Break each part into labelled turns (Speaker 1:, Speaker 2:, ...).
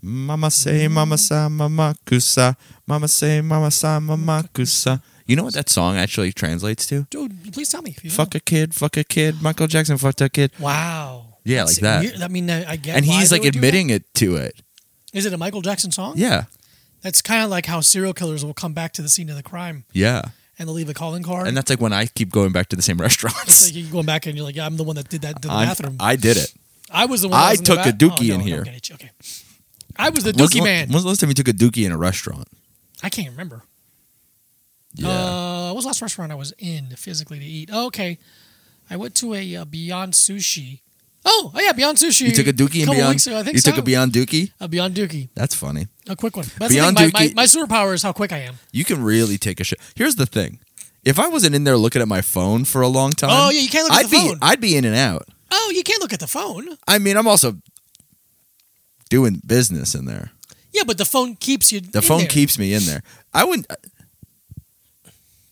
Speaker 1: Mama say, Mama sa, Mama kusa. Mama say, Mama sa, Mama kusa. You know what that song actually translates to?
Speaker 2: Dude, please tell me. if you know.
Speaker 1: Fuck a kid, fuck a kid. Michael Jackson fucked a kid.
Speaker 2: Wow.
Speaker 1: Yeah,
Speaker 2: That's
Speaker 1: like that.
Speaker 2: weird. I mean, I I get.
Speaker 1: And
Speaker 2: why
Speaker 1: he's
Speaker 2: they
Speaker 1: like
Speaker 2: would do
Speaker 1: admitting it to it.
Speaker 2: that. Is it a Michael Jackson song?
Speaker 1: Yeah.
Speaker 2: That's kind of like how serial killers will come back to the scene of the crime
Speaker 1: Yeah.
Speaker 2: and they'll leave a calling card.
Speaker 1: And that's like when I keep going back to the same
Speaker 2: It's
Speaker 1: restaurants.
Speaker 2: like you're going back and you're like, yeah, I'm the one that did that in the
Speaker 1: I'm-
Speaker 2: bathroom. I,
Speaker 1: I did it.
Speaker 2: was the one.
Speaker 1: I
Speaker 2: that was in the
Speaker 1: took a
Speaker 2: bath-
Speaker 1: dookie
Speaker 2: Oh, no,
Speaker 1: in
Speaker 2: no,
Speaker 1: here.
Speaker 2: okay, it's- Okay. I was the
Speaker 1: When's
Speaker 2: dookie
Speaker 1: the-
Speaker 2: man.
Speaker 1: When's the last time you took a dookie in a restaurant?
Speaker 2: I can't remember.
Speaker 1: Yeah.
Speaker 2: Uh, what was the last restaurant I was in physically to eat? Oh, okay. I went to a uh, Beyond Sushi. Oh, oh yeah, Beyond Sushi.
Speaker 1: you took a dookie and
Speaker 2: couple
Speaker 1: beyond.
Speaker 2: Weeks ago, I think
Speaker 1: you
Speaker 2: so.
Speaker 1: took a beyond dookie.
Speaker 2: a Beyond Dookie,
Speaker 1: That's funny.
Speaker 2: a quick one. But that's
Speaker 1: Beyond
Speaker 2: the thing, my,
Speaker 1: Dookie-
Speaker 2: my, my superpower is how quick I am.
Speaker 1: You can really take a shit. Here's the thing: if I wasn't in there looking at my phone for a long time,
Speaker 2: Oh, yeah, you can't look at
Speaker 1: I'd
Speaker 2: the
Speaker 1: be
Speaker 2: phone.
Speaker 1: I'd be in and out.
Speaker 2: Oh, you can't look at the phone.
Speaker 1: I mean, I'm also doing business in there.
Speaker 2: Yeah, but the phone keeps you.
Speaker 1: The phone keeps me in there. I wouldn't.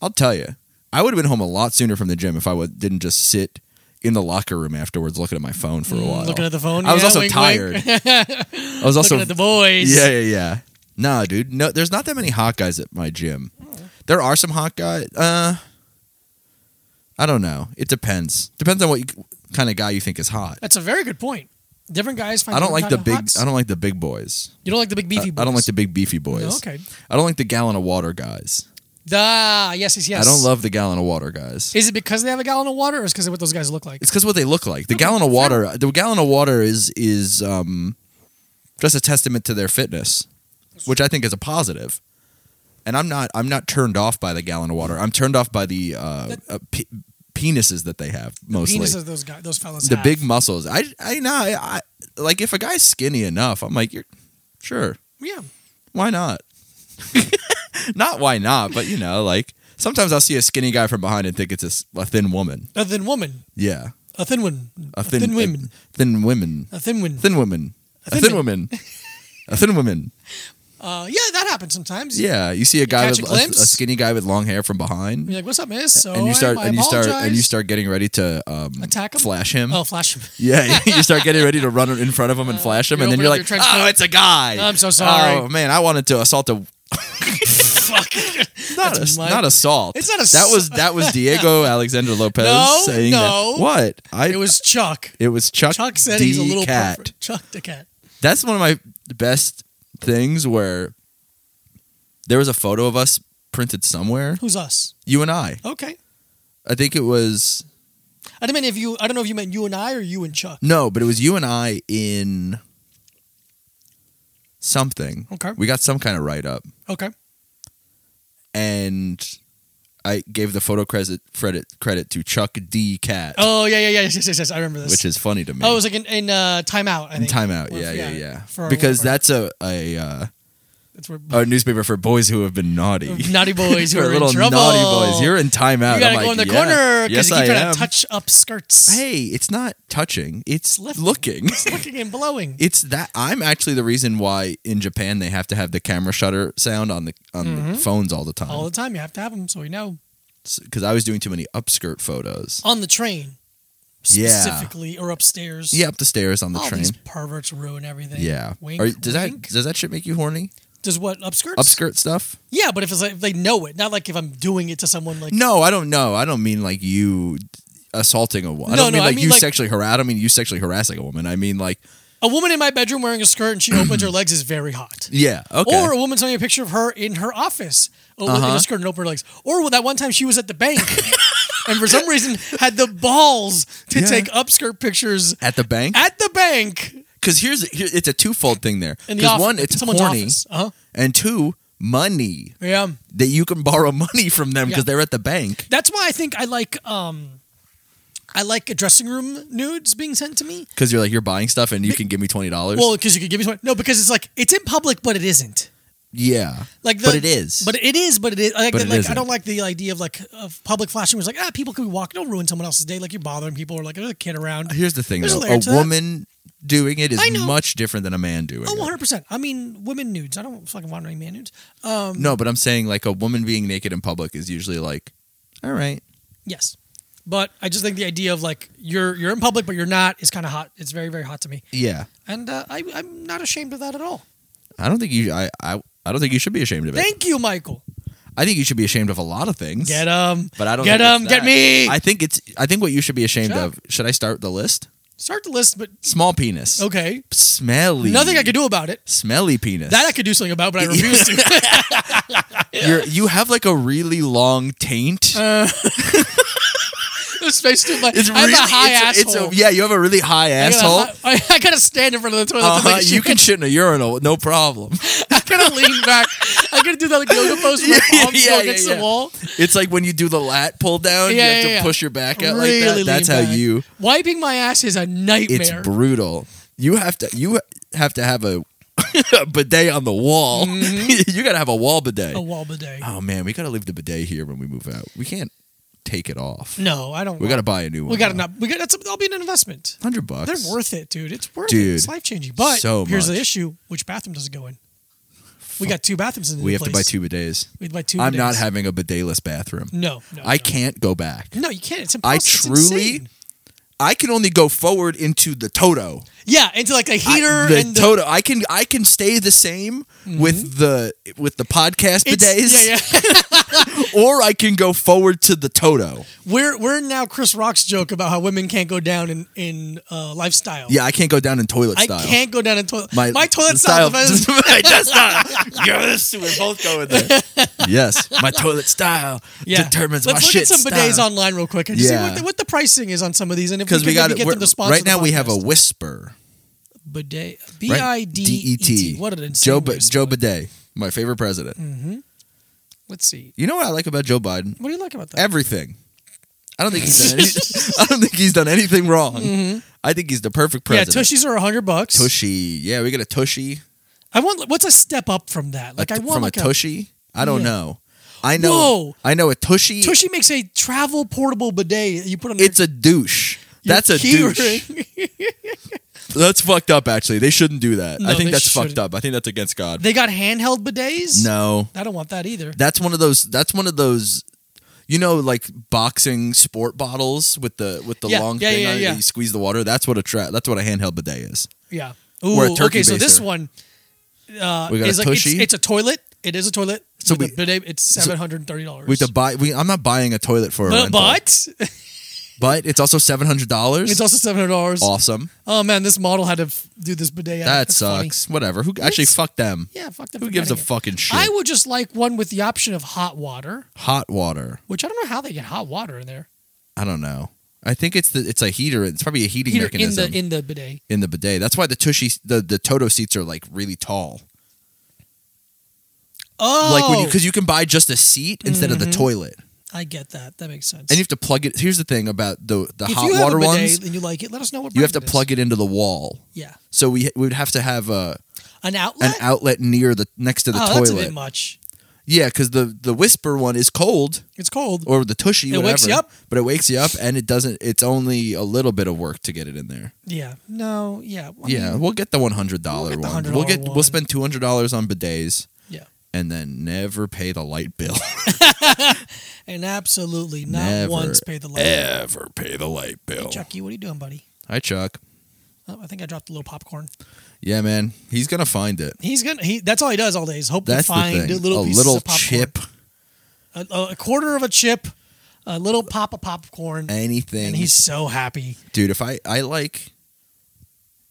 Speaker 1: I'll tell you, I would have been home a lot sooner from the gym if I would, didn't just sit in the locker room afterwards looking at my phone for a while.
Speaker 2: Mm, looking at the phone,
Speaker 1: I was
Speaker 2: yeah,
Speaker 1: also
Speaker 2: wink,
Speaker 1: tired.
Speaker 2: wink.
Speaker 1: I was also
Speaker 2: looking at the boys.
Speaker 1: Yeah, yeah, yeah. Nah, dude. No, there's not that many hot guys at my gym. There are some hot guys. Uh, I don't know. It depends. Depends on what you, kind of guy you think is hot.
Speaker 2: That's a very good point. Different guys find.
Speaker 1: I don't
Speaker 2: different
Speaker 1: like the
Speaker 2: kind
Speaker 1: big.
Speaker 2: of hots.
Speaker 1: I don't like the big boys.
Speaker 2: You don't like the big
Speaker 1: I,
Speaker 2: beefy.
Speaker 1: I don't like
Speaker 2: boys.
Speaker 1: the big beefy boys.
Speaker 2: No, okay.
Speaker 1: I don't like the gallon of water guys.
Speaker 2: Ah, yes, yes, yes.
Speaker 1: I don't love the gallon of water guys.
Speaker 2: Is it because they have a gallon of water, or is it because of what those guys look like?
Speaker 1: It's because what they look like. The gallon of water. The gallon of water is is um, just a testament to their fitness, which I think is a positive. And I'm not I'm not turned off by the gallon of water. I'm turned off by the uh, uh, pe- penises that they have mostly.
Speaker 2: Penis of those guys, those fellas.
Speaker 1: the
Speaker 2: have.
Speaker 1: big muscles. I I know. I, I like if a guy's skinny enough. I'm like, you're sure.
Speaker 2: Yeah.
Speaker 1: Why not? not why not, but you know, like sometimes I'll see a skinny guy from behind and think it's a s a a thin woman.
Speaker 2: A thin woman.
Speaker 1: Yeah.
Speaker 2: A thin one.
Speaker 1: A thin,
Speaker 2: woman.
Speaker 1: A thin women.
Speaker 2: A thin one.
Speaker 1: Thin women. A
Speaker 2: thin
Speaker 1: thin woman. A thin woman.
Speaker 2: Uh, yeah, that happens sometimes.
Speaker 1: Yeah, you see a guy
Speaker 2: catch
Speaker 1: with
Speaker 2: a
Speaker 1: a, a
Speaker 2: glimpse?
Speaker 1: skinny guy with long hair from behind,
Speaker 2: You're like, what's up, miss? So
Speaker 1: and you start
Speaker 2: I, I
Speaker 1: and you start and you
Speaker 2: apologize.
Speaker 1: start getting ready to um,
Speaker 2: attack him,
Speaker 1: flash him.
Speaker 2: Oh, flash him.
Speaker 1: Yeah, you start getting ready to run in front of him and flash him,
Speaker 2: you
Speaker 1: and then
Speaker 2: open
Speaker 1: you're like,
Speaker 2: up your trench
Speaker 1: "Oh,
Speaker 2: coat.
Speaker 1: it's a guy."
Speaker 2: I'm so sorry.
Speaker 1: Oh man, I wanted to assault a
Speaker 2: Fuck.
Speaker 1: not
Speaker 2: That's
Speaker 1: a,
Speaker 2: my-
Speaker 1: not assault.
Speaker 2: It's not a-
Speaker 1: that was that was Diego Alexander Lopez
Speaker 2: No,
Speaker 1: saying
Speaker 2: no.
Speaker 1: that. What I
Speaker 2: It was Chuck.
Speaker 1: it was Chuck.
Speaker 2: Chuck said
Speaker 1: D.
Speaker 2: he's a little
Speaker 1: cat.
Speaker 2: pervert. Chuck the cat.
Speaker 1: that's one of my best things where there was a photo of us printed somewhere
Speaker 2: Who's us?
Speaker 1: you and i
Speaker 2: Okay.
Speaker 1: i think it was
Speaker 2: I don't mean if you. I don't know if you meant you and I or you and Chuck.
Speaker 1: no but it was you and i in something
Speaker 2: Okay.
Speaker 1: we got some kind of write-up
Speaker 2: Okay.
Speaker 1: and i gave the photo credit credit credit to chuck d cat
Speaker 2: Oh yeah, yeah, yeah. Yes, yes, yes. yes. I remember this.
Speaker 1: which is funny to me
Speaker 2: Oh, it was like in, in uh, timeout. I
Speaker 1: in
Speaker 2: think.
Speaker 1: timeout
Speaker 2: Or-
Speaker 1: yeah yeah yeah,
Speaker 2: for-
Speaker 1: because Oh,
Speaker 2: for-
Speaker 1: that's a a, uh,
Speaker 2: That's where
Speaker 1: a newspaper for boys who have been naughty
Speaker 2: naughty boys who
Speaker 1: For
Speaker 2: are
Speaker 1: little
Speaker 2: in trouble.
Speaker 1: naughty boys. You're in timeout.
Speaker 2: You gotta
Speaker 1: I'm
Speaker 2: go
Speaker 1: like,
Speaker 2: in the
Speaker 1: yeah,
Speaker 2: corner
Speaker 1: yes,
Speaker 2: because you keep
Speaker 1: I
Speaker 2: trying
Speaker 1: am.
Speaker 2: to touch up skirts.
Speaker 1: Hey, it's not touching. It's
Speaker 2: lifting.
Speaker 1: looking.
Speaker 2: It's looking and blowing.
Speaker 1: It's that I'm actually the reason why in Japan they have to have the camera shutter sound on the on the phones all the
Speaker 2: Mm-hmm. All the
Speaker 1: time
Speaker 2: time. You have to have them so we know.
Speaker 1: because I was doing too many upskirt photos.
Speaker 2: On the train,
Speaker 1: Yeah.
Speaker 2: specifically, or upstairs.
Speaker 1: Yeah, up the stairs on the
Speaker 2: All
Speaker 1: train.
Speaker 2: these perverts ruin everything.
Speaker 1: Yeah.
Speaker 2: Wink,
Speaker 1: Are- does
Speaker 2: wink.
Speaker 1: that does that shit make you horny?
Speaker 2: Does what upskirts?
Speaker 1: Upskirt stuff?
Speaker 2: Yeah, but if it's like if they know it, not like if I'm doing it to someone like
Speaker 1: No, I don't know. I don't mean like you assaulting a woman. I
Speaker 2: No,
Speaker 1: don't
Speaker 2: no,
Speaker 1: mean
Speaker 2: I
Speaker 1: like
Speaker 2: mean,
Speaker 1: you
Speaker 2: like-
Speaker 1: sexually harass. I don't mean you sexually harassing a woman. I mean like
Speaker 2: a woman in my bedroom wearing a skirt and she opens her legs is very hot.
Speaker 1: yeah. Okay.
Speaker 2: Or a woman sent me a picture of her in her office, oh, in
Speaker 1: Uh-huh.
Speaker 2: a skirt and open her legs. Or that one time she was at the bank, and for some reason had the balls to
Speaker 1: Yeah.
Speaker 2: take upskirt pictures
Speaker 1: at the bank.
Speaker 2: at the bank.
Speaker 1: Because here's here, it's a twofold thing there.
Speaker 2: In the
Speaker 1: Because
Speaker 2: office,
Speaker 1: one, it's
Speaker 2: someone's
Speaker 1: horny,
Speaker 2: office. Uh-huh.
Speaker 1: and two, money
Speaker 2: Yeah,
Speaker 1: that you can borrow money from them because
Speaker 2: Yeah.
Speaker 1: they're at the bank.
Speaker 2: that's why I think I like um, I like dressing room nudes being sent to me.
Speaker 1: Because you're like you're buying stuff and you can give me twenty dollars.
Speaker 2: Well, because you could give me some. No, because it's like it's in public, but it isn't.
Speaker 1: yeah,
Speaker 2: Like, the,
Speaker 1: but it is.
Speaker 2: But it is. But it is. I Like,
Speaker 1: But
Speaker 2: the-
Speaker 1: it
Speaker 2: like I
Speaker 1: isn't.
Speaker 2: don't like the idea of like of public flashing. Was like ah, people could be walking. Don't ruin someone else's day. Like you're bothering people, or like there's a kid around.
Speaker 1: here's the thing
Speaker 2: There's a
Speaker 1: though:
Speaker 2: layer
Speaker 1: a,
Speaker 2: to that.
Speaker 1: woman doing it is
Speaker 2: I know.
Speaker 1: much different than a man doing
Speaker 2: Oh,
Speaker 1: it.
Speaker 2: 100 percent. I mean, women nudes. I don't fucking want any man nudes. Um,
Speaker 1: No, but I'm saying like a woman being naked in public is usually like, all right,
Speaker 2: yes, but I just think the idea of like you're you're in public, but you're not is kind of hot. It's very very hot to me,
Speaker 1: yeah.
Speaker 2: and uh, I, I'm not ashamed of that at all.
Speaker 1: I don't think you. I. I. I don't think you should be ashamed of it.
Speaker 2: Thank you, Michael.
Speaker 1: I think you should be ashamed of a lot of things.
Speaker 2: Get him.
Speaker 1: but I don't
Speaker 2: get
Speaker 1: think it's
Speaker 2: him. Get
Speaker 1: that.
Speaker 2: me.
Speaker 1: I think it's. I think what you should be ashamed
Speaker 2: Chuck.
Speaker 1: of. Should I start the list?
Speaker 2: Start the list, but
Speaker 1: Small penis.
Speaker 2: okay.
Speaker 1: Smelly.
Speaker 2: Nothing I could do about it.
Speaker 1: Smelly penis.
Speaker 2: That I could do something about, but I refuse to.
Speaker 1: You're, you have like a really long taint.
Speaker 2: This face too much.
Speaker 1: it's
Speaker 2: I have
Speaker 1: really
Speaker 2: a high
Speaker 1: it's a- it's a-
Speaker 2: asshole.
Speaker 1: yeah, you have a really high
Speaker 2: I gotta-
Speaker 1: asshole.
Speaker 2: I, I gotta stand in front of the toilet.
Speaker 1: Uh-huh,
Speaker 2: to make
Speaker 1: you
Speaker 2: shit.
Speaker 1: can shit in a urinal, no problem.
Speaker 2: I gotta lean back. I gotta do that like yoga pose with my
Speaker 1: Yeah,
Speaker 2: palms
Speaker 1: yeah,
Speaker 2: still against
Speaker 1: yeah,
Speaker 2: the
Speaker 1: yeah.
Speaker 2: wall.
Speaker 1: It's like when you do the lat pull down, you
Speaker 2: Yeah,
Speaker 1: have
Speaker 2: yeah,
Speaker 1: to
Speaker 2: yeah.
Speaker 1: push your back out like
Speaker 2: Really
Speaker 1: that. That's
Speaker 2: lean
Speaker 1: how
Speaker 2: back.
Speaker 1: you.
Speaker 2: Wiping my ass is a nightmare.
Speaker 1: It's brutal. You have to. You have to have a bidet on the wall. you gotta have a wall bidet.
Speaker 2: Mm-hmm. a wall bidet.
Speaker 1: Oh man, we gotta leave the bidet here when we move out. We can't take it off.
Speaker 2: No, I don't.
Speaker 1: We
Speaker 2: want-
Speaker 1: gotta buy a new one.
Speaker 2: We gotta not. We got. That's. That'll be an investment.
Speaker 1: Hundred bucks.
Speaker 2: They're worth it, dude. It's worth it.
Speaker 1: Dude,
Speaker 2: It's life changing. But
Speaker 1: so
Speaker 2: here's the
Speaker 1: much.
Speaker 2: issue: which bathroom does it go in? We got two bathrooms in the
Speaker 1: We
Speaker 2: new
Speaker 1: have to buy
Speaker 2: place.
Speaker 1: two bidets.
Speaker 2: We buy two.
Speaker 1: I'm not
Speaker 2: bidets.
Speaker 1: having a bidetless bathroom.
Speaker 2: No, no,
Speaker 1: I
Speaker 2: no.
Speaker 1: can't go back.
Speaker 2: No, you can't. It's impossible.
Speaker 1: I
Speaker 2: It's
Speaker 1: truly.
Speaker 2: insane.
Speaker 1: I can only go forward into the Toto.
Speaker 2: Yeah, into like a heater
Speaker 1: I, the
Speaker 2: and the, Mm-hmm.
Speaker 1: Toto. I can I can stay the same with the with the podcast
Speaker 2: it's-
Speaker 1: bidets,
Speaker 2: Yeah, yeah.
Speaker 1: or I can go forward to the Toto.
Speaker 2: we're we're now Chris Rock's joke about how women can't go down in in uh, lifestyle.
Speaker 1: Yeah, I can't go down in toilet
Speaker 2: I
Speaker 1: style.
Speaker 2: can't go down in toilet. My, toilet style. is-
Speaker 1: my toilet style. Yes, we're both going there. Yes, my toilet style
Speaker 2: yeah.
Speaker 1: determines
Speaker 2: Let's
Speaker 1: my
Speaker 2: look
Speaker 1: shit
Speaker 2: at some bidets
Speaker 1: style.
Speaker 2: online real quick and just see
Speaker 1: Yeah.
Speaker 2: what the, what the pricing is on some of these and if
Speaker 1: because
Speaker 2: we
Speaker 1: we
Speaker 2: can
Speaker 1: got
Speaker 2: maybe get
Speaker 1: we're-
Speaker 2: them to sponsor.
Speaker 1: right now.
Speaker 2: the
Speaker 1: We have a
Speaker 2: podcast.
Speaker 1: whisper.
Speaker 2: bidet. B i
Speaker 1: right?
Speaker 2: d e t. What an insane Mm.
Speaker 1: Joe
Speaker 2: way
Speaker 1: Bi-
Speaker 2: to spell
Speaker 1: Joe
Speaker 2: it.
Speaker 1: Bidet, my favorite president.
Speaker 2: Let's see.
Speaker 1: You know what I like about Joe Biden?
Speaker 2: What do you like about that?
Speaker 1: everything. I don't think he's done. Any, I don't think he's done anything wrong. I think he's the perfect president.
Speaker 2: Mm-hmm. Yeah, tushies are hundred bucks.
Speaker 1: Tushy. Yeah, we got a tushy.
Speaker 2: I want. What's a step up from that? Like
Speaker 1: a
Speaker 2: I
Speaker 1: t-
Speaker 2: want
Speaker 1: from
Speaker 2: like
Speaker 1: a tushy. I don't
Speaker 2: Yeah.
Speaker 1: know. I know.
Speaker 2: Whoa.
Speaker 1: I know a tushy.
Speaker 2: Tushy makes a travel portable bidet. that You put on.
Speaker 1: It's a douche.
Speaker 2: your,
Speaker 1: That's a
Speaker 2: your key
Speaker 1: douche.
Speaker 2: ring.
Speaker 1: That's fucked up. Actually, they shouldn't do that.
Speaker 2: No,
Speaker 1: I think
Speaker 2: they
Speaker 1: that's
Speaker 2: shouldn't.
Speaker 1: fucked up. I think that's against God.
Speaker 2: They got handheld bidets.
Speaker 1: no,
Speaker 2: I don't want that either.
Speaker 1: that's one of those. That's one of those. You know, like boxing sport bottles with the with the
Speaker 2: Yeah,
Speaker 1: long
Speaker 2: yeah,
Speaker 1: thing
Speaker 2: yeah,
Speaker 1: on it
Speaker 2: yeah.
Speaker 1: that you squeeze the water. That's what a tra- that's what a handheld bidet is.
Speaker 2: Yeah.
Speaker 1: Or a
Speaker 2: Ooh,
Speaker 1: turkey
Speaker 2: okay, so this
Speaker 1: baster.
Speaker 2: one uh,
Speaker 1: We got
Speaker 2: is
Speaker 1: a
Speaker 2: like it's,
Speaker 1: tushy.
Speaker 2: it's a toilet. It is a toilet.
Speaker 1: So
Speaker 2: with a
Speaker 1: we-
Speaker 2: bidet, it's seven hundred and thirty dollars.
Speaker 1: We have to buy. We, I'm not buying a toilet for a
Speaker 2: but,
Speaker 1: rental, but,
Speaker 2: but
Speaker 1: it's also seven hundred dollars.
Speaker 2: it's also seven hundred dollars.
Speaker 1: awesome.
Speaker 2: Oh man, this model had to f- do this bidet. ad.
Speaker 1: That
Speaker 2: That's funny.
Speaker 1: sucks. Whatever. Who actually
Speaker 2: It's-
Speaker 1: fuck them?
Speaker 2: Yeah, fuck them.
Speaker 1: Who
Speaker 2: for
Speaker 1: gives a
Speaker 2: getting it.
Speaker 1: fucking shit?
Speaker 2: I would just like one with the option of hot water,
Speaker 1: Hot water.
Speaker 2: which I don't know how they get hot water in there.
Speaker 1: I don't know. I think it's the it's a heater. It's probably a heating
Speaker 2: Heater in
Speaker 1: mechanism
Speaker 2: the
Speaker 1: in the,
Speaker 2: in the bidet.
Speaker 1: bidet. That's why the tushy the the Toto seats are like really tall.
Speaker 2: Oh, Mm-hmm.
Speaker 1: Like when you because you can buy just a seat instead of the toilet,
Speaker 2: I get that. That makes sense.
Speaker 1: and you have to plug it. Here's the thing about the the
Speaker 2: if
Speaker 1: hot
Speaker 2: you have
Speaker 1: water
Speaker 2: a bidet
Speaker 1: ones.
Speaker 2: and you like it, let us know what
Speaker 1: You have to
Speaker 2: brand it
Speaker 1: plug it into the wall.
Speaker 2: is. Yeah,
Speaker 1: So we we would have to have a
Speaker 2: an outlet.
Speaker 1: an outlet near the next to the
Speaker 2: oh,
Speaker 1: toilet.
Speaker 2: that's a bit much.
Speaker 1: Yeah, because the the whisper one is cold
Speaker 2: It's cold.
Speaker 1: or the tushy.
Speaker 2: It
Speaker 1: whatever,
Speaker 2: wakes you up.
Speaker 1: but it wakes you up, and it doesn't. It's only a little bit of work to get it in there.
Speaker 2: yeah. No. Yeah. I
Speaker 1: yeah,
Speaker 2: mean,
Speaker 1: we'll get the one hundred dollar
Speaker 2: get the
Speaker 1: one.
Speaker 2: $100
Speaker 1: We'll get
Speaker 2: one.
Speaker 1: we'll spend two hundred dollars on bidets,
Speaker 2: yeah.
Speaker 1: and then never pay the light bill.
Speaker 2: And absolutely not
Speaker 1: never
Speaker 2: once pay the light.
Speaker 1: Ever pay the light bill?
Speaker 2: Chucky, what are you doing, buddy?
Speaker 1: Hi Chuck.
Speaker 2: Oh, I think I dropped a little popcorn.
Speaker 1: Yeah, man, he's gonna find it.
Speaker 2: He's gonna. He. That's all he does all day is hope
Speaker 1: That's
Speaker 2: to
Speaker 1: the
Speaker 2: find
Speaker 1: thing.
Speaker 2: little
Speaker 1: a
Speaker 2: pieces
Speaker 1: little
Speaker 2: of popcorn.
Speaker 1: chip,
Speaker 2: a, a quarter of a chip, a little pop of popcorn,
Speaker 1: anything.
Speaker 2: and he's so happy.
Speaker 1: dude if i i like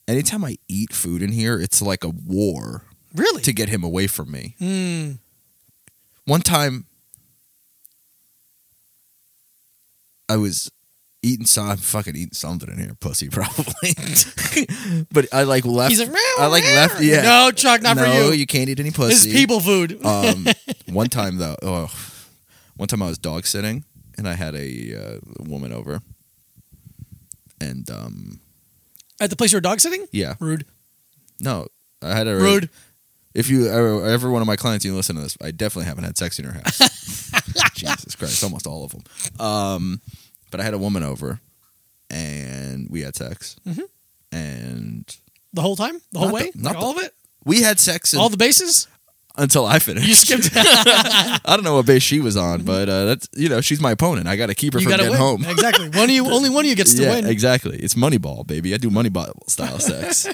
Speaker 1: anytime i eat food in here it's like a war
Speaker 2: Really?
Speaker 1: to get him away from me
Speaker 2: Mm.
Speaker 1: one time i was eating some i'm fucking eating something in here pussy probably but i like left
Speaker 2: He's like, meow,
Speaker 1: i like
Speaker 2: meow.
Speaker 1: left yeah
Speaker 2: No, Chuck, not for
Speaker 1: no
Speaker 2: you.
Speaker 1: you can't eat any pussy
Speaker 2: This is people food.
Speaker 1: um, one time though, oh, one time I was dog sitting and I had a uh, woman over, and um,
Speaker 2: At the place you were dog sitting?
Speaker 1: yeah,
Speaker 2: Rude.
Speaker 1: no, I had a
Speaker 2: Rude.
Speaker 1: If you ever, ever one of my clients, you listen to this, I definitely haven't had sex in her house. Jesus Christ, almost all of them. Um, but I had a woman over, and we had sex,
Speaker 2: Mhm.
Speaker 1: and
Speaker 2: The whole time? The whole
Speaker 1: Not
Speaker 2: way?
Speaker 1: the- not
Speaker 2: Like all of it?
Speaker 1: we had sex in-
Speaker 2: all the bases?
Speaker 1: until I finished.
Speaker 2: You skipped
Speaker 1: I don't know what base she was on, but uh, that's you know she's my opponent. I got to keep her
Speaker 2: you
Speaker 1: from
Speaker 2: gotta
Speaker 1: getting
Speaker 2: win.
Speaker 1: home.
Speaker 2: Exactly. One of you only one of you gets to
Speaker 1: yeah,
Speaker 2: win.
Speaker 1: exactly. It's Moneyball, baby. I do Moneyball style sex.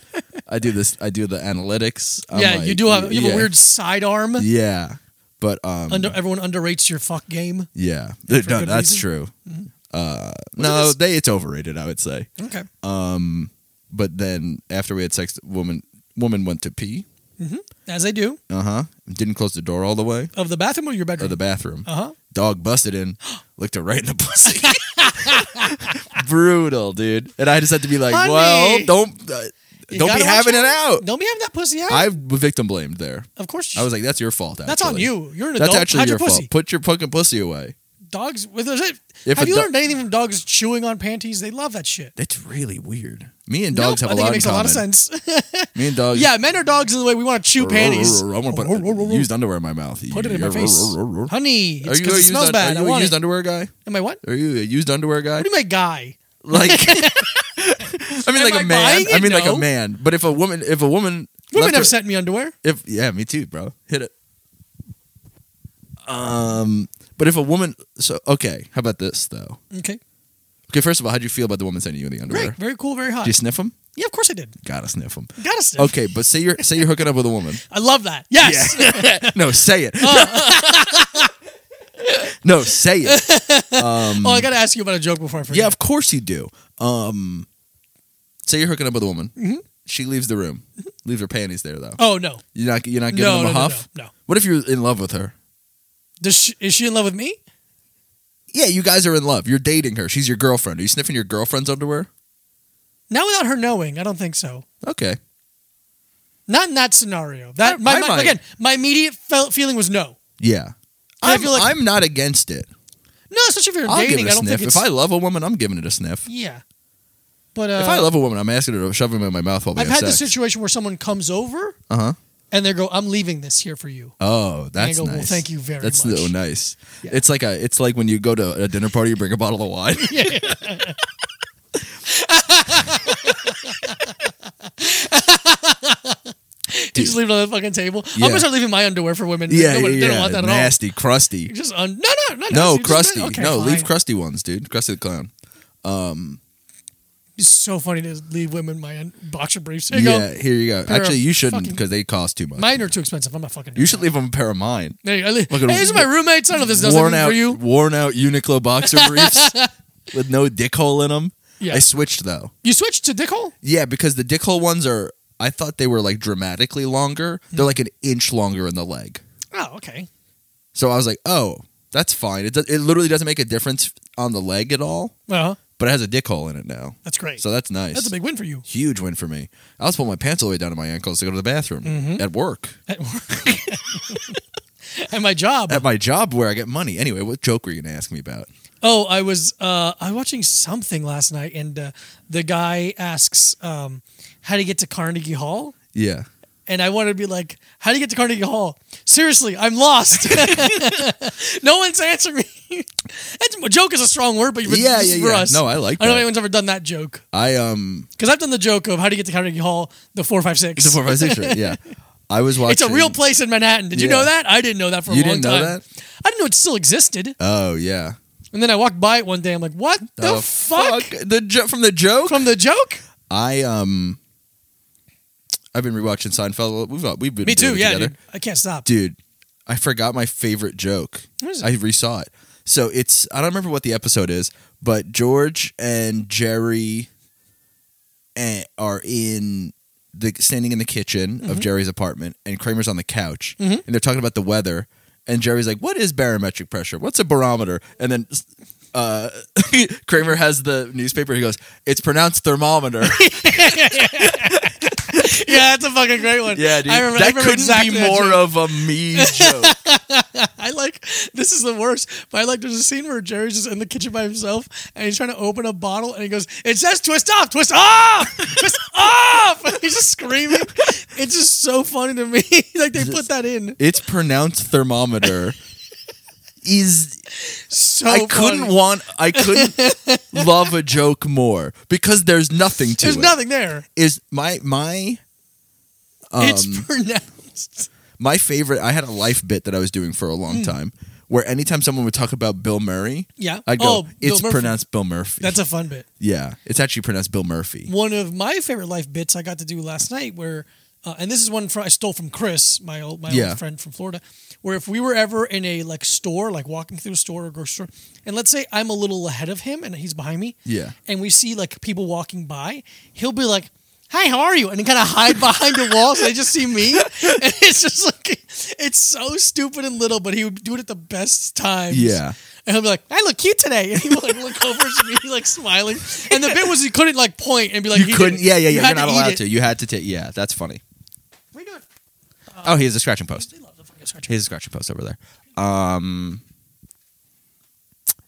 Speaker 1: I do this. I do the analytics. I'm
Speaker 2: yeah, you
Speaker 1: like,
Speaker 2: do have you have
Speaker 1: yeah,
Speaker 2: a weird sidearm.
Speaker 1: Yeah, but um,
Speaker 2: Under, everyone underrates your fuck game.
Speaker 1: yeah,
Speaker 2: for
Speaker 1: no,
Speaker 2: good
Speaker 1: that's
Speaker 2: reason. Mm-hmm.
Speaker 1: true. Uh,
Speaker 2: at
Speaker 1: no,
Speaker 2: this-
Speaker 1: they it's overrated. I would say.
Speaker 2: Okay.
Speaker 1: But then after we had sex, woman woman went to pee.
Speaker 2: As they do.
Speaker 1: Uh huh. Didn't close the door all the way
Speaker 2: Of the bathroom or your
Speaker 1: or
Speaker 2: bedroom?
Speaker 1: the bathroom.
Speaker 2: uh huh.
Speaker 1: Dog busted in, looked her right in the pussy. Brutal, dude. And I just had to be like,
Speaker 2: Honey,
Speaker 1: well, don't uh,
Speaker 2: you
Speaker 1: don't
Speaker 2: gotta
Speaker 1: be
Speaker 2: watch
Speaker 1: having it
Speaker 2: out.
Speaker 1: out.
Speaker 2: Don't be having that pussy out.
Speaker 1: Oh. I was victim blamed there.
Speaker 2: of course.
Speaker 1: I was like, that's your fault.
Speaker 2: that's on
Speaker 1: actually.
Speaker 2: you. You're an adult.
Speaker 1: That's actually
Speaker 2: Hide
Speaker 1: your
Speaker 2: your pussy.
Speaker 1: fault. Put your fucking pussy away.
Speaker 2: Dogs. With those,
Speaker 1: If
Speaker 2: have
Speaker 1: a
Speaker 2: you
Speaker 1: do-
Speaker 2: learned anything from dogs chewing on panties? They love that shit.
Speaker 1: That's really weird. Me and dogs
Speaker 2: Nope,
Speaker 1: have
Speaker 2: I
Speaker 1: a
Speaker 2: think
Speaker 1: lot
Speaker 2: it
Speaker 1: in
Speaker 2: makes a lot
Speaker 1: common. Oh,
Speaker 2: of sense.
Speaker 1: Me and dogs.
Speaker 2: yeah, men are dogs in the way we want to chew panties.
Speaker 1: I want to put used underwear in my mouth.
Speaker 2: Put it in my face,
Speaker 1: Are
Speaker 2: honey. It's
Speaker 1: Oh, you a
Speaker 2: because it
Speaker 1: used
Speaker 2: smells
Speaker 1: un-
Speaker 2: bad.
Speaker 1: are
Speaker 2: I
Speaker 1: you a
Speaker 2: want
Speaker 1: used
Speaker 2: it.
Speaker 1: underwear guy?
Speaker 2: Am I what?
Speaker 1: Are you a used underwear guy?
Speaker 2: What do you mean, guy?
Speaker 1: Like, I mean,
Speaker 2: Am
Speaker 1: like
Speaker 2: I
Speaker 1: a man.
Speaker 2: buying
Speaker 1: I
Speaker 2: it?
Speaker 1: mean, like
Speaker 2: No.
Speaker 1: a man. But if a woman, if a woman,
Speaker 2: Women
Speaker 1: left
Speaker 2: have
Speaker 1: her-
Speaker 2: sent me underwear.
Speaker 1: if yeah, me too, bro. Hit it. Um, but if a woman, so okay, how about this though?
Speaker 2: Okay,
Speaker 1: Okay, first of all, how'd you feel about the woman sending you the underwear?
Speaker 2: great, very cool, very hot.
Speaker 1: Do you sniff them?
Speaker 2: yeah, of course I did.
Speaker 1: Gotta sniff them.
Speaker 2: Gotta sniff.
Speaker 1: Okay, but say you're say you're hooking up with a woman.
Speaker 2: I love that. Yes.
Speaker 1: no, say it. no, say it.
Speaker 2: oh, I gotta ask you about a joke before I forget.
Speaker 1: Um, Yeah, of course you do. Um, say you're hooking up with a woman.
Speaker 2: Mm-hmm.
Speaker 1: She leaves the room. Leaves her panties there though.
Speaker 2: Oh no.
Speaker 1: You're not you're not giving them
Speaker 2: Mm-hmm. No, no,
Speaker 1: a
Speaker 2: no,
Speaker 1: huff.
Speaker 2: no, no.
Speaker 1: What if you're in love with her?
Speaker 2: Does she, is she in love with me?
Speaker 1: Yeah, you guys are in love. You're dating her. She's your girlfriend. Are you sniffing your girlfriend's underwear?
Speaker 2: Not without her knowing. I don't think so.
Speaker 1: Okay.
Speaker 2: Not in that scenario. That my,
Speaker 1: I
Speaker 2: my-
Speaker 1: might.
Speaker 2: again, my immediate fel- feeling was no.
Speaker 1: Yeah.
Speaker 2: I
Speaker 1: I'm,
Speaker 2: feel like-
Speaker 1: I'm not against it.
Speaker 2: No, especially if you're
Speaker 1: I'll
Speaker 2: dating.
Speaker 1: give it
Speaker 2: I
Speaker 1: a
Speaker 2: don't
Speaker 1: sniff.
Speaker 2: think it's.
Speaker 1: If I love a woman, I'm giving it a sniff.
Speaker 2: yeah, but uh,
Speaker 1: if I love a woman, I'm asking her to shove them in my mouth while we
Speaker 2: I've
Speaker 1: have
Speaker 2: had the
Speaker 1: sex.
Speaker 2: situation where someone comes over
Speaker 1: uh huh.
Speaker 2: and they go, "I'm leaving this here for you."
Speaker 1: Oh,
Speaker 2: I
Speaker 1: that's
Speaker 2: go,
Speaker 1: nice.
Speaker 2: "Well, thank you very
Speaker 1: that's
Speaker 2: much."
Speaker 1: so nice.
Speaker 2: Yeah.
Speaker 1: It's like a. It's like when you go to a dinner party, you bring a bottle of wine.
Speaker 2: You just leave it on the fucking table.
Speaker 1: Yeah.
Speaker 2: I'm gonna start leaving my underwear for women.
Speaker 1: yeah,
Speaker 2: Nobody-
Speaker 1: yeah, yeah.
Speaker 2: they don't want that at all.
Speaker 1: Nasty, crusty.
Speaker 2: Just un- no, no, no,
Speaker 1: No,
Speaker 2: it's just-
Speaker 1: crusty.
Speaker 2: okay,
Speaker 1: no, leave
Speaker 2: fine.
Speaker 1: crusty ones, dude. Crusty the clown.
Speaker 2: It's so funny to leave women my un- boxer briefs. There you
Speaker 1: yeah,
Speaker 2: go.
Speaker 1: here you go.
Speaker 2: Pair of
Speaker 1: Actually, you shouldn't
Speaker 2: fucking-
Speaker 1: because they cost too much.
Speaker 2: Mine are too expensive. I'm not fucking.
Speaker 1: you should leave them a pair of mine.
Speaker 2: There you go. I leave-
Speaker 1: Look at
Speaker 2: Hey, these are my roommates. I don't know if this does
Speaker 1: worn
Speaker 2: anything
Speaker 1: out,
Speaker 2: for you.
Speaker 1: worn out Uniqlo boxer briefs with no dick hole in them.
Speaker 2: Yeah.
Speaker 1: I switched though.
Speaker 2: You switched to dick hole.
Speaker 1: Yeah, because the dick hole ones are. I thought they were like dramatically longer.
Speaker 2: Hmm.
Speaker 1: They're like an inch longer in the leg.
Speaker 2: Oh, okay. do
Speaker 1: So I was like, oh, that's fine. It, does, it literally doesn't make a difference on the leg at all,
Speaker 2: Well,
Speaker 1: but it has a dick hole in it now.
Speaker 2: that's great.
Speaker 1: So that's nice.
Speaker 2: that's a big win for you.
Speaker 1: huge win for me. I was pulling my pants all the way down to my ankles to go to the bathroom
Speaker 2: Mm-hmm.
Speaker 1: at work,
Speaker 2: At work. At my job.
Speaker 1: at my job where I get money. Anyway, what joke were you going to ask me about?
Speaker 2: Oh, I was uh, I was watching something last night, and uh, the guy asks um, how to get to Carnegie Hall,
Speaker 1: Yeah.
Speaker 2: and I wanted to be like, "How do you get to Carnegie Hall?" Seriously, I'm lost. no one's answering me. That's, joke is a strong word, but you
Speaker 1: Yeah,
Speaker 2: this
Speaker 1: yeah,
Speaker 2: is for
Speaker 1: yeah.
Speaker 2: us.
Speaker 1: No, I like
Speaker 2: I
Speaker 1: that.
Speaker 2: don't know if anyone's ever done that joke
Speaker 1: I, um,
Speaker 2: because I've done the joke of how to get to Carnegie Hall, the four five six.
Speaker 1: it's a 456 shirt. Yeah. I was watching.
Speaker 2: It's a real place in Manhattan. Did you
Speaker 1: Yeah.
Speaker 2: know that? I didn't know that for a
Speaker 1: You
Speaker 2: long
Speaker 1: didn't know
Speaker 2: time.
Speaker 1: that?
Speaker 2: I didn't know it still existed.
Speaker 1: Oh, yeah.
Speaker 2: And then I walked by it one day. I'm like, "What the
Speaker 1: Oh,
Speaker 2: fuck?"
Speaker 1: The jo- from the joke?
Speaker 2: From the joke?
Speaker 1: I, um, I've been rewatching Seinfeld. We've, we've been
Speaker 2: Me
Speaker 1: doing
Speaker 2: too.
Speaker 1: it
Speaker 2: Yeah,
Speaker 1: together.
Speaker 2: dude. I can't stop.
Speaker 1: dude, I forgot my favorite joke.
Speaker 2: What is it?
Speaker 1: I resaw it. So it's I don't remember what the episode is, but George and Jerry eh, are in the standing in the kitchen
Speaker 2: Mm-hmm.
Speaker 1: of Jerry's apartment, and Kramer's on the couch, and they're talking about the weather. And Jerry's like, "What is barometric pressure? What's a barometer?" And then uh, Kramer has the newspaper. He goes, "It's pronounced thermometer."
Speaker 2: Yeah, that's a fucking great one.
Speaker 1: yeah, dude,
Speaker 2: I remember, I
Speaker 1: that
Speaker 2: remember
Speaker 1: couldn't
Speaker 2: exactly
Speaker 1: be
Speaker 2: that
Speaker 1: more
Speaker 2: joke.
Speaker 1: of a me joke.
Speaker 2: I like this is the worst. But I like there's a scene where Jerry's just in the kitchen by himself and he's trying to open a bottle and he goes, "It says twist off, twist off, twist off." He's just screaming. It's just so funny to me. like they put that in.
Speaker 1: it's pronounced thermometer is
Speaker 2: So
Speaker 1: I couldn't
Speaker 2: funny.
Speaker 1: want I couldn't love a joke more because there's nothing to
Speaker 2: There's
Speaker 1: it.
Speaker 2: nothing there.
Speaker 1: Is my my
Speaker 2: it's pronounced.
Speaker 1: Um, my favorite I had a life bit that I was doing for a long time where anytime someone would talk about Bill Murray,
Speaker 2: Hmm. Yeah.
Speaker 1: I'd go,
Speaker 2: Oh, Bill
Speaker 1: it's
Speaker 2: Murphy.
Speaker 1: pronounced Bill Murphy.
Speaker 2: That's a fun bit.
Speaker 1: yeah, it's actually pronounced Bill Murphy.
Speaker 2: One of my favorite life bits I got to do last night, where, uh, and this is one fr- I stole from Chris, my old my
Speaker 1: Yeah.
Speaker 2: old friend from Florida, where if we were ever in a like store, like walking through a store or grocery store, and let's say I'm a little ahead of him and he's behind me,
Speaker 1: Yeah.
Speaker 2: and we see like people walking by, he'll be like. Hi, how are you? And kind of hide behind the wall, so they just see me. And it's just like it's so stupid and little, but he would do it at the best times.
Speaker 1: Yeah.
Speaker 2: And he'll be like, I look cute today. And he would like look over at me, like smiling. And the bit was he couldn't like point and be like,
Speaker 1: You
Speaker 2: he
Speaker 1: couldn't.
Speaker 2: did it.
Speaker 1: Yeah, yeah,
Speaker 2: You
Speaker 1: yeah.
Speaker 2: had
Speaker 1: You're not
Speaker 2: eat
Speaker 1: allowed
Speaker 2: it.
Speaker 1: to. You had to take. Yeah, that's funny.
Speaker 2: What are you doing?
Speaker 1: oh, he has a scratching post.
Speaker 2: They love the fucking scratch.
Speaker 1: He has a scratching post over there. Um.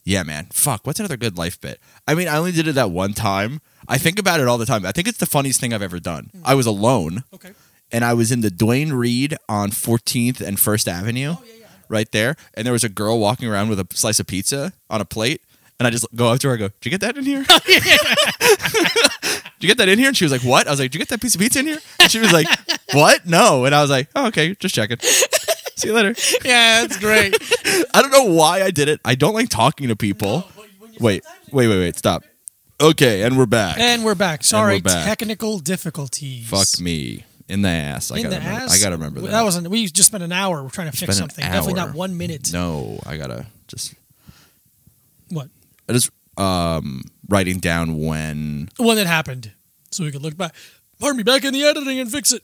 Speaker 1: Yeah, man. Fuck. What's another good life bit? I mean, I only did it that one time. I think about it all the time. I think it's the funniest thing I've ever done. I was alone.
Speaker 2: Okay.
Speaker 1: and I was in the Dwayne Reed on 14th and First Avenue,
Speaker 2: Oh,
Speaker 1: right there. And there was a girl walking around with a slice of pizza on a plate, and I just go up to her. I go, "Did you get that in here? Did you get that in here?" And she was like, "What?" I was like, "Did you get that piece of pizza in here?" And she was like, "What? No." And I was like, "Oh, okay, just checking." See you later.
Speaker 2: Yeah, that's great.
Speaker 1: I don't know why I did it. I don't like talking to people. wait, wait, wait, wait. Stop. Okay, and we're back.
Speaker 2: and we're back. Sorry,
Speaker 1: back.
Speaker 2: technical difficulties.
Speaker 1: Fuck me in the ass. I
Speaker 2: In
Speaker 1: gotta
Speaker 2: the
Speaker 1: remember,
Speaker 2: ass.
Speaker 1: I gotta remember that.
Speaker 2: That wasn't. We just spent an hour trying to fix
Speaker 1: Spent an
Speaker 2: something. Definitely
Speaker 1: hour.
Speaker 2: not one minute.
Speaker 1: No, I gotta just
Speaker 2: What?
Speaker 1: I just um writing down when
Speaker 2: The one that happened, so we could look back. Pardon me, back in the editing and fix it.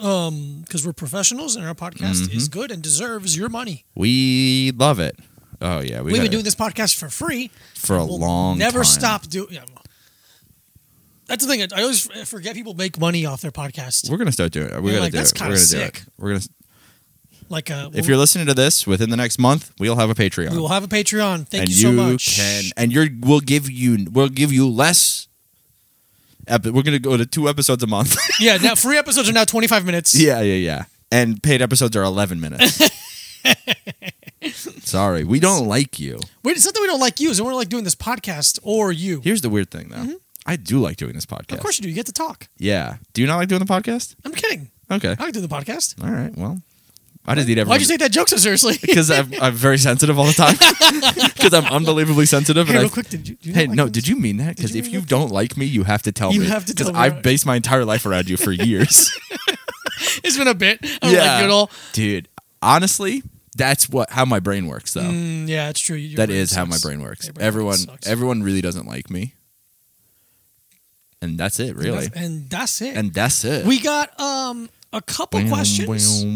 Speaker 2: Um, because we're professionals and our podcast is good and deserves your money.
Speaker 1: we love it. Oh yeah, we
Speaker 2: We've
Speaker 1: gotta-
Speaker 2: been doing this podcast for free.
Speaker 1: for a
Speaker 2: We'll
Speaker 1: long
Speaker 2: never
Speaker 1: time.
Speaker 2: stop doing. Yeah. well, That's the thing. I always f- forget people make money off their podcast.
Speaker 1: We're gonna start doing it. We're
Speaker 2: Yeah,
Speaker 1: gonna
Speaker 2: like,
Speaker 1: do
Speaker 2: that's
Speaker 1: it. We're
Speaker 2: kinda
Speaker 1: gonna do
Speaker 2: sick.
Speaker 1: it. We're gonna.
Speaker 2: Like, uh,
Speaker 1: If
Speaker 2: we
Speaker 1: you're listening to this within the next month, we'll have a Patreon,
Speaker 2: we will have a Patreon. Thank
Speaker 1: and
Speaker 2: you so much.
Speaker 1: can and you're we'll give you we'll give you less. Epi- we're gonna go to two episodes a month.
Speaker 2: Yeah, now free episodes are now 25 minutes.
Speaker 1: yeah, yeah, yeah. And paid episodes are eleven minutes. Sorry, we don't like you.
Speaker 2: Wait, it's not that we don't like you. It's that we don't like doing this podcast or you.
Speaker 1: Here's the weird thing, though. I do like doing this podcast.
Speaker 2: Mm-hmm. Of course you do. You get to talk.
Speaker 1: Yeah. Do you not like doing the podcast?
Speaker 2: I'm kidding.
Speaker 1: Okay.
Speaker 2: I like doing the podcast.
Speaker 1: All right. Well, I just need everyone.
Speaker 2: Uh, Why'd you take that joke so seriously?
Speaker 1: Because I'm, I'm very sensitive all the time. Because I'm unbelievably sensitive.
Speaker 2: hey,
Speaker 1: and
Speaker 2: real
Speaker 1: I,
Speaker 2: quick, did you? Do you
Speaker 1: hey,
Speaker 2: not like
Speaker 1: no,
Speaker 2: this?
Speaker 1: did you mean that? Because
Speaker 2: you
Speaker 1: if
Speaker 2: mean
Speaker 1: you
Speaker 2: that?
Speaker 1: don't like me, you have to tell
Speaker 2: You
Speaker 1: me.
Speaker 2: have to tell me,
Speaker 1: I've
Speaker 2: right.
Speaker 1: based my entire life around you for years.
Speaker 2: It's been a bit. I don't like you at all.
Speaker 1: Dude, honestly, that's what how my brain works, though.
Speaker 2: Mm, yeah, it's true. Your
Speaker 1: That
Speaker 2: brain
Speaker 1: is how my
Speaker 2: sucks.
Speaker 1: brain works.
Speaker 2: Your brain
Speaker 1: everyone,
Speaker 2: sucks.
Speaker 1: everyone really doesn't like me, and that's it, really.
Speaker 2: That's- and that's it.
Speaker 1: and that's it.
Speaker 2: we got um a couple questions.
Speaker 1: Oh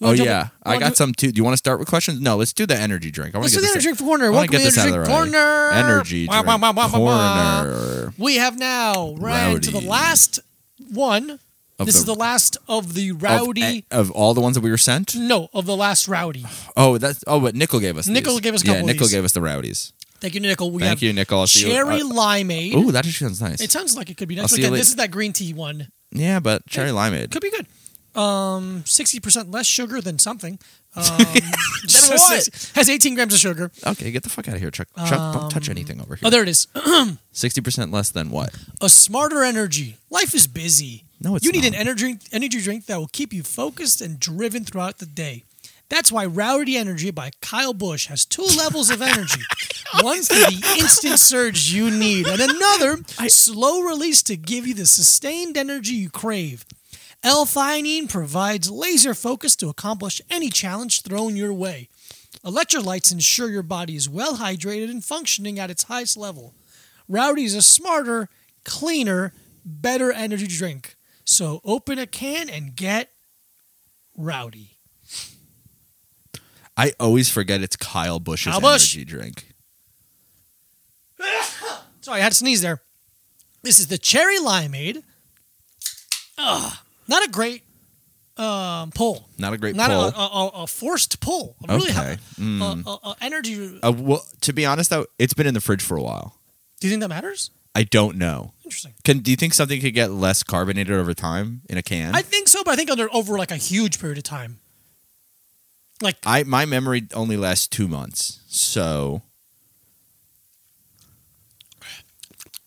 Speaker 2: wanna do-
Speaker 1: yeah, I
Speaker 2: wanna
Speaker 1: got
Speaker 2: do-
Speaker 1: some too. Do you want to start with questions? No, let's do the energy drink. I want
Speaker 2: Let's
Speaker 1: to
Speaker 2: do
Speaker 1: get
Speaker 2: the
Speaker 1: this
Speaker 2: energy drink corner.
Speaker 1: I wanna
Speaker 2: Welcome
Speaker 1: get
Speaker 2: to
Speaker 1: this
Speaker 2: the
Speaker 1: out
Speaker 2: energy
Speaker 1: of
Speaker 2: drink
Speaker 1: the way.
Speaker 2: corner.
Speaker 1: Energy
Speaker 2: Wah,
Speaker 1: drink
Speaker 2: wah, wah, wah, wah, wah.
Speaker 1: corner.
Speaker 2: We have now ran to the
Speaker 1: Rowdy.
Speaker 2: last one.
Speaker 1: Of
Speaker 2: this
Speaker 1: the-
Speaker 2: is the last of the
Speaker 1: Of-
Speaker 2: rowdy.
Speaker 1: of, all the ones that we were sent.
Speaker 2: no, of the last rowdy.
Speaker 1: Oh, that's oh, but Nickel gave us.
Speaker 2: Nickel
Speaker 1: these.
Speaker 2: gave us a
Speaker 1: yeah.
Speaker 2: couple of
Speaker 1: Nickel
Speaker 2: these.
Speaker 1: gave us the rowdies.
Speaker 2: Thank you, Nickel. We
Speaker 1: Thank
Speaker 2: have
Speaker 1: you, Nickel. I'll see you-
Speaker 2: cherry
Speaker 1: uh,
Speaker 2: limeade.
Speaker 1: Oh, that actually sounds nice.
Speaker 2: It sounds like it could be
Speaker 1: I'll
Speaker 2: nice.
Speaker 1: see
Speaker 2: But
Speaker 1: you
Speaker 2: again,
Speaker 1: later.
Speaker 2: this is that green tea one.
Speaker 1: yeah, but cherry limeade.
Speaker 2: Could be good. Um, sixty percent less sugar than something. Um,
Speaker 1: what?
Speaker 2: Has eighteen grams of sugar.
Speaker 1: Okay, get the fuck out of here, Chuck. Chuck, don't touch anything over
Speaker 2: Oh,
Speaker 1: here.
Speaker 2: there it is.
Speaker 1: Sixty percent less than what?
Speaker 2: a smarter energy. Life is busy.
Speaker 1: No, it's
Speaker 2: you need
Speaker 1: not.
Speaker 2: an energy energy drink that will keep you focused and driven throughout the day. That's why Rowdy Energy by Kyle Bush has two levels of energy. One for the instant surge you need, and another slow release to give you the sustained energy you crave. L-theanine provides laser focus to accomplish any challenge thrown your way. Electrolytes ensure your body is well hydrated and functioning at its highest level. Rowdy is a smarter, cleaner, better energy drink. So open a can and get rowdy.
Speaker 1: I always forget it's Kyle Bush's
Speaker 2: Kyle Busch.
Speaker 1: energy drink.
Speaker 2: Sorry, I had to sneeze there. This is the cherry limeade. Ugh, not a great um, pull.
Speaker 1: Not a great
Speaker 2: Not a,
Speaker 1: pull.
Speaker 2: a, a- a forced pull. A really
Speaker 1: Okay. Hmm.
Speaker 2: a- a, a- a energy. Do
Speaker 1: Uh, well, to be honest, though, it's been in the fridge for a while.
Speaker 2: you think that matters?
Speaker 1: I don't know.
Speaker 2: Interesting.
Speaker 1: Can do you think something could get less carbonated over time in a can?
Speaker 2: I think so, but I think under over like a huge period of time. Like
Speaker 1: I my memory only lasts two months, so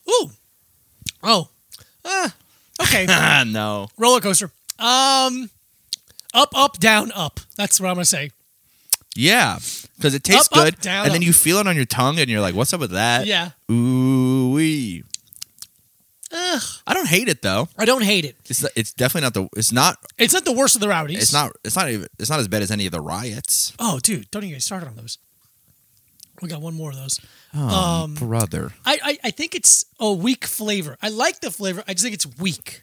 Speaker 2: Ooh. Oh. Ah. Okay.
Speaker 1: no.
Speaker 2: Roller coaster. Um. Up, up, down, up. That's what I'm gonna say.
Speaker 1: Yeah, because it tastes
Speaker 2: Up, up,
Speaker 1: good,
Speaker 2: down,
Speaker 1: and then
Speaker 2: up.
Speaker 1: you feel it on your tongue, and you're like, "What's up with that?"
Speaker 2: Yeah.
Speaker 1: Ooh wee.
Speaker 2: Ugh.
Speaker 1: I don't hate it though.
Speaker 2: I don't hate it.
Speaker 1: It's it's definitely not the. It's not.
Speaker 2: It's not the worst of the rowdies.
Speaker 1: It's not. It's not even. It's not as bad as any of the riots.
Speaker 2: Oh, dude, don't even get started on those. We got one more of those.
Speaker 1: Oh,
Speaker 2: Um,
Speaker 1: brother.
Speaker 2: I, I, I think it's a weak flavor. I like the flavor. I just think it's weak.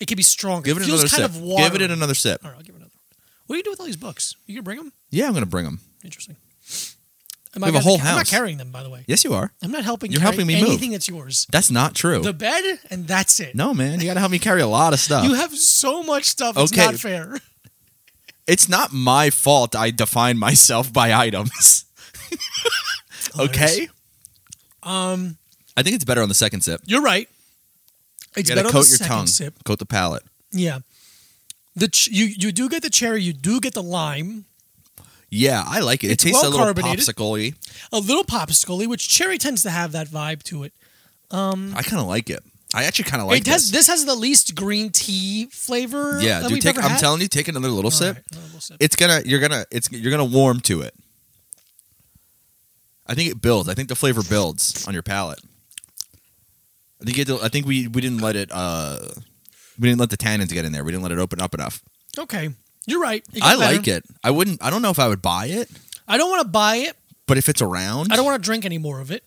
Speaker 2: It could be stronger.
Speaker 1: Give it
Speaker 2: feels
Speaker 1: another
Speaker 2: kind
Speaker 1: sip.
Speaker 2: Of
Speaker 1: Give it
Speaker 2: watery.
Speaker 1: another sip.
Speaker 2: All right, I'll give it another. What do you do with all these books? You gonna bring them?
Speaker 1: Yeah, I'm gonna bring them.
Speaker 2: Interesting. Am
Speaker 1: We have a whole
Speaker 2: I'm not
Speaker 1: house.
Speaker 2: carrying them, by the way.
Speaker 1: Yes, you are.
Speaker 2: I'm not helping.
Speaker 1: You're
Speaker 2: carry
Speaker 1: helping me move.
Speaker 2: Anything that's yours.
Speaker 1: That's not true.
Speaker 2: The bed, and that's it.
Speaker 1: no, man, you gotta help me carry a lot of stuff.
Speaker 2: You have so much stuff. It's
Speaker 1: Uh, Okay.
Speaker 2: not fair.
Speaker 1: it's not my fault. I define myself by items. okay.
Speaker 2: Um,
Speaker 1: I think it's better on the second sip.
Speaker 2: you're right. It's
Speaker 1: You gotta
Speaker 2: better
Speaker 1: coat
Speaker 2: on the
Speaker 1: your
Speaker 2: second
Speaker 1: tongue,
Speaker 2: sip.
Speaker 1: coat the palate.
Speaker 2: Yeah. The ch- you you do get the cherry, you do get the lime,
Speaker 1: Yeah, I like it.
Speaker 2: It's
Speaker 1: it tastes a
Speaker 2: well
Speaker 1: little
Speaker 2: carbonated.
Speaker 1: popsicle-y.
Speaker 2: a little popsicle, which cherry tends to have that vibe to it.
Speaker 1: I kind of like it. I actually kind of like
Speaker 2: Mm. it has
Speaker 1: this.
Speaker 2: this has the least green tea flavor.
Speaker 1: Yeah,
Speaker 2: that
Speaker 1: dude.
Speaker 2: we've
Speaker 1: Take,
Speaker 2: ever
Speaker 1: I'm
Speaker 2: had.
Speaker 1: telling you, take another little
Speaker 2: All
Speaker 1: sip.
Speaker 2: right, another little sip.
Speaker 1: It's gonna. You're gonna. It's you're gonna warm to it. I think it builds. I think the flavor builds on your palate. I think. It, I think we we didn't let it. uh We didn't let the tannins get in there. We didn't let it open up enough.
Speaker 2: okay, you're right. It
Speaker 1: I
Speaker 2: got better.
Speaker 1: like it. I wouldn't. I don't know if I would buy it,
Speaker 2: I don't want to buy it.
Speaker 1: but if it's around,
Speaker 2: I don't want to drink any more of it.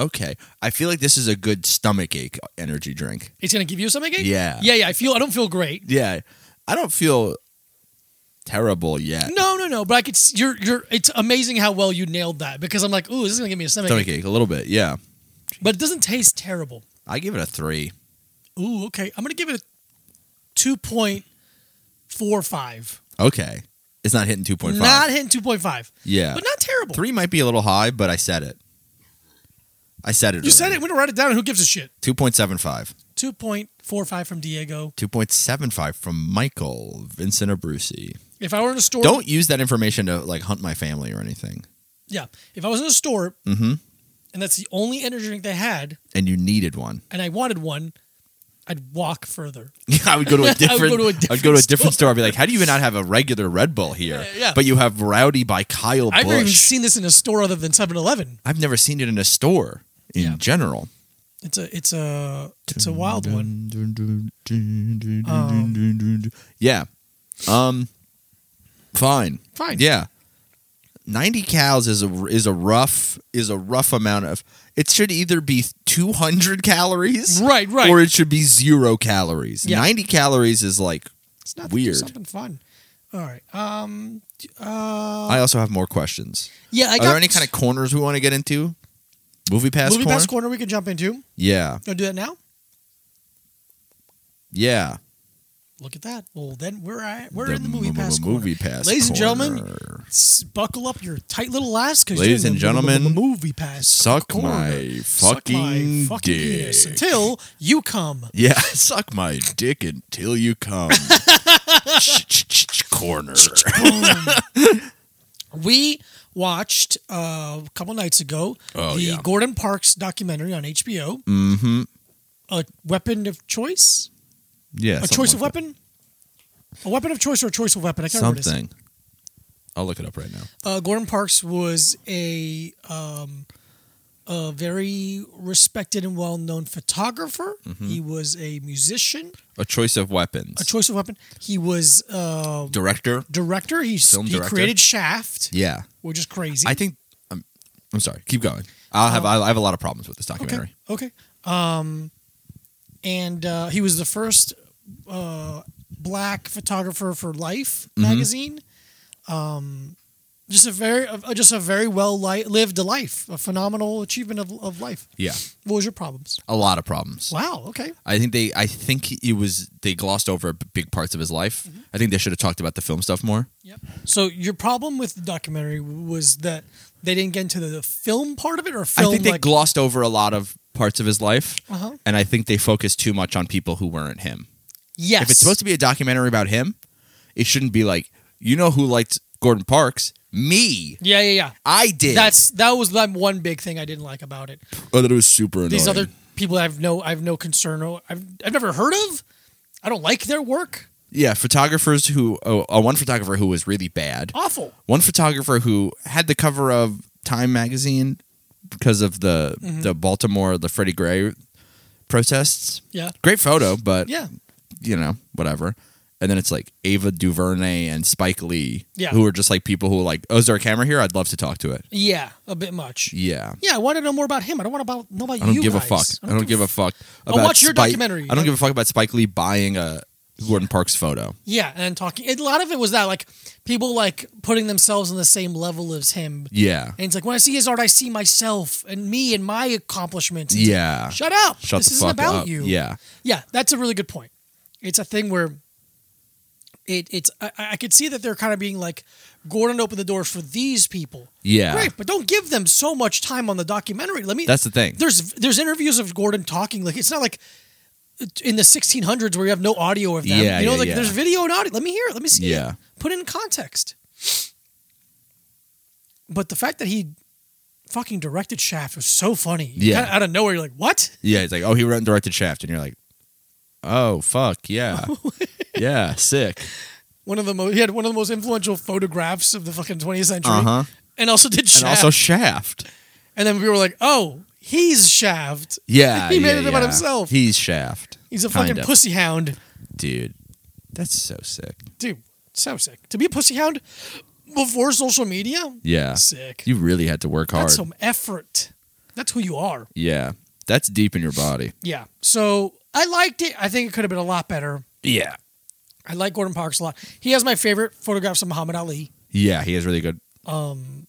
Speaker 1: Okay, I feel like this is a good stomach ache energy drink.
Speaker 2: It's gonna give you something.
Speaker 1: Yeah.
Speaker 2: yeah, yeah. I feel I don't feel great.
Speaker 1: Yeah, I don't feel terrible yet.
Speaker 2: No, no, no. But I could. s- You're you're. It's amazing how well you nailed that because I'm like, ooh, this is gonna give me a stomach.
Speaker 1: Stomach
Speaker 2: ache.
Speaker 1: ache a little bit. Yeah,
Speaker 2: But it doesn't taste terrible.
Speaker 1: I give it a three.
Speaker 2: Ooh, okay. I'm gonna give it a two point four five.
Speaker 1: Okay, it's not hitting two point five.
Speaker 2: Not hitting two point five.
Speaker 1: yeah,
Speaker 2: But not terrible.
Speaker 1: three might be a little high, but I said it. I said it.
Speaker 2: You said it. We're gonna write it down. and Who gives a shit?
Speaker 1: Two point seven five.
Speaker 2: Two point four five from Diego.
Speaker 1: Two point seven five from Michael Vincent Abrusi.
Speaker 2: If I were in a store,
Speaker 1: Don't use that information to like hunt my family or anything.
Speaker 2: Yeah. If I was in a store
Speaker 1: Mm-hmm.
Speaker 2: and that's the only energy drink they had,
Speaker 1: And you needed one.
Speaker 2: and I wanted one, I'd walk further.
Speaker 1: I would go to a different. I would go to a
Speaker 2: different
Speaker 1: different, store. and be like, "How do you even not have a regular Red Bull here?
Speaker 2: Yeah, yeah.
Speaker 1: But you have Rowdy by Kyle
Speaker 2: I've never even
Speaker 1: Busch.
Speaker 2: seen this in a store other than 7-Eleven.
Speaker 1: I've never seen it in a store in
Speaker 2: Yeah.
Speaker 1: general.
Speaker 2: It's a it's a it's a wild one.
Speaker 1: yeah. Um. Fine.
Speaker 2: Fine.
Speaker 1: Yeah. Ninety cows is a is a rough is a rough amount of. It should either be two hundred calories,
Speaker 2: Right, right.
Speaker 1: or it should be zero calories.
Speaker 2: Yeah.
Speaker 1: Ninety calories is like
Speaker 2: It's not
Speaker 1: weird.
Speaker 2: Something fun. All right. Um. Uh.
Speaker 1: I also have more questions.
Speaker 2: yeah. I
Speaker 1: Are
Speaker 2: got
Speaker 1: there any kind of corners we want to get into? Movie pass
Speaker 2: movie
Speaker 1: corner.
Speaker 2: pass corner we can jump into?
Speaker 1: yeah,
Speaker 2: Gonna do that now.
Speaker 1: yeah.
Speaker 2: Look at that. Well, then we're at, we're
Speaker 1: The
Speaker 2: in the movie
Speaker 1: m-
Speaker 2: pass
Speaker 1: m-
Speaker 2: corner.
Speaker 1: movie pass
Speaker 2: Ladies and gentlemen,
Speaker 1: corner.
Speaker 2: S- buckle up your tight little lass, because
Speaker 1: Ladies and gentlemen,
Speaker 2: movie pass
Speaker 1: suck
Speaker 2: corner.
Speaker 1: my
Speaker 2: Suck my
Speaker 1: fucking
Speaker 2: fucking penis
Speaker 1: dick.
Speaker 2: until you come.
Speaker 1: Yeah, suck my dick until you come. Ch-ch-ch-ch corner.
Speaker 2: We watched uh, a couple nights ago
Speaker 1: Oh,
Speaker 2: the
Speaker 1: yeah.
Speaker 2: Gordon Parks documentary on HBO.
Speaker 1: Mm-hmm.
Speaker 2: A weapon of choice,
Speaker 1: Yeah.
Speaker 2: a
Speaker 1: something
Speaker 2: choice
Speaker 1: like
Speaker 2: of
Speaker 1: that.
Speaker 2: weapon, a weapon of choice or a choice of weapon. I can't remember. What it is.
Speaker 1: Something. I'll look it up right now.
Speaker 2: Uh, Gordon Parks was a um, a very respected and well known photographer.
Speaker 1: Mm-hmm.
Speaker 2: He was a musician.
Speaker 1: A choice of weapons.
Speaker 2: A choice of weapon. He was uh,
Speaker 1: Director.
Speaker 2: director. He
Speaker 1: Film
Speaker 2: he
Speaker 1: director.
Speaker 2: created Shaft,
Speaker 1: Yeah.
Speaker 2: which is crazy.
Speaker 1: I think. I'm, I'm sorry. Keep going. I'll have. I have a lot of problems with this documentary.
Speaker 2: Okay. okay. Um, and uh, he was the first uh, black photographer for Life
Speaker 1: Mm-hmm.
Speaker 2: magazine. Um, just a very, uh, just a very well li- lived life, a phenomenal achievement of, of life.
Speaker 1: Yeah.
Speaker 2: What was your problems?
Speaker 1: A lot of problems.
Speaker 2: Wow. Okay.
Speaker 1: I think they I think it was they glossed over b- big parts of his life.
Speaker 2: Mm-hmm.
Speaker 1: I think they should have talked about the film stuff more.
Speaker 2: Yep. So your problem with the documentary was that they didn't get into the film part of it, or film
Speaker 1: I think they
Speaker 2: like
Speaker 1: glossed over a lot of parts of his life.
Speaker 2: Uh-huh.
Speaker 1: And I think they focused too much on people who weren't him.
Speaker 2: yes.
Speaker 1: If it's supposed to be a documentary about him, it shouldn't be like, you know who liked Gordon Parks? Me.
Speaker 2: yeah, yeah, yeah.
Speaker 1: I did.
Speaker 2: That's that was the one big thing I didn't like about it.
Speaker 1: oh, that was super annoying.
Speaker 2: these other people I've no I've no concern or I've I've never heard of. I don't like their work.
Speaker 1: yeah, photographers who oh, uh, one photographer who was really bad,
Speaker 2: Awful.
Speaker 1: one photographer who had the cover of Time magazine because of the
Speaker 2: Mm-hmm.
Speaker 1: the Baltimore the Freddie Gray protests.
Speaker 2: Yeah.
Speaker 1: Great photo, but
Speaker 2: Yeah.
Speaker 1: you know, whatever. And then it's like Ava DuVernay and Spike Lee,
Speaker 2: Yeah.
Speaker 1: who are just like people who are like, oh, is there a camera here? I'd love to talk to it.
Speaker 2: Yeah. A bit much.
Speaker 1: Yeah.
Speaker 2: Yeah, I want to know more about him. I don't want to about, know about you
Speaker 1: I don't give
Speaker 2: guys.
Speaker 1: a fuck. I don't, give a fuck.
Speaker 2: I'll watch your documentary.
Speaker 1: I don't give a fuck about Spike Lee buying a Gordon Parks photo.
Speaker 2: Yeah, and talking. A lot of it was that, like, people, like, putting themselves on the same level as him.
Speaker 1: Yeah.
Speaker 2: And it's like, when I see his art, I see myself and me and my accomplishments. It's like,
Speaker 1: Yeah.
Speaker 2: Shut up.
Speaker 1: Shut
Speaker 2: this
Speaker 1: the
Speaker 2: isn't
Speaker 1: fuck
Speaker 2: about
Speaker 1: up.
Speaker 2: you.
Speaker 1: Yeah.
Speaker 2: Yeah, that's a really good point. It's a thing where it it's I, I could see that they're kind of being like Gordon opened the door for these people.
Speaker 1: Yeah.
Speaker 2: Great, but don't give them so much time on the documentary. Let me
Speaker 1: That's the thing.
Speaker 2: There's there's interviews of Gordon talking like it's not like uh, in the 1600s where you have no audio of them.
Speaker 1: Yeah,
Speaker 2: you know
Speaker 1: yeah,
Speaker 2: like
Speaker 1: yeah.
Speaker 2: there's video and audio. Let me hear it. Let me see it.
Speaker 1: Yeah.
Speaker 2: Put it in context. But the fact that he fucking directed Shaft was so funny.
Speaker 1: Yeah.
Speaker 2: Kinda out of nowhere you're like, "What?"
Speaker 1: Yeah. It's like, oh, he wrote and directed Shaft. And you're like, oh, fuck. Yeah. yeah. Sick.
Speaker 2: one of the most he had one of the most influential photographs of the fucking 20th century
Speaker 1: Uh huh.
Speaker 2: and also did
Speaker 1: And
Speaker 2: shaft and,
Speaker 1: also Shaft.
Speaker 2: then we were like oh he's shaft
Speaker 1: Yeah.
Speaker 2: He made
Speaker 1: yeah,
Speaker 2: it about
Speaker 1: yeah.
Speaker 2: himself.
Speaker 1: He's Shaft.
Speaker 2: he's a
Speaker 1: Kind
Speaker 2: fucking
Speaker 1: of.
Speaker 2: pussy hound
Speaker 1: Dude. That's so sick.
Speaker 2: dude so sick to be a pussy hound before social media
Speaker 1: Yeah.
Speaker 2: sick
Speaker 1: You really had to work hard.
Speaker 2: that's some effort that's who you are
Speaker 1: yeah. That's deep in your body.
Speaker 2: yeah so i liked it i think it could have been a lot better
Speaker 1: Yeah.
Speaker 2: i like gordon parks a lot he has my favorite photographs of muhammad ali
Speaker 1: Yeah. He has really good.
Speaker 2: Um,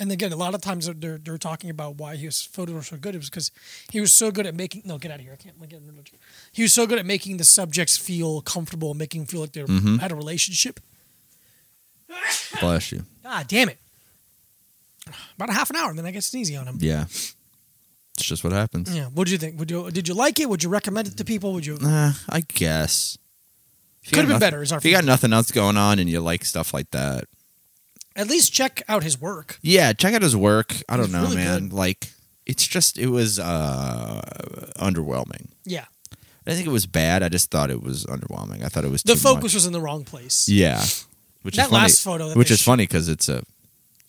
Speaker 2: and again, a lot of times they're, they're, they're talking about why his photos were so good. It was because he was so good at making. No, get out of here! I can't. Get, he was so good at making the subjects feel comfortable, making them feel like they
Speaker 1: Mhm.
Speaker 2: had a relationship.
Speaker 1: Bless you.
Speaker 2: God damn it! About a half an hour, and then I get sneezy on him.
Speaker 1: Yeah. It's just what happens.
Speaker 2: Yeah. What do you think? Would you did you like it? Would you recommend it to people? Would you?
Speaker 1: Uh, I guess. If you got
Speaker 2: Could've been
Speaker 1: nothing-
Speaker 2: better is our
Speaker 1: If you got nothing else going on and you like stuff like that,
Speaker 2: At least check out his work.
Speaker 1: yeah, check out his work. I don't
Speaker 2: It's
Speaker 1: know,
Speaker 2: really
Speaker 1: man. Like, it's just it was uh underwhelming.
Speaker 2: Yeah.
Speaker 1: I didn't think it was bad. I just thought it was underwhelming. I thought it was
Speaker 2: The
Speaker 1: too
Speaker 2: focus
Speaker 1: much.
Speaker 2: was in the wrong place.
Speaker 1: Yeah, which
Speaker 2: That
Speaker 1: is funny.
Speaker 2: last photo that
Speaker 1: which
Speaker 2: they
Speaker 1: is
Speaker 2: sh-
Speaker 1: funny because it's a.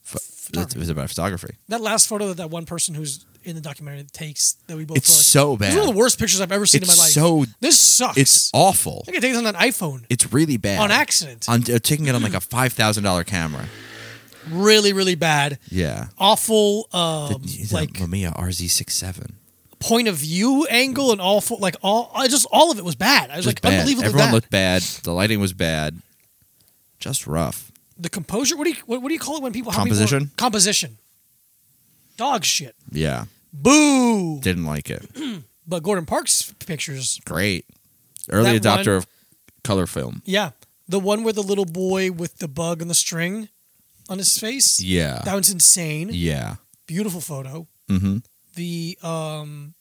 Speaker 1: pho- It was about photography.
Speaker 2: That last photo that that one person who's in the documentary takes that we both
Speaker 1: It's
Speaker 2: saw, like,
Speaker 1: so
Speaker 2: It's one of
Speaker 1: bad.
Speaker 2: the worst pictures I've ever seen
Speaker 1: It's
Speaker 2: in my life.
Speaker 1: so
Speaker 2: this sucks.
Speaker 1: It's awful.
Speaker 2: I can take this on an iPhone
Speaker 1: It's really bad.
Speaker 2: on accident.
Speaker 1: I'm uh, taking it on like a five thousand dollar camera.
Speaker 2: really, really bad.
Speaker 1: Yeah.
Speaker 2: Awful, um,
Speaker 1: He's
Speaker 2: like
Speaker 1: a Mamiya RZ67.
Speaker 2: point of view angle and awful, like all I just all of it was bad.
Speaker 1: It
Speaker 2: I was,
Speaker 1: was
Speaker 2: like
Speaker 1: bad.
Speaker 2: unbelievably
Speaker 1: Everyone
Speaker 2: bad.
Speaker 1: looked bad. The lighting was bad. Just rough.
Speaker 2: the composure. What do you what, what do you call it when people how people are-
Speaker 1: Composition?
Speaker 2: composition? Dog shit.
Speaker 1: Yeah.
Speaker 2: Boo.
Speaker 1: Didn't like it.
Speaker 2: But Gordon Parks pictures.
Speaker 1: Great. Early
Speaker 2: That
Speaker 1: adopter
Speaker 2: one-
Speaker 1: of color film.
Speaker 2: Yeah, the one where the little boy with the bug and the string on his face.
Speaker 1: Yeah.
Speaker 2: That one's insane.
Speaker 1: yeah.
Speaker 2: Beautiful photo.
Speaker 1: Mm-hmm.
Speaker 2: the um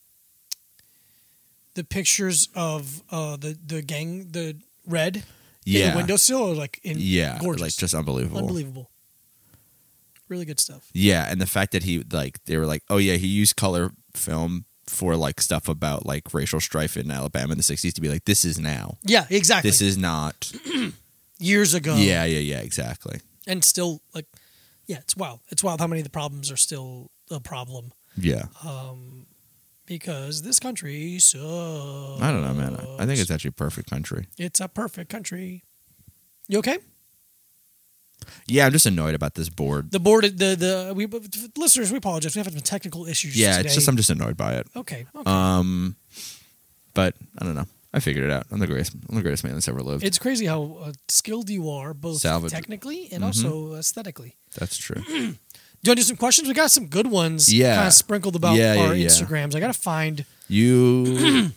Speaker 2: the pictures of uh the the gang the red in
Speaker 1: Yeah.
Speaker 2: the windowsill are like in
Speaker 1: yeah.
Speaker 2: gorgeous
Speaker 1: Like just unbelievable.
Speaker 2: unbelievable really good stuff
Speaker 1: Yeah. And the fact that he like they were like, oh yeah, he used color film for like stuff about like racial strife in Alabama in the sixties to be like, this is now.
Speaker 2: yeah exactly
Speaker 1: This is not.
Speaker 2: years ago
Speaker 1: Yeah, yeah, yeah, exactly.
Speaker 2: and still like yeah it's wild it's wild how many of the problems are still a problem
Speaker 1: Yeah.
Speaker 2: um because this country so
Speaker 1: I don't know, man. I- I think it's actually a perfect country.
Speaker 2: it's a perfect country you okay
Speaker 1: Yeah, I'm just annoyed about this board.
Speaker 2: the board the the we listeners we apologize we have some technical issues
Speaker 1: Yeah,
Speaker 2: today.
Speaker 1: it's just I'm just annoyed by it.
Speaker 2: Okay. okay.
Speaker 1: Um, but I don't know. I figured it out. I'm the greatest. I'm the greatest man that's ever lived.
Speaker 2: it's crazy how uh, skilled you are, both
Speaker 1: Salvage- Mm-hmm.
Speaker 2: technically and also aesthetically.
Speaker 1: that's true.
Speaker 2: Do you want to do some questions? We got some good ones
Speaker 1: Yeah.
Speaker 2: kind of sprinkled about
Speaker 1: Yeah, yeah,
Speaker 2: our
Speaker 1: yeah.
Speaker 2: Instagrams. I got to find
Speaker 1: You.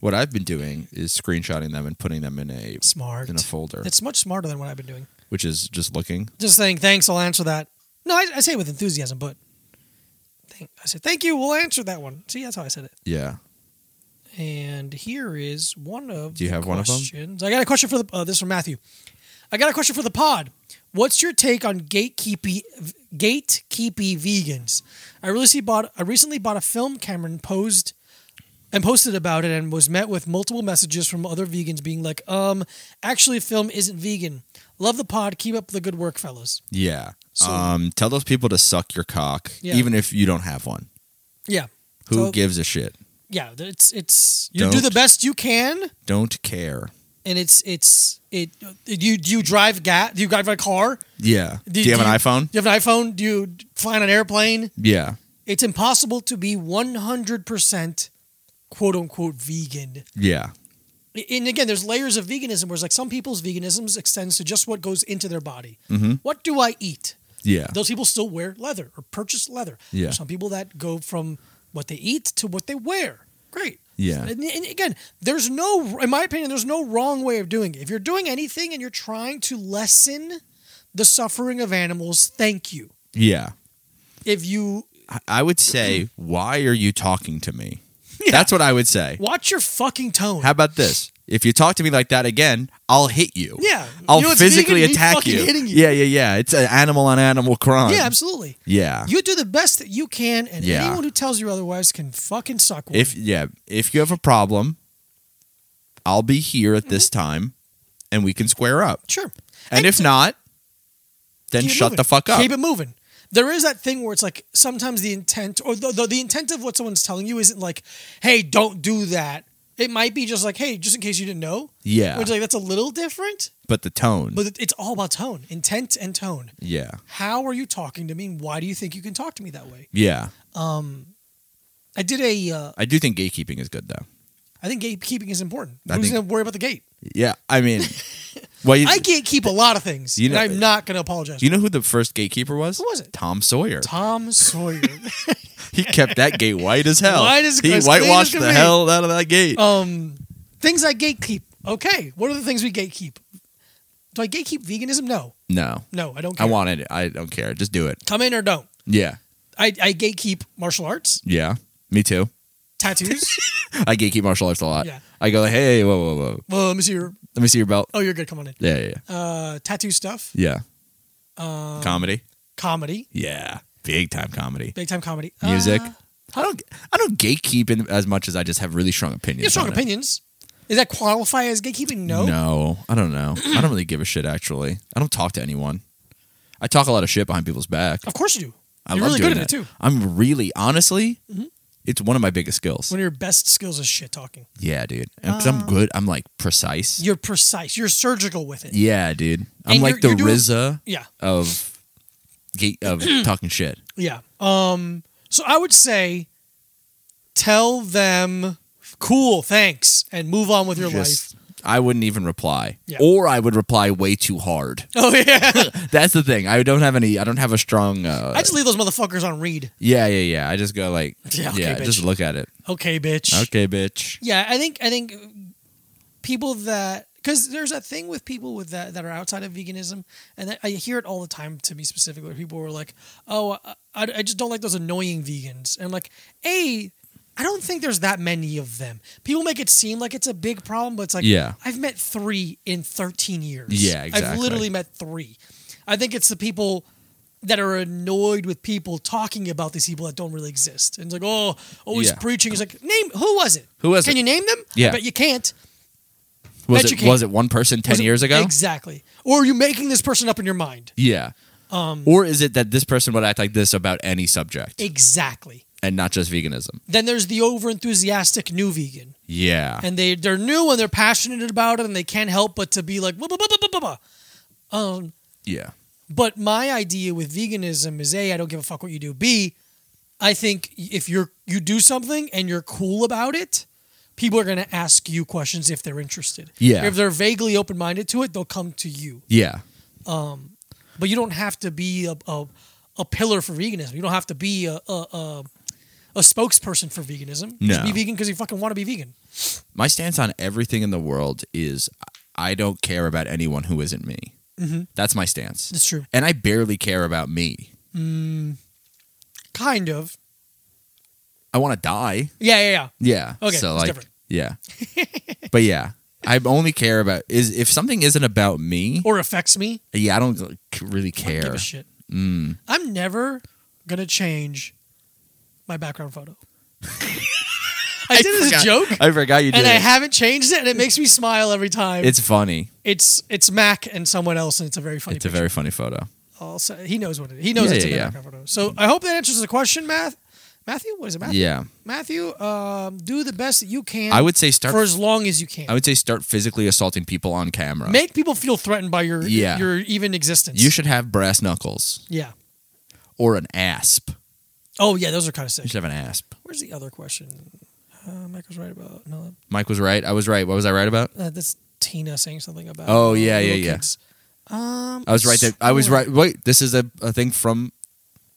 Speaker 1: what I've been doing is screenshotting them and putting them in a
Speaker 2: smart.
Speaker 1: in a folder,
Speaker 2: It's much smarter than what I've been doing.
Speaker 1: which is just looking.
Speaker 2: Just saying, thanks, I'll answer that. No, I, I say it with enthusiasm, but thank, I said, thank you, we'll answer that one. See, that's how I said it.
Speaker 1: Yeah.
Speaker 2: And here is one of
Speaker 1: Do you
Speaker 2: the
Speaker 1: have one of them?
Speaker 2: questions. I got a question for the uh, this is from Matthew. I got a question for the pod. What's your take on gatekeepy gatekeepy vegans? I recently bought I recently bought a film camera and posed and posted about it and was met with multiple messages from other vegans being like, um, actually, film isn't vegan. Love the pod. Keep up the good work, fellas.
Speaker 1: Yeah.
Speaker 2: So-
Speaker 1: um, tell those people to suck your cock,
Speaker 2: Yeah.
Speaker 1: even if you don't have one.
Speaker 2: Yeah.
Speaker 1: Who
Speaker 2: So-
Speaker 1: gives a shit?
Speaker 2: Yeah. It's, it's, you do
Speaker 1: Don't.
Speaker 2: the best you can.
Speaker 1: Don't care.
Speaker 2: And it's, it's, it, you, do you drive gas? Do you drive a car?
Speaker 1: Yeah.
Speaker 2: Do-
Speaker 1: Do, you have
Speaker 2: do
Speaker 1: an
Speaker 2: you-
Speaker 1: iPhone?
Speaker 2: Do you have an iPhone? Do you fly on an airplane?
Speaker 1: Yeah.
Speaker 2: It's impossible to be 100% quote unquote vegan.
Speaker 1: Yeah.
Speaker 2: and again, there's layers of veganism where it's like some people's veganism extends to just what goes into their body.
Speaker 1: Mm-hmm.
Speaker 2: What do I eat?
Speaker 1: Yeah.
Speaker 2: Those people still wear leather or purchase leather.
Speaker 1: Yeah.
Speaker 2: There's some people that go from what they eat to what they wear. Great.
Speaker 1: Yeah.
Speaker 2: And, and again, there's no, in my opinion, there's no wrong way of doing it. If you're doing anything and you're trying to lessen the suffering of animals, thank you.
Speaker 1: Yeah.
Speaker 2: If you
Speaker 1: I- I would say, why are you talking to me? That's what I would say.
Speaker 2: watch your fucking tone.
Speaker 1: How about this? If you talk to me like that again, I'll hit you.
Speaker 2: yeah.
Speaker 1: I'll
Speaker 2: You know what's
Speaker 1: physically
Speaker 2: vegan? Me
Speaker 1: attack
Speaker 2: fucking
Speaker 1: you.
Speaker 2: hitting you.
Speaker 1: Yeah, yeah, yeah. It's an animal on animal crime.
Speaker 2: Yeah, absolutely.
Speaker 1: Yeah.
Speaker 2: You do the best that you can, and
Speaker 1: Yeah.
Speaker 2: anyone who tells you otherwise can fucking suck one.
Speaker 1: if yeah, if you have a problem, I'll be here at this
Speaker 2: Mm-hmm.
Speaker 1: time and we can square up.
Speaker 2: sure.
Speaker 1: And
Speaker 2: And
Speaker 1: if not, then
Speaker 2: Keep
Speaker 1: shut
Speaker 2: moving.
Speaker 1: the fuck up.
Speaker 2: Keep it moving. There is that thing where it's like sometimes the intent or the, the, the intent of what someone's telling you isn't like, hey, don't do that. It might be just like, hey, just in case you didn't know.
Speaker 1: Yeah.
Speaker 2: Which like that's a little different,
Speaker 1: but the tone.
Speaker 2: but it- it's all about tone, intent and tone.
Speaker 1: yeah.
Speaker 2: How are you talking to me and why do you think you can talk to me that way?
Speaker 1: Yeah.
Speaker 2: I did a uh,
Speaker 1: I do think gatekeeping is good though.
Speaker 2: I think gatekeeping is important.
Speaker 1: I
Speaker 2: Who's
Speaker 1: think-
Speaker 2: gonna worry about the gate?
Speaker 1: Yeah. I mean, well, you,
Speaker 2: I gatekeep a lot of things.
Speaker 1: You know-
Speaker 2: and I'm not gonna apologize.
Speaker 1: you know who the first gatekeeper was?
Speaker 2: Who was it?
Speaker 1: Tom Sawyer.
Speaker 2: Tom Sawyer.
Speaker 1: He kept that gate white as hell.
Speaker 2: White as-
Speaker 1: he
Speaker 2: as clean
Speaker 1: whitewashed
Speaker 2: as can
Speaker 1: the
Speaker 2: be.
Speaker 1: hell out of that gate.
Speaker 2: um, things I gatekeep. Okay, what are the things we gatekeep? Do I gatekeep veganism? No,
Speaker 1: no,
Speaker 2: no, I don't.
Speaker 1: I
Speaker 2: Care.
Speaker 1: wanted it. I don't care. Just do it.
Speaker 2: come in or don't.
Speaker 1: Yeah.
Speaker 2: I, I gatekeep martial arts,
Speaker 1: Yeah. Me too.
Speaker 2: tattoos.
Speaker 1: I gatekeep martial arts a lot.
Speaker 2: Yeah.
Speaker 1: I go like, hey, whoa, whoa, whoa.
Speaker 2: well, let me see Um, your.
Speaker 1: Let me see your belt.
Speaker 2: Oh, you're good. Come on in.
Speaker 1: Yeah, yeah,
Speaker 2: Uh, tattoo stuff,
Speaker 1: yeah.
Speaker 2: Um,
Speaker 1: Yeah. comedy.
Speaker 2: comedy,
Speaker 1: Yeah. Big time comedy.
Speaker 2: big time comedy,
Speaker 1: Music.
Speaker 2: Uh,
Speaker 1: I don't. I don't gatekeep in as much as I just have really strong opinions.
Speaker 2: you have strong
Speaker 1: on it.
Speaker 2: opinions. Does that qualify as gatekeeping? No.
Speaker 1: No, I don't know. I don't really give a shit. Actually, I don't talk to anyone. I talk a lot of shit behind people's back.
Speaker 2: Of course you do.
Speaker 1: I
Speaker 2: Oh, you're
Speaker 1: love
Speaker 2: really
Speaker 1: doing
Speaker 2: good at
Speaker 1: that.
Speaker 2: it too. Mm-hmm.
Speaker 1: I'm really, honestly, it's one of my biggest skills.
Speaker 2: One of your best skills is shit talking.
Speaker 1: Yeah, dude. Because
Speaker 2: Um,
Speaker 1: I'm good. I'm like precise.
Speaker 2: You're precise. You're surgical with it.
Speaker 1: Yeah, dude. I'm
Speaker 2: And
Speaker 1: like
Speaker 2: you're-
Speaker 1: the
Speaker 2: you're doing-
Speaker 1: RZA
Speaker 2: yeah.
Speaker 1: of gate of talking shit.
Speaker 2: Yeah. Um. So I would say, tell them, cool, thanks, and move on with your life.
Speaker 1: Just- I wouldn't even reply,
Speaker 2: Yeah.
Speaker 1: or I would reply way too hard.
Speaker 2: Oh yeah.
Speaker 1: That's the thing. I don't have any. I don't have a strong. Uh,
Speaker 2: I just leave those motherfuckers on read.
Speaker 1: yeah, yeah, yeah. I just go like,
Speaker 2: Yeah,
Speaker 1: yeah,
Speaker 2: okay, bitch.
Speaker 1: just look at it.
Speaker 2: Okay, bitch.
Speaker 1: Okay, bitch.
Speaker 2: Yeah, I think I think people that because there's that thing with people with that that are outside of veganism, and that, I hear it all the time to me specifically. Where people were like, "Oh, I, I I just don't like those annoying vegans," and I'm like, "A, I don't think there's that many of them." People make it seem like it's a big problem, but it's like,
Speaker 1: Yeah.
Speaker 2: I've met three in 13 years.
Speaker 1: Yeah,
Speaker 2: I've
Speaker 1: exactly.
Speaker 2: literally met three. I think it's the people that are annoyed with people talking about these people that don't really exist. And it's like, oh, always
Speaker 1: Yeah.
Speaker 2: preaching. He's like, name who was it?
Speaker 1: Who was
Speaker 2: Can
Speaker 1: it?
Speaker 2: you name them?
Speaker 1: Yeah.
Speaker 2: But you can't. Bet
Speaker 1: Was
Speaker 2: you
Speaker 1: it
Speaker 2: can't.
Speaker 1: was it one person ten
Speaker 2: Was it-
Speaker 1: years ago?
Speaker 2: Exactly. Or are you making this person up in your mind?
Speaker 1: yeah.
Speaker 2: um,
Speaker 1: or is it that this person would act like this about any subject
Speaker 2: Exactly.
Speaker 1: and not just veganism?
Speaker 2: Then there's the over enthusiastic new vegan.
Speaker 1: Yeah.
Speaker 2: And they, they're new and they're passionate about it and they can't help but to be like, blah, blah, blah, blah, blah, blah, blah. Um,
Speaker 1: yeah.
Speaker 2: But my idea with veganism is a I don't give a fuck what you do. B I think if you're you do something and you're cool about it, people are going to ask you questions if they're interested.
Speaker 1: Yeah.
Speaker 2: If they're vaguely open minded to it, they'll come to you.
Speaker 1: Yeah.
Speaker 2: But you don't have to be a a, a pillar for veganism. You don't have to be a a, a, a spokesperson for veganism. You
Speaker 1: No.
Speaker 2: should be vegan because you fucking want to be vegan.
Speaker 1: My stance on everything in the world is I don't care about anyone who isn't me.
Speaker 2: Mm-hmm.
Speaker 1: That's my stance.
Speaker 2: That's true.
Speaker 1: And I barely care about me.
Speaker 2: Kind of.
Speaker 1: I want to die.
Speaker 2: Yeah, yeah, yeah.
Speaker 1: Yeah.
Speaker 2: Okay,
Speaker 1: So
Speaker 2: it's
Speaker 1: like,
Speaker 2: different.
Speaker 1: yeah. but yeah, I only care about is if something isn't about me.
Speaker 2: Or affects me.
Speaker 1: Yeah, I don't like, really care. Mm.
Speaker 2: Give a shit. I'm never gonna change my background photo. I did it as a joke,
Speaker 1: I forgot you did.
Speaker 2: and I
Speaker 1: it.
Speaker 2: haven't changed it, and it makes me smile every time.
Speaker 1: it's funny.
Speaker 2: it's it's Mac and someone else, and it's a very funny.
Speaker 1: It's a
Speaker 2: picture.
Speaker 1: very funny photo.
Speaker 2: Also, he knows what it. He knows
Speaker 1: Yeah,
Speaker 2: it's
Speaker 1: yeah,
Speaker 2: a
Speaker 1: yeah.
Speaker 2: Mac photo. So I hope that answers the question, Math. Matthew, what is it, Matthew?
Speaker 1: Yeah,
Speaker 2: Matthew, um, do the best that you can.
Speaker 1: I would say start.
Speaker 2: for as long as you can.
Speaker 1: I would say start physically assaulting people on camera.
Speaker 2: Make people feel threatened by your
Speaker 1: Yeah.
Speaker 2: your even existence.
Speaker 1: you should have brass knuckles
Speaker 2: yeah.
Speaker 1: or an asp.
Speaker 2: Oh yeah, those are kind of
Speaker 1: You
Speaker 2: sick.
Speaker 1: should have an asp.
Speaker 2: Where's the other question? Uh, Mike was right about no.
Speaker 1: Mike was right. I was right. What was I right about?
Speaker 2: Uh, that's Tina saying something about.
Speaker 1: Oh,
Speaker 2: uh,
Speaker 1: yeah, yeah,
Speaker 2: little
Speaker 1: yeah.
Speaker 2: kids. Um,
Speaker 1: I was right that I was
Speaker 2: swear.
Speaker 1: right. Wait, this is a, a thing from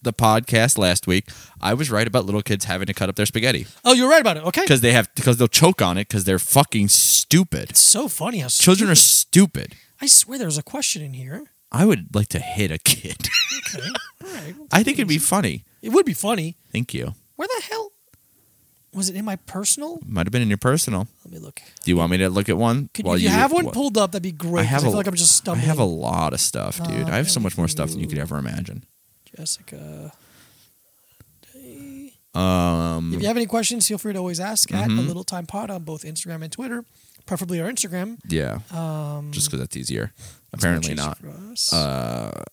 Speaker 1: the podcast last week. I was right about little kids having to cut up their spaghetti
Speaker 2: Oh, you're right about it. Okay,
Speaker 1: because they have because they'll choke on it because they're fucking stupid.
Speaker 2: it's so funny how
Speaker 1: Children are
Speaker 2: stupid-
Speaker 1: stupid.
Speaker 2: I swear there was a question in here.
Speaker 1: I would like to hit a kid.
Speaker 2: Okay, all right.
Speaker 1: I think it'd be funny.
Speaker 2: It would be funny.
Speaker 1: Thank you.
Speaker 2: Where the hell was it in my personal?
Speaker 1: Might have been in your personal.
Speaker 2: Let me look.
Speaker 1: Do you want me to look at one?
Speaker 2: Could
Speaker 1: while
Speaker 2: if you, have one
Speaker 1: what-
Speaker 2: pulled up? That'd be great. 'cause I,
Speaker 1: have
Speaker 2: feel
Speaker 1: a-
Speaker 2: like I'm just
Speaker 1: I
Speaker 2: stumbling. Oh,
Speaker 1: have a lot of stuff, dude. I have so much more stuff than you could ever imagine.
Speaker 2: Jessica. Day.
Speaker 1: Um,
Speaker 2: If you have any questions, feel free to always ask at a
Speaker 1: Mhm.
Speaker 2: little time pod on both Instagram and Twitter, preferably our Instagram.
Speaker 1: yeah,
Speaker 2: Um,
Speaker 1: just because that's easier.
Speaker 2: it's much
Speaker 1: Apparently
Speaker 2: easier
Speaker 1: not. Uh,
Speaker 2: for us.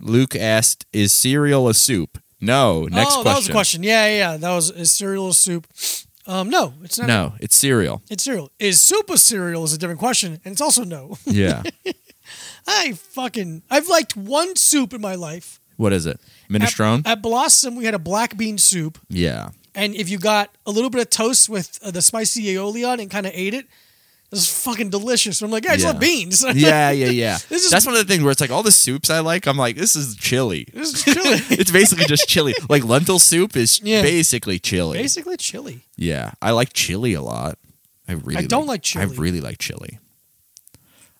Speaker 1: Luke asked, "Is cereal a soup?" No. Next
Speaker 2: oh,
Speaker 1: question.
Speaker 2: that was a question. Yeah, yeah, yeah. That was is cereal a soup? Um, no, it's not.
Speaker 1: No, it's cereal.
Speaker 2: It's cereal. Is soup a cereal? Is a different question, and it's also no.
Speaker 1: Yeah.
Speaker 2: I fucking I've liked one soup in my life.
Speaker 1: what is it? Minestrone.
Speaker 2: At, at Blossom, we had a black bean soup,
Speaker 1: yeah.
Speaker 2: and if you got a little bit of toast with uh, the spicy aioli on it and kind of ate it, it was fucking delicious. I'm like, yeah, I just
Speaker 1: Yeah.
Speaker 2: love beans.
Speaker 1: Yeah, yeah, yeah.
Speaker 2: This is-
Speaker 1: That's one of the things where it's like all the soups I like. I'm like, this is chili.
Speaker 2: This is chili.
Speaker 1: it's basically just chili. Like lentil soup is
Speaker 2: Yeah.
Speaker 1: basically chili.
Speaker 2: Basically chili.
Speaker 1: Yeah, I like chili a lot. I really
Speaker 2: don't like
Speaker 1: I
Speaker 2: chili.
Speaker 1: really like chili.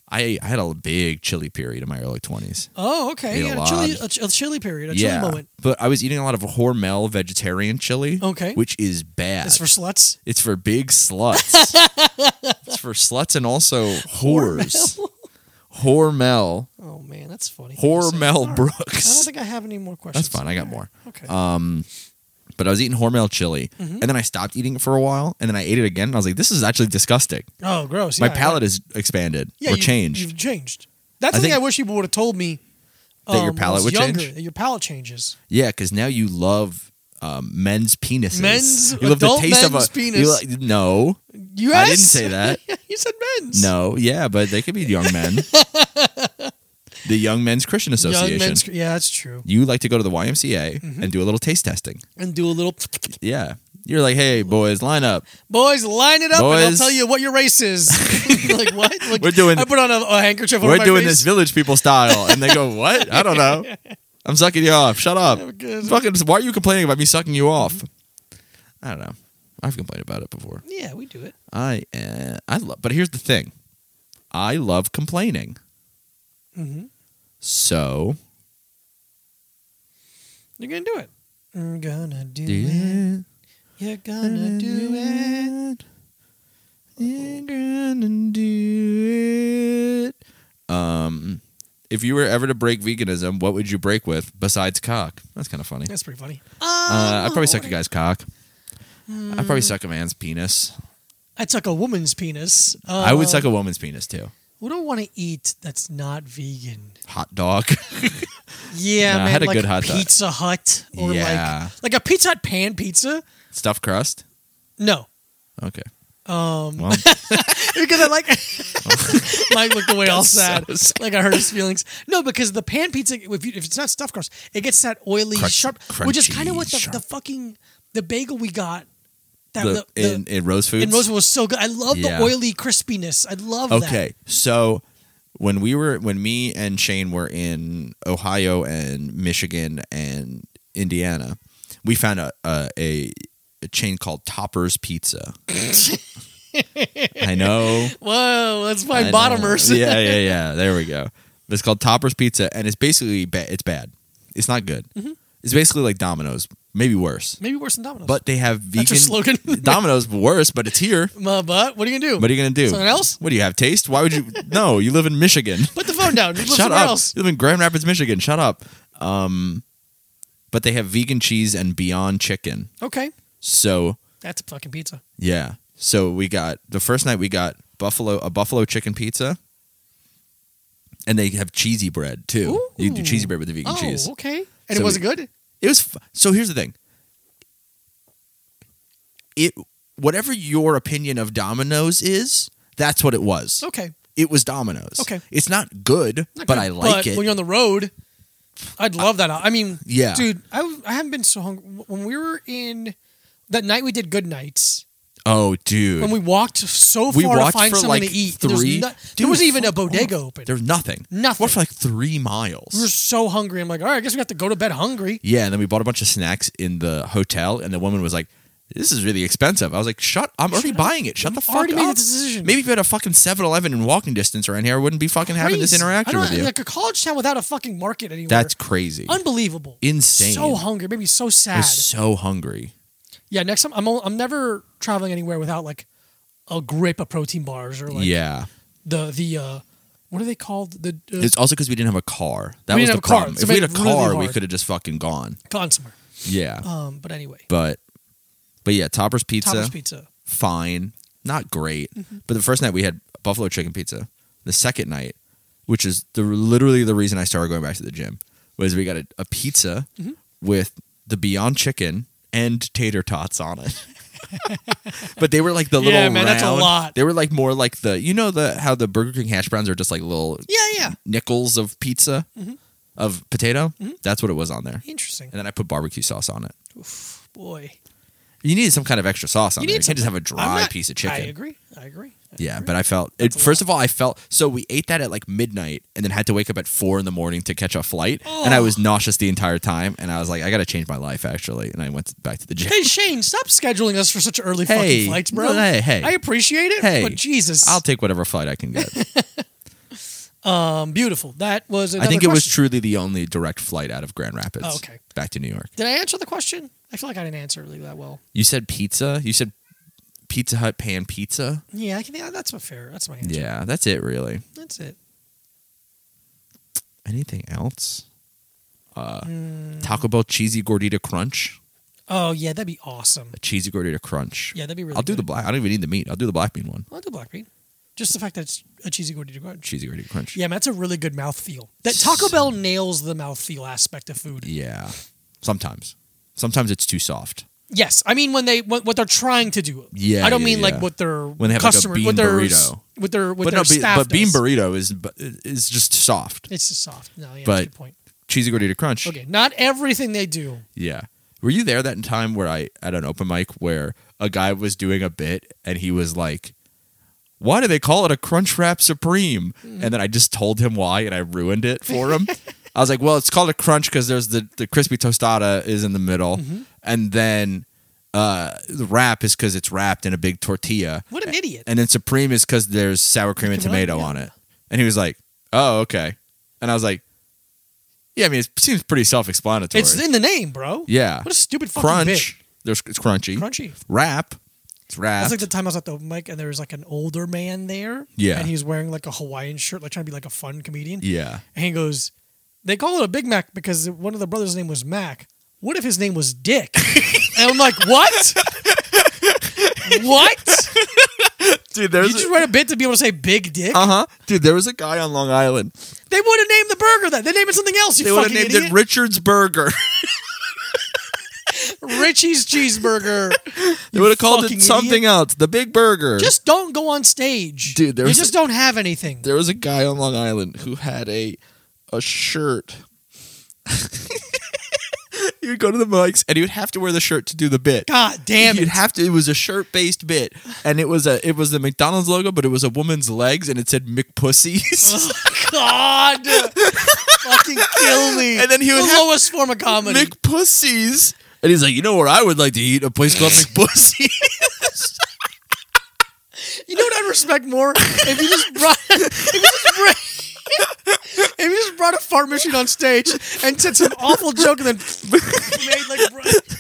Speaker 1: I I had a big chili period in my early twenties.
Speaker 2: Oh, okay.
Speaker 1: Ate a
Speaker 2: Yeah,
Speaker 1: lot.
Speaker 2: chili, a, ch- a chili period, a
Speaker 1: Yeah,
Speaker 2: chili moment.
Speaker 1: but I was eating a lot of Hormel vegetarian chili.
Speaker 2: Okay.
Speaker 1: which is bad.
Speaker 2: It's for sluts.
Speaker 1: It's for big sluts. it's for sluts and also whores. Hormel.
Speaker 2: Oh man, that's funny. All
Speaker 1: Hormel
Speaker 2: right. I don't
Speaker 1: Brooks.
Speaker 2: think I have any more questions.
Speaker 1: That's fine. I got more. Uh,
Speaker 2: Okay.
Speaker 1: But I was eating Hormel chili,
Speaker 2: Mm-hmm.
Speaker 1: and then I stopped eating it for a while, and then I ate it again, and I was like, "This is actually disgusting."
Speaker 2: oh, gross.
Speaker 1: My
Speaker 2: yeah,
Speaker 1: palate is expanded
Speaker 2: yeah,
Speaker 1: or
Speaker 2: you-
Speaker 1: changed.
Speaker 2: You've changed. That's
Speaker 1: I
Speaker 2: the thing
Speaker 1: think-
Speaker 2: I wish people would have told me.
Speaker 1: That your
Speaker 2: um, when I
Speaker 1: palate
Speaker 2: was
Speaker 1: would
Speaker 2: younger,
Speaker 1: change?
Speaker 2: That your palate changes.
Speaker 1: Yeah, because now you love um, men's penises.
Speaker 2: Men's-
Speaker 1: you love
Speaker 2: adult
Speaker 1: the taste
Speaker 2: men's
Speaker 1: of a
Speaker 2: penis.
Speaker 1: you like- no,
Speaker 2: Yes?
Speaker 1: I didn't say that.
Speaker 2: you said men's.
Speaker 1: no, yeah, but they could be young men. the Young Men's Christian Association.
Speaker 2: Young men's. Mm-hmm. Yeah, that's true.
Speaker 1: you like to go to the YMCA and do a little taste testing.
Speaker 2: And do a little.
Speaker 1: Yeah, you're like, hey boys, line up.
Speaker 2: Boys, line it up, and I'll
Speaker 1: Boys.
Speaker 2: tell you what your race is. like what? Like,
Speaker 1: We're doing-
Speaker 2: I put on a, a handkerchief. over
Speaker 1: We're
Speaker 2: my
Speaker 1: doing
Speaker 2: face.
Speaker 1: this village people style, and they go, what? I don't know. I'm sucking you off. Shut up.
Speaker 2: good.
Speaker 1: Fucking, why are you complaining about me sucking you off? I don't know. I've complained about it before.
Speaker 2: Yeah, we do it.
Speaker 1: I uh, I love, but here's the thing, I love complaining.
Speaker 2: Mm-hmm.
Speaker 1: So
Speaker 2: You're gonna do it. I'm gonna do it.
Speaker 1: do
Speaker 2: You're gonna do it.
Speaker 1: You're gonna do it. Um, if you were ever to break veganism, what would you break with besides cock? That's kind of funny.
Speaker 2: That's pretty funny.
Speaker 1: Uh, I'd probably suck a guy's cock. I'd probably suck a man's penis.
Speaker 2: I took a woman's penis. Uh,
Speaker 1: I would suck a woman's penis too.
Speaker 2: What do I want to eat that's not vegan?
Speaker 1: Hot dog.
Speaker 2: Yeah,
Speaker 1: Nah, I
Speaker 2: man,
Speaker 1: had a
Speaker 2: like
Speaker 1: good hot dog.
Speaker 2: Pizza Hut or
Speaker 1: Yeah.
Speaker 2: like like a Pizza Hut pan pizza.
Speaker 1: Stuffed crust.
Speaker 2: No,
Speaker 1: Okay.
Speaker 2: um,
Speaker 1: Well,
Speaker 2: because I like Mike looked away all sad,
Speaker 1: so sad.
Speaker 2: like I hurt his feelings. No, because the pan pizza, if, you, if it's not stuffed crust, it gets that oily
Speaker 1: Crunch-
Speaker 2: sharp, which is
Speaker 1: crunchy,
Speaker 2: kind of what the, the
Speaker 1: sharp.
Speaker 2: fucking the bagel we got. That
Speaker 1: the,
Speaker 2: the, the,
Speaker 1: in, in Rose Foods.
Speaker 2: and Roseville was so good. I love
Speaker 1: Yeah.
Speaker 2: the oily crispiness. I love that.
Speaker 1: Okay, so when we were when me and Shane were in Ohio and Michigan and Indiana, we found a a, a, a chain called Toppers Pizza. I know.
Speaker 2: Whoa, that's
Speaker 1: I
Speaker 2: my
Speaker 1: know.
Speaker 2: bottomers.
Speaker 1: yeah, yeah, yeah. There we go. It's called Toppers Pizza, and it's basically ba- it's bad. It's not good.
Speaker 2: Mm-hmm.
Speaker 1: It's basically like Domino's, maybe worse.
Speaker 2: Maybe worse than Domino's.
Speaker 1: But they have vegan
Speaker 2: That's your slogan?
Speaker 1: Domino's worse, but it's here.
Speaker 2: Uh, but what are you gonna do?
Speaker 1: What are you gonna do?
Speaker 2: Something else?
Speaker 1: What do you have? Taste? Why would you? no, you live in Michigan.
Speaker 2: Put the phone down. You live
Speaker 1: Shut
Speaker 2: somewhere
Speaker 1: up.
Speaker 2: else.
Speaker 1: You live in Grand Rapids, Michigan. Shut up. Um, but they have vegan cheese and Beyond Chicken.
Speaker 2: Okay.
Speaker 1: So
Speaker 2: That's a fucking pizza.
Speaker 1: Yeah. So we got the first night we got buffalo a buffalo chicken pizza, and they have cheesy bread too. You can do cheesy
Speaker 2: Ooh.
Speaker 1: bread with the vegan
Speaker 2: Oh,
Speaker 1: cheese.
Speaker 2: okay. And
Speaker 1: So
Speaker 2: it wasn't good.
Speaker 1: It was f- so. Here's the thing. It whatever your opinion of Domino's is, that's what it was.
Speaker 2: Okay.
Speaker 1: It was Domino's.
Speaker 2: Okay.
Speaker 1: It's not good, but
Speaker 2: Not good,
Speaker 1: I like
Speaker 2: but
Speaker 1: it.
Speaker 2: When you're on the road, I'd love that. I mean,
Speaker 1: Yeah.
Speaker 2: dude, I, w- I haven't been so hungry. When we were in that night, we did good nights.
Speaker 1: oh, dude.
Speaker 2: When we walked so
Speaker 1: We
Speaker 2: far to
Speaker 1: walked
Speaker 2: find
Speaker 1: for,
Speaker 2: something
Speaker 1: like,
Speaker 2: to eat,
Speaker 1: three-
Speaker 2: there, was no-
Speaker 1: Dude,
Speaker 2: there wasn't even a
Speaker 1: fuck
Speaker 2: bodega
Speaker 1: off.
Speaker 2: open.
Speaker 1: There's nothing.
Speaker 2: Nothing.
Speaker 1: We're for like three miles.
Speaker 2: we were so hungry. I'm like, all right, I guess we have to go to bed hungry.
Speaker 1: Yeah, and then we bought a bunch of snacks in the hotel, and the woman was like, "This is really expensive." I was like, "Shut! I'm already buying it. Shut the
Speaker 2: You've
Speaker 1: fuck
Speaker 2: already
Speaker 1: up."
Speaker 2: made the decision.
Speaker 1: Maybe if you had a fucking 7-Eleven in walking distance around here, I wouldn't be fucking having this
Speaker 2: Crazy. I
Speaker 1: interaction
Speaker 2: don't-
Speaker 1: with you.
Speaker 2: Like a college town without a fucking market anywhere.
Speaker 1: That's crazy.
Speaker 2: unbelievable.
Speaker 1: Insane.
Speaker 2: So hungry. Maybe so
Speaker 1: I
Speaker 2: sad.
Speaker 1: was so hungry.
Speaker 2: yeah. Next time, I'm o- I'm never traveling anywhere without like a grip of protein bars or like
Speaker 1: yeah,
Speaker 2: the the uh, what are they called? The uh,
Speaker 1: it's also because we didn't have a car. That
Speaker 2: We
Speaker 1: was
Speaker 2: didn't
Speaker 1: the
Speaker 2: have a car.
Speaker 1: problem.
Speaker 2: So
Speaker 1: If
Speaker 2: it
Speaker 1: we had a
Speaker 2: made it really
Speaker 1: car, we
Speaker 2: hard.
Speaker 1: could have just fucking gone.
Speaker 2: gone somewhere.
Speaker 1: Yeah,
Speaker 2: Um, but anyway,
Speaker 1: but but yeah, Topper's Pizza,
Speaker 2: Topper's Pizza.
Speaker 1: fine, not great.
Speaker 2: Mm-hmm.
Speaker 1: But the first night we had buffalo chicken pizza. The second night, which is the literally the reason I started going back to the gym, was we got a, a pizza
Speaker 2: Mm-hmm.
Speaker 1: with the Beyond Chicken and tater tots on it. but they were like the
Speaker 2: Yeah,
Speaker 1: little
Speaker 2: man, that's a
Speaker 1: round-
Speaker 2: lot.
Speaker 1: They were like more like the you know the how the Burger King hash browns are just like little
Speaker 2: Yeah, Mm-hmm. yeah.
Speaker 1: nickels of pizza of potato.
Speaker 2: Mm-hmm.
Speaker 1: That's what it was on there.
Speaker 2: Interesting.
Speaker 1: And then I put barbecue sauce on it.
Speaker 2: Oof, boy,
Speaker 1: You need some kind of extra sauce on
Speaker 2: You
Speaker 1: there.
Speaker 2: need
Speaker 1: You can't just have a
Speaker 2: I'm
Speaker 1: dry
Speaker 2: not-
Speaker 1: piece of
Speaker 2: I
Speaker 1: chicken.
Speaker 2: agree. I agree. I
Speaker 1: Yeah,
Speaker 2: agree.
Speaker 1: but I felt it, first of all, I felt so we ate that at like midnight and then had to wake up at four in the morning to catch a flight, and
Speaker 2: Oh.
Speaker 1: I was nauseous the entire time, and I was like, I got to change my life actually, and I went back to the gym.
Speaker 2: Hey Shane, stop scheduling us for such early
Speaker 1: Hey,
Speaker 2: fucking flights,
Speaker 1: no,
Speaker 2: bro.
Speaker 1: hey, hey.
Speaker 2: I appreciate it,
Speaker 1: Hey,
Speaker 2: but Oh, Jesus,
Speaker 1: I'll take whatever flight I can get.
Speaker 2: um, beautiful. That was.
Speaker 1: I
Speaker 2: Another
Speaker 1: think it was
Speaker 2: question.
Speaker 1: truly the only direct flight out of Grand Rapids.
Speaker 2: Oh, okay.
Speaker 1: back to New York.
Speaker 2: Did I answer the question? I feel like I didn't answer really that well.
Speaker 1: You said pizza. You said Pizza Hut pan pizza.
Speaker 2: Yeah, I can. Yeah, that's a fair. That's my answer.
Speaker 1: Yeah, that's it really.
Speaker 2: That's it.
Speaker 1: Anything else? Uh,
Speaker 2: Mm.
Speaker 1: Taco Bell cheesy gordita crunch.
Speaker 2: Oh yeah, that'd be awesome.
Speaker 1: A cheesy gordita crunch.
Speaker 2: Yeah, that'd be really.
Speaker 1: I'll do the
Speaker 2: good.
Speaker 1: black. I don't even need the meat. I'll do the black bean one.
Speaker 2: I'll do black bean. Just the fact that it's a cheesy gordita crunch.
Speaker 1: cheesy gordita crunch.
Speaker 2: Yeah, man, that's a really good mouthfeel. That Taco Bell nails the mouthfeel aspect of food.
Speaker 1: Yeah. Sometimes. Sometimes it's too soft.
Speaker 2: Yes, I mean when they what, what they're trying to do.
Speaker 1: Yeah,
Speaker 2: I don't
Speaker 1: yeah,
Speaker 2: mean
Speaker 1: yeah.
Speaker 2: like what their
Speaker 1: When they have, like, a
Speaker 2: customer
Speaker 1: bean
Speaker 2: what their
Speaker 1: burrito.
Speaker 2: with their with
Speaker 1: but
Speaker 2: their
Speaker 1: no, be-
Speaker 2: staff.
Speaker 1: but bean
Speaker 2: does.
Speaker 1: burrito is bu- is just soft.
Speaker 2: It's just soft. No, yeah,
Speaker 1: But-
Speaker 2: that's a good point.
Speaker 1: Cheesy gordita crunch.
Speaker 2: Okay, not everything they do.
Speaker 1: Yeah. Were you there that time where I at an open mic where a guy was doing a bit and he was like, "Why do they call it a crunch wrap supreme?"
Speaker 2: Hmm.
Speaker 1: And then I just told him why and I ruined it for him. I was like, "Well, it's called a crunch because there's the the crispy tostada is in the middle,
Speaker 2: Mm-hmm.
Speaker 1: and then uh, the wrap is because it's wrapped in a big tortilla."
Speaker 2: What an idiot!
Speaker 1: and then supreme is because there's sour cream and
Speaker 2: Come on,
Speaker 1: tomato
Speaker 2: yeah.
Speaker 1: on it and he was like oh okay and i was like yeah i mean it seems pretty self-explanatory
Speaker 2: it's in the name, bro.
Speaker 1: yeah
Speaker 2: What a stupid fucking
Speaker 1: crunch there's it's crunchy
Speaker 2: bit. Crunchy.
Speaker 1: wrap it's wrap
Speaker 2: That's like the time I was at the open mic and there was like an older man there.
Speaker 1: Yeah.
Speaker 2: And he was wearing like a Hawaiian shirt, like trying to be like a fun comedian.
Speaker 1: yeah
Speaker 2: And he goes, They call it a Big Mac because one of the brothers' name was Mac. What if his name was Dick? and I'm like, What? what?
Speaker 1: dude
Speaker 2: You
Speaker 1: there's
Speaker 2: just write a bit to be able to say Big Dick?
Speaker 1: uh-huh dude there was a guy on long island
Speaker 2: they would have named the burger that. They named it something else. You
Speaker 1: they would have
Speaker 2: fucking
Speaker 1: named
Speaker 2: idiot.
Speaker 1: it richard's burger
Speaker 2: Richie's cheeseburger.
Speaker 1: they would have called
Speaker 2: fucking
Speaker 1: it something
Speaker 2: idiot.
Speaker 1: else the big burger
Speaker 2: just don't go on stage,
Speaker 1: Dude, there
Speaker 2: You
Speaker 1: was-
Speaker 2: just don't have anything.
Speaker 1: there was a guy on Long Island who had a a shirt. he would go to the mics and he would have to wear the shirt to do the bit.
Speaker 2: God damn
Speaker 1: You'd
Speaker 2: it!
Speaker 1: have to. It was a shirt based bit, and it was a it was the McDonald's logo, but it was a woman's legs, and it said McPussies.
Speaker 2: God, fucking kill me.
Speaker 1: And then he would
Speaker 2: the
Speaker 1: have-
Speaker 2: lowest form of comedy.
Speaker 1: McPussies. And he's like, you know where I would like to eat? A place called McPussy.
Speaker 2: You know what I'd respect more? If you just brought if you just brought, if you just brought a fart machine on stage and said some awful joke and then made like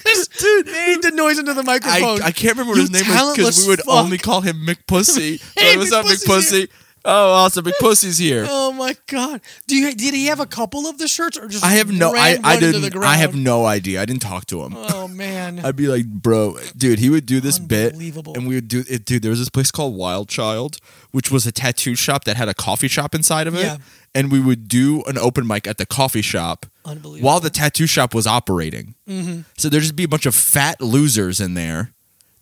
Speaker 2: just made the noise into the
Speaker 1: I,
Speaker 2: microphone.
Speaker 1: I can't remember what
Speaker 2: You
Speaker 1: his name was because
Speaker 2: talentless
Speaker 1: we would
Speaker 2: fuck.
Speaker 1: only call him McPussy.
Speaker 2: Hey,
Speaker 1: But what's up,
Speaker 2: McPussy's
Speaker 1: McPussy? Oh, awesome! Big pussy's here.
Speaker 2: Oh my god! Do you did he have a couple of the shirts or just?
Speaker 1: I have no. I,
Speaker 2: ran
Speaker 1: I
Speaker 2: one into the
Speaker 1: didn't. I have
Speaker 2: ground?
Speaker 1: no idea. I didn't talk to him.
Speaker 2: Oh man!
Speaker 1: I'd be like, bro, dude, he would do this bit.
Speaker 2: Unbelievable.
Speaker 1: And we would do it. Dude, there was this place called Wild Child, which was a tattoo shop that had a coffee shop inside of it.
Speaker 2: Yeah.
Speaker 1: And we would do an open mic at the coffee shop
Speaker 2: Unbelievable.
Speaker 1: while the tattoo shop was operating.
Speaker 2: Mm-hmm.
Speaker 1: So there'd just be a bunch of fat losers in there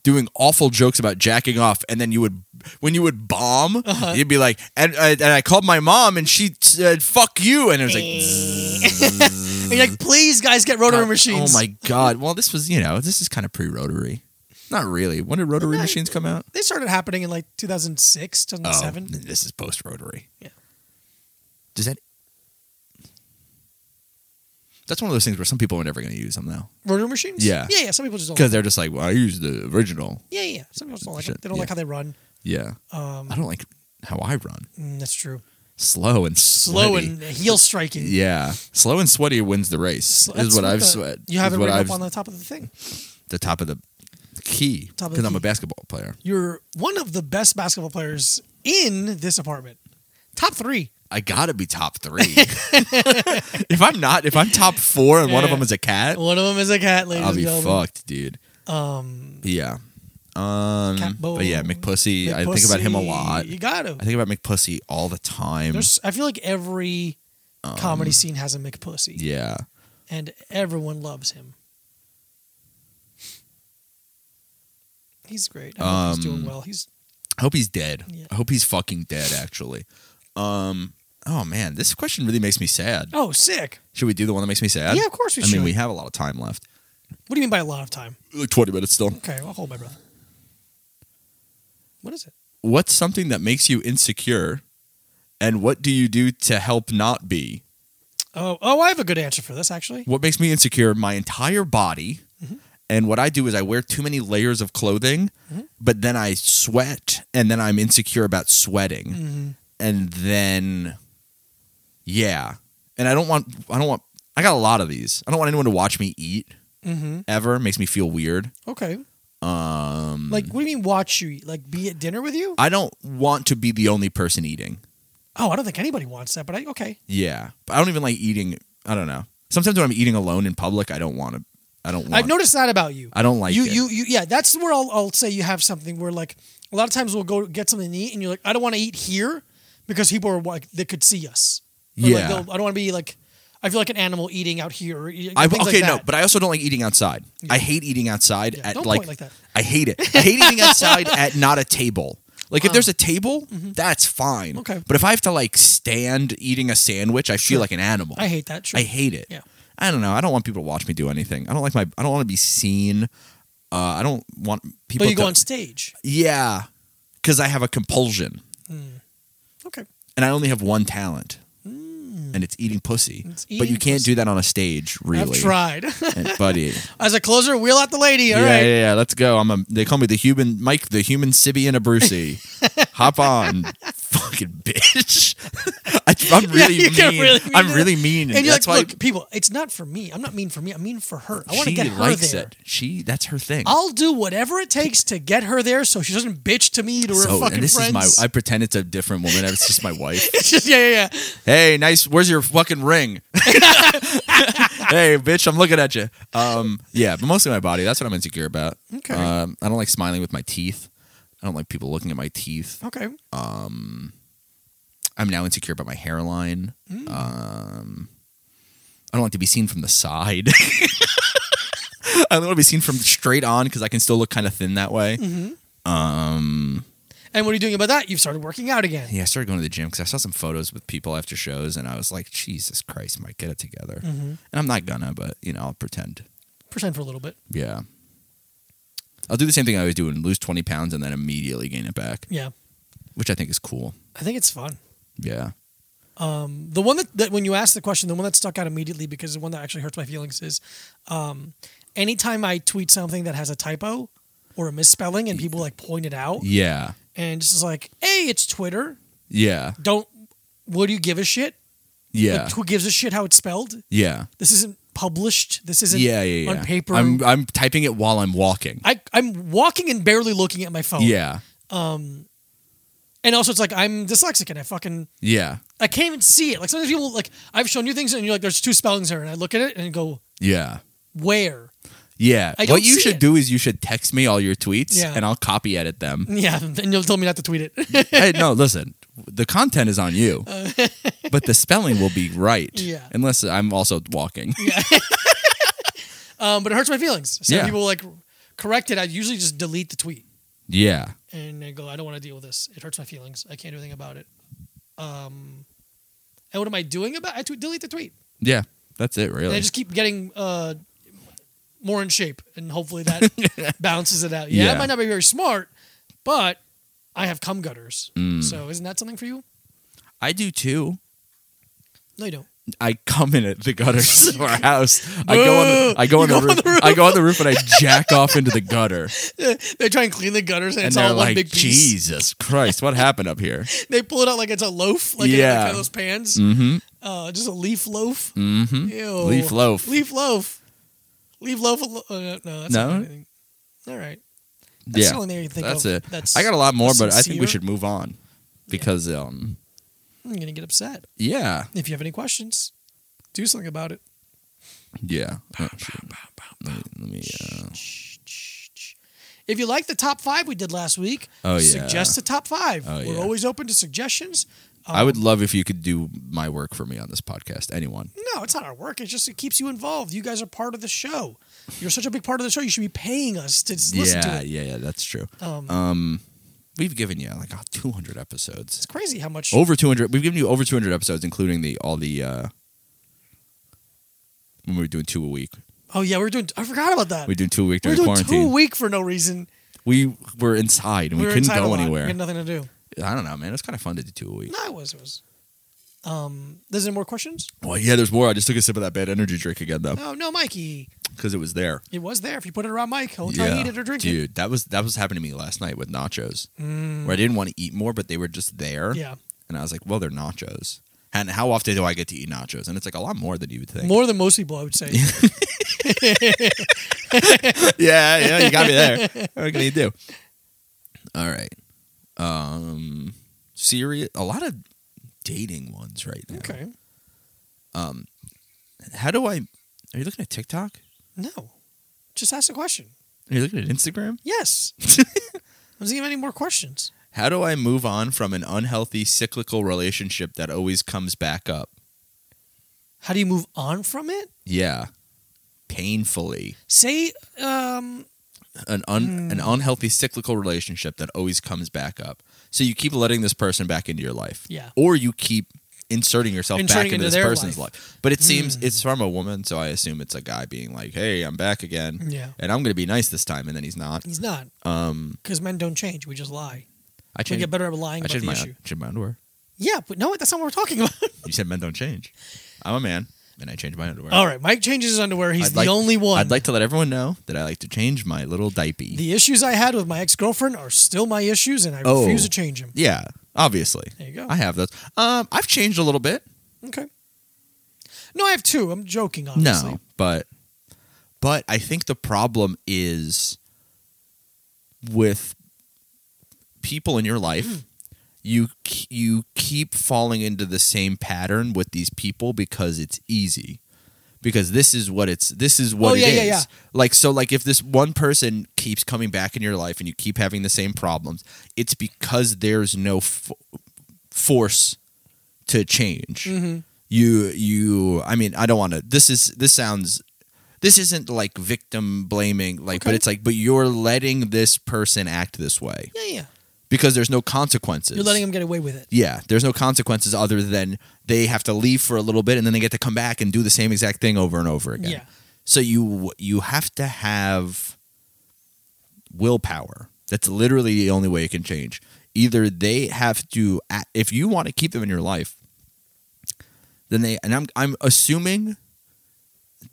Speaker 1: doing awful jokes about jacking off. And then you would, when you would bomb,
Speaker 2: Uh-huh.
Speaker 1: you'd be like, and, uh, and I called my mom and she said, fuck you. And it was like,
Speaker 2: Eh. And you're like, please, guys, get rotary
Speaker 1: God,
Speaker 2: machines.
Speaker 1: Oh my god! Well, this was you know this is kind of pre rotary, not really. When did rotary machines come out? Oh,
Speaker 2: They started happening in like 2006, 2007.
Speaker 1: this is post rotary.
Speaker 2: Yeah.
Speaker 1: Does that? That's one of those things where some people are never going to use them though,
Speaker 2: Rotary machines.
Speaker 1: Yeah.
Speaker 2: yeah, yeah. Some people just don't. Like
Speaker 1: because they're just like, well, I use the original.
Speaker 2: yeah, yeah. yeah. Some people just don't like
Speaker 1: Shit,
Speaker 2: it. They don't
Speaker 1: yeah.
Speaker 2: like how they run.
Speaker 1: Yeah.
Speaker 2: Um,
Speaker 1: I don't like how I run.
Speaker 2: mm, that's true.
Speaker 1: Slow and
Speaker 2: Slow
Speaker 1: sweaty.
Speaker 2: and heel striking.
Speaker 1: yeah, slow and sweaty wins the race.
Speaker 2: That's
Speaker 1: is what I've
Speaker 2: the-
Speaker 1: sweat.
Speaker 2: You
Speaker 1: have
Speaker 2: have it
Speaker 1: is
Speaker 2: written
Speaker 1: what
Speaker 2: up
Speaker 1: I've
Speaker 2: on the top of the thing.
Speaker 1: the top of the key
Speaker 2: Top of the
Speaker 1: because I'm a
Speaker 2: key.
Speaker 1: basketball player.
Speaker 2: You're one of the best basketball players in this apartment. Top three.
Speaker 1: I gotta be top three. if I'm not, if I'm top four and one of
Speaker 2: Yeah.
Speaker 1: them is a cat,
Speaker 2: One of them is a cat, ladies
Speaker 1: I'll
Speaker 2: and
Speaker 1: be
Speaker 2: gentlemen.
Speaker 1: fucked, dude.
Speaker 2: Um,
Speaker 1: Yeah. Um,
Speaker 2: Cat boy.
Speaker 1: but yeah, McPussy. I think about him a
Speaker 2: Pussy.
Speaker 1: lot.
Speaker 2: You got him.
Speaker 1: I think about McPussy all the time.
Speaker 2: There's, I feel like every comedy scene has a McPussy,
Speaker 1: Um, Yeah.
Speaker 2: and everyone loves him. He's great. I hope he's doing
Speaker 1: Um,
Speaker 2: well. He's
Speaker 1: I hope he's dead.
Speaker 2: Yeah.
Speaker 1: I hope he's fucking dead. Actually. Um. Oh man, this question really makes me sad.
Speaker 2: oh sick.
Speaker 1: Should we do the one that makes me sad?
Speaker 2: Yeah, of course we
Speaker 1: I mean,
Speaker 2: should.
Speaker 1: we have a lot of time left.
Speaker 2: What do you mean by a lot of time?
Speaker 1: Like twenty minutes still.
Speaker 2: Okay, I'll hold my breath. What is it?
Speaker 1: What's something that makes you insecure, and what do you do to help not be?
Speaker 2: Oh, oh, I have a good answer for this actually.
Speaker 1: what makes me insecure my entire body and what i do is i wear too many layers of clothing but then i sweat and then i'm insecure about sweating and then yeah and i don't want i don't want i got a lot of these i don't want anyone to watch me eat
Speaker 2: Mm-hmm.
Speaker 1: ever makes me feel weird
Speaker 2: Okay.
Speaker 1: um
Speaker 2: Like, what do you mean watch you eat? Like, be at dinner with you?
Speaker 1: i don't want to be the only person eating
Speaker 2: Oh, I don't think anybody wants that, but I, okay.
Speaker 1: yeah but i don't even like eating i don't know sometimes when i'm eating alone in public i don't want to i don't want
Speaker 2: I've noticed that about you.
Speaker 1: i don't like
Speaker 2: you,
Speaker 1: it.
Speaker 2: you, you, yeah, that's where I'll, I'll say you have something where, like, a lot of times we'll go get something to eat and you're like, I don't want to eat here because people are like, they could see us. Or,
Speaker 1: Yeah.
Speaker 2: Like, they'll- I don't want to be like, I feel like an animal eating out here. Or, e-
Speaker 1: I,
Speaker 2: things like
Speaker 1: okay, no,
Speaker 2: that.
Speaker 1: but I also don't like eating outside. I hate eating outside
Speaker 2: Yeah,
Speaker 1: at
Speaker 2: don't
Speaker 1: like,
Speaker 2: point like that.
Speaker 1: I hate it. I hate eating outside at not a table. Like if there's a table, that's fine.
Speaker 2: Uh-huh. Mm-hmm. Okay.
Speaker 1: But if I have to like stand eating a sandwich, I feel like an animal.
Speaker 2: I hate that. Sure.
Speaker 1: I hate it.
Speaker 2: Yeah.
Speaker 1: I don't know. I don't want people to watch me do anything. I don't like my. I don't want to be seen. Uh, I don't want people.
Speaker 2: But you
Speaker 1: to,
Speaker 2: go on stage.
Speaker 1: Yeah, because I have a compulsion,
Speaker 2: Okay.
Speaker 1: and I only have one talent, and it's eating pussy.
Speaker 2: Mm. It's
Speaker 1: but you
Speaker 2: eating
Speaker 1: can't
Speaker 2: pussy.
Speaker 1: do that on a stage, really,
Speaker 2: I've tried.
Speaker 1: And- buddy.
Speaker 2: As a closer, wheel out the lady. All
Speaker 1: yeah,
Speaker 2: right.
Speaker 1: yeah, yeah. Let's go. I'm a. They call me the human Mike, the human Sibian Abrusi. Hop on, fucking bitch. I, I'm really
Speaker 2: you
Speaker 1: mean.
Speaker 2: get really mean
Speaker 1: I'm
Speaker 2: to
Speaker 1: really mean.
Speaker 2: And you're
Speaker 1: that's
Speaker 2: like,
Speaker 1: why
Speaker 2: look, people, it's not for me. I'm not mean for me. I'm mean for her. I want to
Speaker 1: she
Speaker 2: get her
Speaker 1: likes
Speaker 2: there.
Speaker 1: it. She that's her thing.
Speaker 2: I'll do whatever it takes to get her there so she doesn't bitch to me to her
Speaker 1: so
Speaker 2: fucking
Speaker 1: and this
Speaker 2: friends.
Speaker 1: is my. I pretend it's a different woman. It's just my wife.
Speaker 2: it's just, yeah, yeah, yeah.
Speaker 1: Hey, nice. Where's your fucking ring? hey, bitch. I'm looking at you. Um, yeah, but mostly my body. That's what I'm insecure about.
Speaker 2: Okay.
Speaker 1: Um, I don't like smiling with my teeth. I don't like people looking at my teeth.
Speaker 2: Okay.
Speaker 1: I'm now insecure about my hairline. Um,
Speaker 2: Mm.
Speaker 1: I don't like to be seen from the side. I don't want to be seen from straight on because I can still look kind of thin that way.
Speaker 2: Mm-hmm. And what are you doing about that? You've started working out again.
Speaker 1: Yeah, I started going to the gym because I saw some photos with people after shows, and I was like, Jesus Christ, Mike, get it together.
Speaker 2: Mm-hmm.
Speaker 1: And I'm not gonna, but you know, I'll pretend.
Speaker 2: Pretend for a little bit.
Speaker 1: Yeah, I'll do the same thing I always do and lose 20 pounds and then immediately gain it back,
Speaker 2: Yeah.
Speaker 1: which I think is cool.
Speaker 2: I think it's fun.
Speaker 1: Yeah.
Speaker 2: Um, the one that, that when you asked the question, the one that stuck out immediately because the one that actually hurts my feelings is um, anytime I tweet something that has a typo or a misspelling and people like point it out
Speaker 1: Yeah.
Speaker 2: and just like, hey, it's Twitter.
Speaker 1: Yeah.
Speaker 2: Don't, what do you give a shit?
Speaker 1: Yeah.
Speaker 2: Like, who gives a shit how it's spelled?
Speaker 1: Yeah.
Speaker 2: This isn't published. This isn't
Speaker 1: Yeah, yeah, yeah.
Speaker 2: on paper.
Speaker 1: I'm
Speaker 2: I'm,
Speaker 1: I'm typing it while I'm walking.
Speaker 2: Oh. I, am i am walking and barely looking at my phone.
Speaker 1: Yeah.
Speaker 2: And also, it's like I'm dyslexic and I fucking
Speaker 1: Yeah.
Speaker 2: I can't even see it. Like sometimes people like I've shown you things and you're like, there's two spellings here, and I look at it and go,
Speaker 1: Yeah.
Speaker 2: where?
Speaker 1: Yeah.
Speaker 2: I don't
Speaker 1: What you
Speaker 2: see
Speaker 1: should
Speaker 2: it.
Speaker 1: do is you should text me all your tweets
Speaker 2: Yeah.
Speaker 1: and I'll copy edit them.
Speaker 2: Yeah, and you'll tell me not to tweet it.
Speaker 1: hey, no, listen. The content is on you, but the spelling will be right.
Speaker 2: Oh. Yeah.
Speaker 1: Unless I'm also walking.
Speaker 2: um, but it hurts my feelings. So
Speaker 1: Yeah.
Speaker 2: people like correct it. I usually just delete the tweet
Speaker 1: yeah.
Speaker 2: and I go, I don't want to deal with this. It hurts my feelings. I can't do anything about it. Um, and what am I doing about? I tweet, delete the tweet.
Speaker 1: Yeah. That's it,
Speaker 2: And I
Speaker 1: really.
Speaker 2: just keep getting uh, more in shape, and hopefully that balances it out. Yeah,
Speaker 1: Yeah.
Speaker 2: I might not be very smart, but I have cum gutters.
Speaker 1: Mm.
Speaker 2: So isn't that something for you?
Speaker 1: I do too.
Speaker 2: No, you don't.
Speaker 1: I come in at the gutters of our house. I go on the, I go on, the, roof, I go on the roof and I jack off into the gutter.
Speaker 2: they try and clean the gutters, and,
Speaker 1: and
Speaker 2: it's
Speaker 1: they're
Speaker 2: all one
Speaker 1: like,
Speaker 2: big piece.
Speaker 1: Jesus Christ, what happened up here?
Speaker 2: They pull it out like it's a loaf, like yeah.
Speaker 1: Yeah.
Speaker 2: in one of those pans,
Speaker 1: Mm-hmm.
Speaker 2: uh, just a leaf loaf.
Speaker 1: Mm-hmm.
Speaker 2: Ew.
Speaker 1: Leaf loaf.
Speaker 2: Leaf loaf. Leaf loaf. alo- Uh, no, that's
Speaker 1: No?
Speaker 2: not anything. All right. That's the
Speaker 1: Yeah,
Speaker 2: only thing you think
Speaker 1: that's
Speaker 2: of.
Speaker 1: it.
Speaker 2: That's
Speaker 1: I got a lot more, but I think we
Speaker 2: sincere.
Speaker 1: should move on because, um,
Speaker 2: I'm gonna get upset.
Speaker 1: yeah,
Speaker 2: If you have any questions, do something about it.
Speaker 1: yeah. Oh, shit. Let me- let me, uh,
Speaker 2: If you like the top five we did last week,
Speaker 1: Oh, yeah.
Speaker 2: suggest a top five.
Speaker 1: Oh,
Speaker 2: We're
Speaker 1: yeah.
Speaker 2: always open to suggestions.
Speaker 1: I
Speaker 2: Um,
Speaker 1: would love if you could do my work for me on this podcast. Anyone?
Speaker 2: No, it's not our work. It's just it keeps you involved. You guys are part of the show. You're such a big part of the show. You should be paying us to s- listen
Speaker 1: yeah,
Speaker 2: to it.
Speaker 1: yeah, yeah. That's true.
Speaker 2: Um,
Speaker 1: Um, we've given you like uh, 200 episodes.
Speaker 2: it's crazy how much.
Speaker 1: Over 200. We've given you over 200 episodes, including the all the uh, when we were doing two a week.
Speaker 2: Oh yeah, we're doing. I forgot about that.
Speaker 1: We were doing two a week
Speaker 2: We're
Speaker 1: during
Speaker 2: doing
Speaker 1: quarantine.
Speaker 2: two a week for no reason.
Speaker 1: we were inside and we,
Speaker 2: were
Speaker 1: couldn't
Speaker 2: inside a
Speaker 1: go
Speaker 2: lot.
Speaker 1: anywhere.
Speaker 2: We had nothing to do.
Speaker 1: I don't know, man. It's kind of fun to do two a week.
Speaker 2: No, it was. It was. Um, there's any more questions? Oh,
Speaker 1: Well, yeah, there's more. I just took a sip of that bad energy drink again, though,
Speaker 2: No, no, Mikey.
Speaker 1: because it was there.
Speaker 2: It was there. If you put it around Mike, he'll try to eat it or drink it.
Speaker 1: dude, that was that was happening to me last night with nachos, where I didn't want to eat more, but they were just there.
Speaker 2: Yeah.
Speaker 1: and I was like, well, they're nachos, and how often do I get to eat nachos? And it's like a lot more than you would think.
Speaker 2: More than most people, I would say.
Speaker 1: yeah, yeah, you got me there. What can you do? All right, um, serious. A lot of dating ones right now.
Speaker 2: okay.
Speaker 1: Um, how do I? Are you looking at TikTok?
Speaker 2: No. Just ask a question.
Speaker 1: Are you looking at Instagram?
Speaker 2: Yes. I doesn't have any more questions.
Speaker 1: How do I move on from an unhealthy cyclical relationship that always comes back up?
Speaker 2: How do you move on from it?
Speaker 1: Yeah. Painfully.
Speaker 2: Say, um,
Speaker 1: An
Speaker 2: Hmm.
Speaker 1: un- an unhealthy cyclical relationship that always comes back up. So you keep letting this person back into your life.
Speaker 2: Yeah.
Speaker 1: Or you keep inserting yourself
Speaker 2: Inserting
Speaker 1: back into,
Speaker 2: into
Speaker 1: this
Speaker 2: their Hmm.
Speaker 1: person's life. But it seems it's from a woman, so I assume it's a guy being like, "Hey, I'm back again."
Speaker 2: Yeah.
Speaker 1: And I'm going to be nice this time and then he's not.
Speaker 2: he's not
Speaker 1: Um
Speaker 2: because men don't change. We just lie.
Speaker 1: I
Speaker 2: We
Speaker 1: changed,
Speaker 2: get better at lying
Speaker 1: I
Speaker 2: about
Speaker 1: changed
Speaker 2: the
Speaker 1: my
Speaker 2: issue.
Speaker 1: changed my underwear.
Speaker 2: Yeah, but no, that's not what we're talking about.
Speaker 1: You said men don't change. I'm a man and I changed my underwear.
Speaker 2: All right, Mike changes his underwear. He's
Speaker 1: I'd
Speaker 2: the
Speaker 1: like-
Speaker 2: only one.
Speaker 1: I'd like to let everyone know that I like to change my little diaper.
Speaker 2: the issues I had with my ex girlfriend are still my issues, and I
Speaker 1: Oh.
Speaker 2: refuse to change them.
Speaker 1: yeah, obviously.
Speaker 2: There you go.
Speaker 1: I have those. Um, I've changed a little bit.
Speaker 2: Okay. No, I have two. I'm joking, obviously.
Speaker 1: No, but but I think the problem is with people in your
Speaker 2: Mm.
Speaker 1: life. You k- you keep falling into the same pattern with these people because it's easy. Because this is what it's this is what
Speaker 2: Oh,
Speaker 1: it
Speaker 2: yeah,
Speaker 1: is.
Speaker 2: yeah, yeah.
Speaker 1: Like so like if this one person keeps coming back in your life and you keep having the same problems, it's because there's no f- force to change.
Speaker 2: Mm-hmm.
Speaker 1: You you I mean, I don't want to this is this sounds this isn't like victim blaming like but
Speaker 2: Okay.
Speaker 1: it's like but you're letting this person act this way
Speaker 2: Yeah, yeah.
Speaker 1: because there's no consequences.
Speaker 2: You're letting him get away with it.
Speaker 1: yeah, there's no consequences other than they have to leave for a little bit and then they get to come back and do the same exact thing over and over again.
Speaker 2: Yeah.
Speaker 1: So you you have to have willpower. That's literally the only way it can change. Either they have to a- if you want to keep them in your life, then they and I'm I'm assuming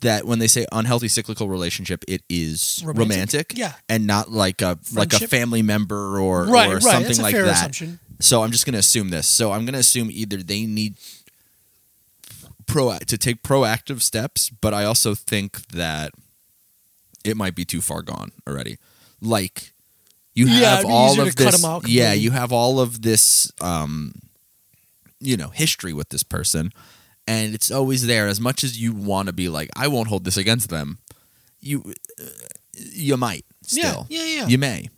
Speaker 1: that when they say unhealthy cyclical relationship, it is romantic,
Speaker 2: Romantic. Yeah.
Speaker 1: and not like a like a
Speaker 2: Friendship.
Speaker 1: family member or
Speaker 2: Right,
Speaker 1: or
Speaker 2: right.
Speaker 1: something
Speaker 2: That's a
Speaker 1: like
Speaker 2: fair
Speaker 1: that.
Speaker 2: assumption.
Speaker 1: So I'm just going to assume this. So I'm going to assume either they need pro to take proactive steps, but I also think that it might be too far gone already. Like You
Speaker 2: Yeah,
Speaker 1: have
Speaker 2: it'd be
Speaker 1: all
Speaker 2: easier
Speaker 1: of
Speaker 2: to cut
Speaker 1: this.
Speaker 2: 'em out
Speaker 1: yeah,
Speaker 2: completely.
Speaker 1: you have all of this. Um, you know, history with this person, and it's always there. As much as you want to be like, I won't hold this against them. You, uh, you might still.
Speaker 2: Yeah, yeah, yeah.
Speaker 1: You may.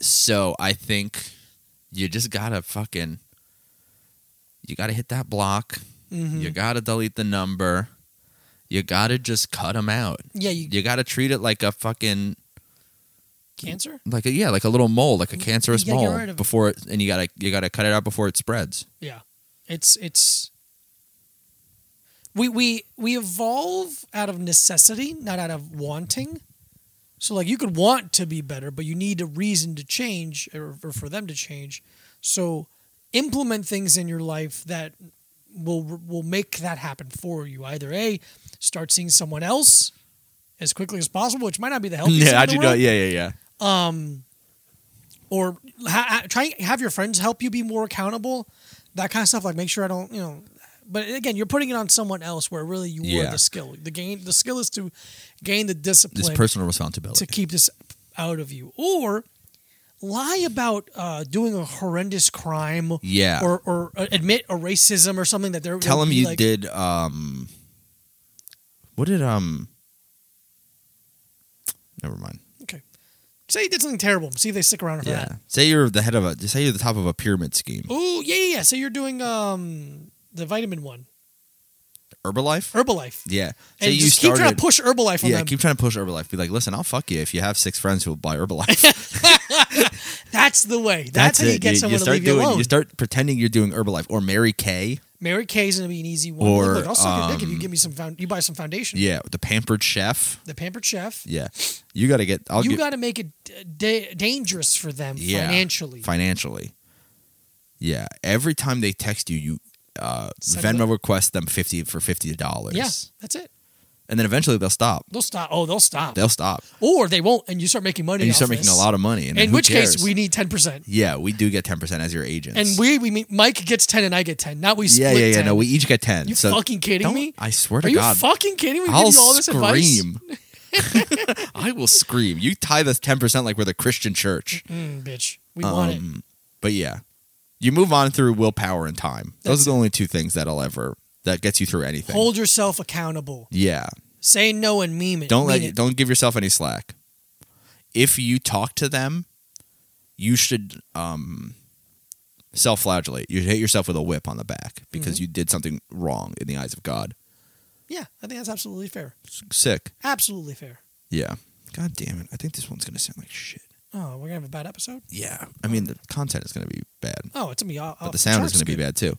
Speaker 1: So I think you just gotta fucking. You gotta hit that block.
Speaker 2: Mhm.
Speaker 1: You gotta delete the number. You gotta just cut them out.
Speaker 2: yeah, you
Speaker 1: You gotta treat it like a fucking
Speaker 2: cancer?
Speaker 1: like a, yeah, like a little mole, like a cancerous
Speaker 2: gotta get
Speaker 1: mole
Speaker 2: rid of it.
Speaker 1: before it, and you gotta you gotta cut it out before it spreads.
Speaker 2: Yeah. It's it's we we we evolve out of necessity, not out of wanting. So like you could want to be better, but you need a reason to change or, or for them to change. So implement things in your life that will will make that happen for you. Either a start seeing someone else as quickly as possible, which might not be the healthiest. thing in Oh, the world
Speaker 1: Yeah, yeah, yeah.
Speaker 2: um, or ha- ha- try have your friends help you be more accountable, that kind of stuff. Like make sure I don't, you know. But again, you're putting it on someone else where really you
Speaker 1: Yeah.
Speaker 2: are the skill. The gain, the skill is to gain the discipline
Speaker 1: It's personal
Speaker 2: to
Speaker 1: responsibility.
Speaker 2: keep this out of you, or lie about uh, doing a horrendous crime,
Speaker 1: yeah,
Speaker 2: or or uh, admit a racism or something that they're
Speaker 1: tell
Speaker 2: they'll
Speaker 1: him
Speaker 2: be
Speaker 1: you
Speaker 2: like-
Speaker 1: did. Um, what did um? Never mind.
Speaker 2: Okay, say you did something terrible. See if they stick around for
Speaker 1: Yeah.
Speaker 2: that.
Speaker 1: Say you're the head of a. Say you're the top of a pyramid scheme.
Speaker 2: Oh yeah, yeah, yeah. So you're doing um the vitamin one,
Speaker 1: Herbalife.
Speaker 2: Herbalife.
Speaker 1: yeah. Say
Speaker 2: and
Speaker 1: you
Speaker 2: just
Speaker 1: started.
Speaker 2: keep trying to push Herbalife on
Speaker 1: yeah,
Speaker 2: them.
Speaker 1: keep trying to push Herbalife. Be like, listen, I'll fuck you if you have six friends who will buy Herbalife.
Speaker 2: That's the way. That's, how you
Speaker 1: it.
Speaker 2: get someone to
Speaker 1: start
Speaker 2: leave
Speaker 1: doing,
Speaker 2: you alone.
Speaker 1: You start pretending you're doing Herbalife or Mary Kay.
Speaker 2: Mary Kay's gonna be an easy one.
Speaker 1: Or,
Speaker 2: Look, I'll suck your dick if you
Speaker 1: um,
Speaker 2: give me some. Found- you buy some foundation.
Speaker 1: Yeah, the pampered chef.
Speaker 2: The pampered chef.
Speaker 1: Yeah, you got to get. I'll
Speaker 2: you
Speaker 1: get
Speaker 2: got to make it d- da- dangerous for them
Speaker 1: Yeah.
Speaker 2: financially.
Speaker 1: financially. Yeah, every time they text you, you uh,
Speaker 2: Send them-
Speaker 1: Venmo request them fifty for fifty dollars.
Speaker 2: yeah, that's it.
Speaker 1: and then eventually they'll stop.
Speaker 2: They'll stop. Oh, they'll stop.
Speaker 1: They'll stop,
Speaker 2: or they won't, and you start making money.
Speaker 1: and you
Speaker 2: off
Speaker 1: start making
Speaker 2: this.
Speaker 1: a lot of money. And then
Speaker 2: In
Speaker 1: who
Speaker 2: which case,
Speaker 1: cares?
Speaker 2: we need ten percent,
Speaker 1: yeah, we do get ten percent as your agents.
Speaker 2: and we we mean Mike gets ten and I get ten. Not we
Speaker 1: yeah
Speaker 2: split.
Speaker 1: yeah yeah
Speaker 2: 10.
Speaker 1: no we each get ten.
Speaker 2: You
Speaker 1: so
Speaker 2: fucking kidding
Speaker 1: don't-
Speaker 2: me?
Speaker 1: I swear
Speaker 2: Are
Speaker 1: to
Speaker 2: you
Speaker 1: God,
Speaker 2: fucking kidding me? We
Speaker 1: I'll
Speaker 2: give you all this advice.
Speaker 1: scream. I will scream. You tie this ten percent like we're the Christian church.
Speaker 2: Mm, bitch, we want
Speaker 1: Um,
Speaker 2: it.
Speaker 1: But yeah, you move on through willpower and time. Those
Speaker 2: That's
Speaker 1: are the only two things that'll ever that gets you through anything.
Speaker 2: Hold yourself accountable.
Speaker 1: yeah,
Speaker 2: Say no and meme it.
Speaker 1: don't
Speaker 2: mean
Speaker 1: let
Speaker 2: it.
Speaker 1: don't give yourself any slack. If you talk to them, you should um, self-flagellate. You should hit yourself with a whip on the back because
Speaker 2: Mm-hmm.
Speaker 1: you did something wrong in the eyes of God.
Speaker 2: Yeah, I think that's absolutely fair.
Speaker 1: S- Sick.
Speaker 2: Absolutely fair.
Speaker 1: Yeah. God damn it! I think this one's gonna sound like shit.
Speaker 2: Oh, we're gonna have a bad episode.
Speaker 1: Yeah. I mean, the content is gonna be bad,
Speaker 2: Oh, it's gonna be. All,
Speaker 1: but the sound is gonna be bad too.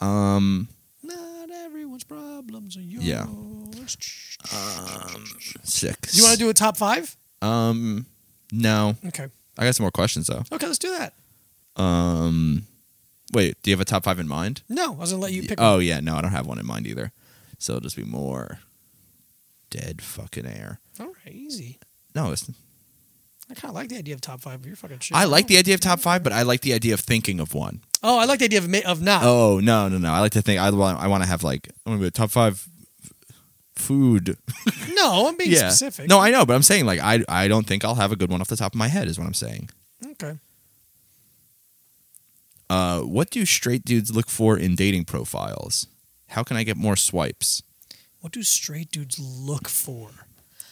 Speaker 1: Um.
Speaker 2: Not everyone's problems are yours.
Speaker 1: Yeah.
Speaker 2: Um,
Speaker 1: Sick.
Speaker 2: you want to do a top five?
Speaker 1: Um, no.
Speaker 2: Okay.
Speaker 1: I got some more questions though.
Speaker 2: Okay, let's do that.
Speaker 1: Um, wait, do you have a top five in mind?
Speaker 2: No, I was gonna let you pick.
Speaker 1: oh yeah, no, I don't have one in mind either. So it'll just be more dead fucking air.
Speaker 2: one. All right, easy.
Speaker 1: No, it's,
Speaker 2: I kind of like the idea of top five. But you're fucking shit.
Speaker 1: I like the idea of top five, but I like the idea of thinking of one.
Speaker 2: Oh, I like the idea of ma- of not.
Speaker 1: Oh no, no, no! I like to think. I want. I want to have like. I want to be a top five f- food.
Speaker 2: No, I'm being
Speaker 1: yeah.
Speaker 2: specific.
Speaker 1: No, I know, but I'm saying like I. I don't think I'll have a good one off the top of my head. Is what I'm saying.
Speaker 2: Okay.
Speaker 1: Uh, what do straight dudes look for in dating profiles? How can I get more swipes?
Speaker 2: What do straight dudes look for?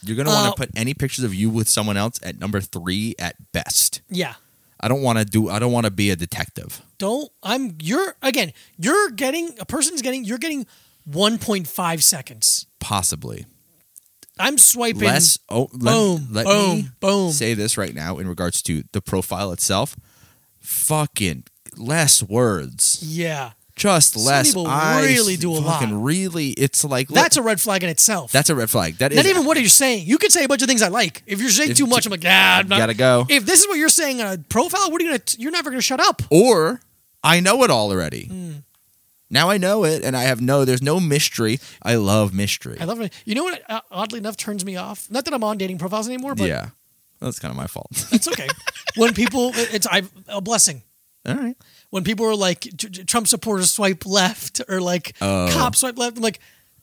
Speaker 1: You're gonna
Speaker 2: Uh,
Speaker 1: want to put any pictures of you with someone else at number three at best.
Speaker 2: Yeah.
Speaker 1: I don't want to do. I don't want to be a detective.
Speaker 2: Don't. I'm. You're again. You're getting a person's getting. You're getting 1.5 seconds.
Speaker 1: Possibly
Speaker 2: I'm swiping.
Speaker 1: less. Oh, let,
Speaker 2: boom,
Speaker 1: let
Speaker 2: boom,
Speaker 1: me
Speaker 2: boom.
Speaker 1: say this right now in regards to the profile itself. Fucking less words,
Speaker 2: Yeah,
Speaker 1: just
Speaker 2: Some
Speaker 1: less.
Speaker 2: people
Speaker 1: I
Speaker 2: really do a
Speaker 1: fucking
Speaker 2: lot.
Speaker 1: Really, it's like look,
Speaker 2: that's a red flag in itself.
Speaker 1: that's a red flag. That is
Speaker 2: not even what you're saying. You could say a bunch of things I like. If you're saying
Speaker 1: If-
Speaker 2: too much, I'm like, ah, I'm not.
Speaker 1: gotta go.
Speaker 2: If this is what you're saying on a profile, what are you gonna? You're never gonna shut up.
Speaker 1: or I know it all already.
Speaker 2: Hmm.
Speaker 1: Now I know it, and I have no. There's no mystery. I love mystery.
Speaker 2: I love it. You know what? Uh, oddly enough, turns me off. Not that I'm on dating profiles anymore, but
Speaker 1: yeah, that's kind of my fault.
Speaker 2: it's okay. when people, it- it's I a blessing.
Speaker 1: all right.
Speaker 2: When people are like "Tr- tr- Trump supporters swipe left or like
Speaker 1: Oh.
Speaker 2: cops swipe left, I'm like.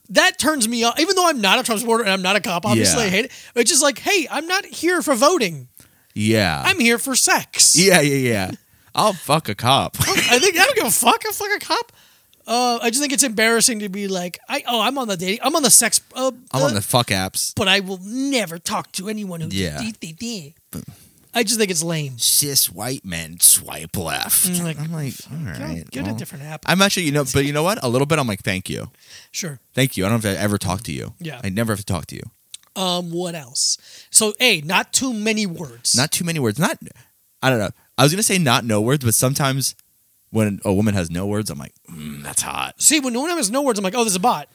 Speaker 2: That turns me off, even though I'm not a Trump supporter and I'm not a cop. Obviously,
Speaker 1: Yeah.
Speaker 2: I hate it. It's just like, hey, I'm not here for voting.
Speaker 1: Yeah.
Speaker 2: I'm here for sex.
Speaker 1: yeah, yeah, yeah. I'll fuck a cop.
Speaker 2: I think I don't give a fuck. I fuck a cop. Uh, I just think it's embarrassing to be like, I oh, I'm on the dating, I'm on the sex, uh,
Speaker 1: I'm
Speaker 2: uh,
Speaker 1: on the fuck apps.
Speaker 2: but I will never talk to anyone who.
Speaker 1: Yeah.
Speaker 2: I just think it's lame.
Speaker 1: Cis white men swipe left.
Speaker 2: Mm, like,
Speaker 1: I'm like, all right.
Speaker 2: Get
Speaker 1: well.
Speaker 2: a different app.
Speaker 1: I'm actually, you know, but you know what? A little bit. I'm like, thank you,
Speaker 2: sure.
Speaker 1: thank you. I don't have to ever talk to you.
Speaker 2: Yeah.
Speaker 1: I never have to talk to you.
Speaker 2: Um, what else? So, a not too many words.
Speaker 1: Not too many words. Not. I don't know. I was gonna say not no words, but sometimes when a woman has no words, I'm like, mm, that's hot.
Speaker 2: see when no one has no words. I'm like, oh, there's a bot.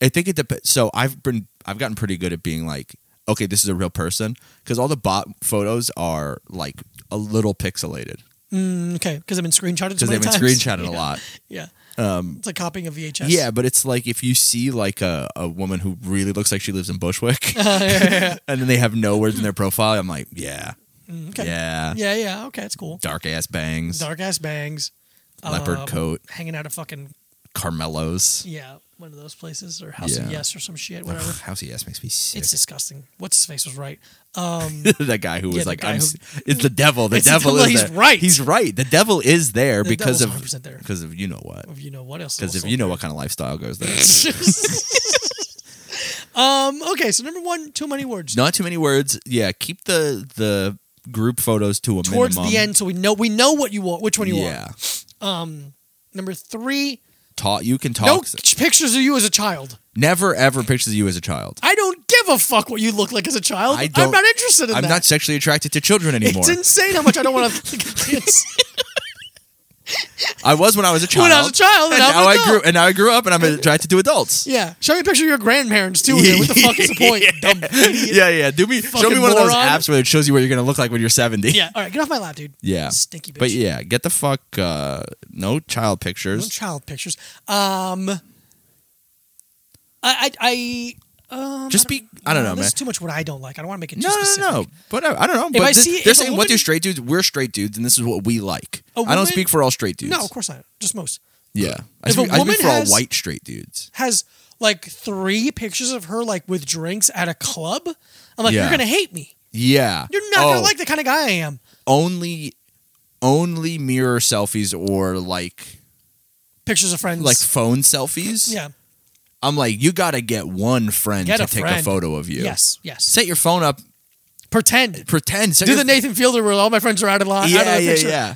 Speaker 1: I think it depends. So I've been, I've gotten pretty good at being like, okay, this is a real person, because all the bot photos are like a little pixelated
Speaker 2: Mm, okay, because I've been screenshotted.
Speaker 1: because
Speaker 2: so
Speaker 1: they've
Speaker 2: many
Speaker 1: been
Speaker 2: times.
Speaker 1: screenshotted
Speaker 2: yeah.
Speaker 1: a lot.
Speaker 2: Yeah,
Speaker 1: Um,
Speaker 2: it's like copying a VHS.
Speaker 1: Yeah, but it's like if you see like a, a woman who really looks like she lives in Bushwick
Speaker 2: Uh, yeah, yeah,
Speaker 1: and then they have no words in their profile, I'm like, yeah,
Speaker 2: yeah. Mm, okay.
Speaker 1: yeah.
Speaker 2: yeah, yeah. Okay, it's cool.
Speaker 1: Dark ass bangs,
Speaker 2: Dark ass bangs.
Speaker 1: leopard
Speaker 2: um,
Speaker 1: coat,
Speaker 2: Hanging out at fucking
Speaker 1: Carmelos.
Speaker 2: yeah, one of those places or House
Speaker 1: Yeah.
Speaker 2: of Yes or some shit, whatever.
Speaker 1: Housey ass makes me sick.
Speaker 2: it's disgusting. What's his face was right. Um,
Speaker 1: that guy who was
Speaker 2: Yeah, the
Speaker 1: like,
Speaker 2: guy
Speaker 1: I'm,
Speaker 2: who-
Speaker 1: s- it's the devil. The
Speaker 2: It's the
Speaker 1: devil
Speaker 2: devil,
Speaker 1: is
Speaker 2: he's
Speaker 1: there.
Speaker 2: right.
Speaker 1: He's right. The devil is there
Speaker 2: The
Speaker 1: because
Speaker 2: devil's
Speaker 1: of
Speaker 2: 100% there.
Speaker 1: because of you know what.
Speaker 2: if you know what else?
Speaker 1: Because
Speaker 2: was
Speaker 1: if
Speaker 2: so
Speaker 1: you know
Speaker 2: weird.
Speaker 1: what kind of lifestyle goes there.
Speaker 2: um. Okay. So number one, too many words.
Speaker 1: Not too many words. Yeah, keep the the group photos to a
Speaker 2: Towards
Speaker 1: minimum.
Speaker 2: the end, so we know we know what you want, which one you
Speaker 1: yeah.
Speaker 2: want. Um. Number three,
Speaker 1: Talk. You can talk.
Speaker 2: no ch- pictures of you as a child.
Speaker 1: Never ever pictures of you as a child.
Speaker 2: I don't give a fuck what you look like as a child.
Speaker 1: I don't-
Speaker 2: I'm not interested in
Speaker 1: I'm
Speaker 2: that.
Speaker 1: not sexually attracted to children anymore.
Speaker 2: It's insane how much I don't want to think of kids.
Speaker 1: I was when I was a child.
Speaker 2: When I was a child,
Speaker 1: and
Speaker 2: and I'm
Speaker 1: now
Speaker 2: an
Speaker 1: I
Speaker 2: adult.
Speaker 1: grew and now I grew up and I'm attracted to adults.
Speaker 2: yeah. Show me a picture of your grandparents too. Here. What the fuck is the point? Dumb idiot.
Speaker 1: Yeah, yeah. Do me show me
Speaker 2: Fucking
Speaker 1: one of those
Speaker 2: moron.
Speaker 1: apps where it shows you what you're gonna look like when you're 70.
Speaker 2: Yeah. All right. Get off my lap, dude.
Speaker 1: Yeah.
Speaker 2: Stinky bitch.
Speaker 1: But yeah, get the fuck uh no child
Speaker 2: No
Speaker 1: pictures.
Speaker 2: child pictures. Um, I, I, I um,
Speaker 1: Just
Speaker 2: I
Speaker 1: be-
Speaker 2: don't-
Speaker 1: I don't know,
Speaker 2: This
Speaker 1: man.
Speaker 2: is too much what I don't like. I don't want to make it too
Speaker 1: No, no,
Speaker 2: specific.
Speaker 1: no, no. But uh, I, I don't know. But
Speaker 2: I
Speaker 1: this-
Speaker 2: see- if
Speaker 1: they're
Speaker 2: a
Speaker 1: saying what
Speaker 2: woman-
Speaker 1: do straight dudes? We're straight dudes, and this is what we like.
Speaker 2: A
Speaker 1: I don't
Speaker 2: woman-
Speaker 1: speak for all straight dudes.
Speaker 2: No, of course not. Just most
Speaker 1: Yeah. I
Speaker 2: If a
Speaker 1: speak, I speak
Speaker 2: woman
Speaker 1: for all
Speaker 2: has-
Speaker 1: white straight dudes.
Speaker 2: has like three pictures of her like with drinks at a club. I'm like,
Speaker 1: Yeah.
Speaker 2: you're gonna hate me.
Speaker 1: Yeah.
Speaker 2: You're not gonna
Speaker 1: Oh.
Speaker 2: like the kind of guy I am.
Speaker 1: only only mirror selfies or like
Speaker 2: Pictures of friends.
Speaker 1: like phone selfies.
Speaker 2: yeah.
Speaker 1: I'm like, you gotta get one friend
Speaker 2: Get
Speaker 1: to
Speaker 2: a
Speaker 1: take a
Speaker 2: friend.
Speaker 1: photo of you.
Speaker 2: Yes. Yes.
Speaker 1: Set your phone up,
Speaker 2: Pretend.
Speaker 1: pretend. Set
Speaker 2: Do
Speaker 1: your-
Speaker 2: the Nathan Fielder where all my friends are out of line. out of
Speaker 1: Yeah,
Speaker 2: the
Speaker 1: yeah,
Speaker 2: picture.
Speaker 1: yeah.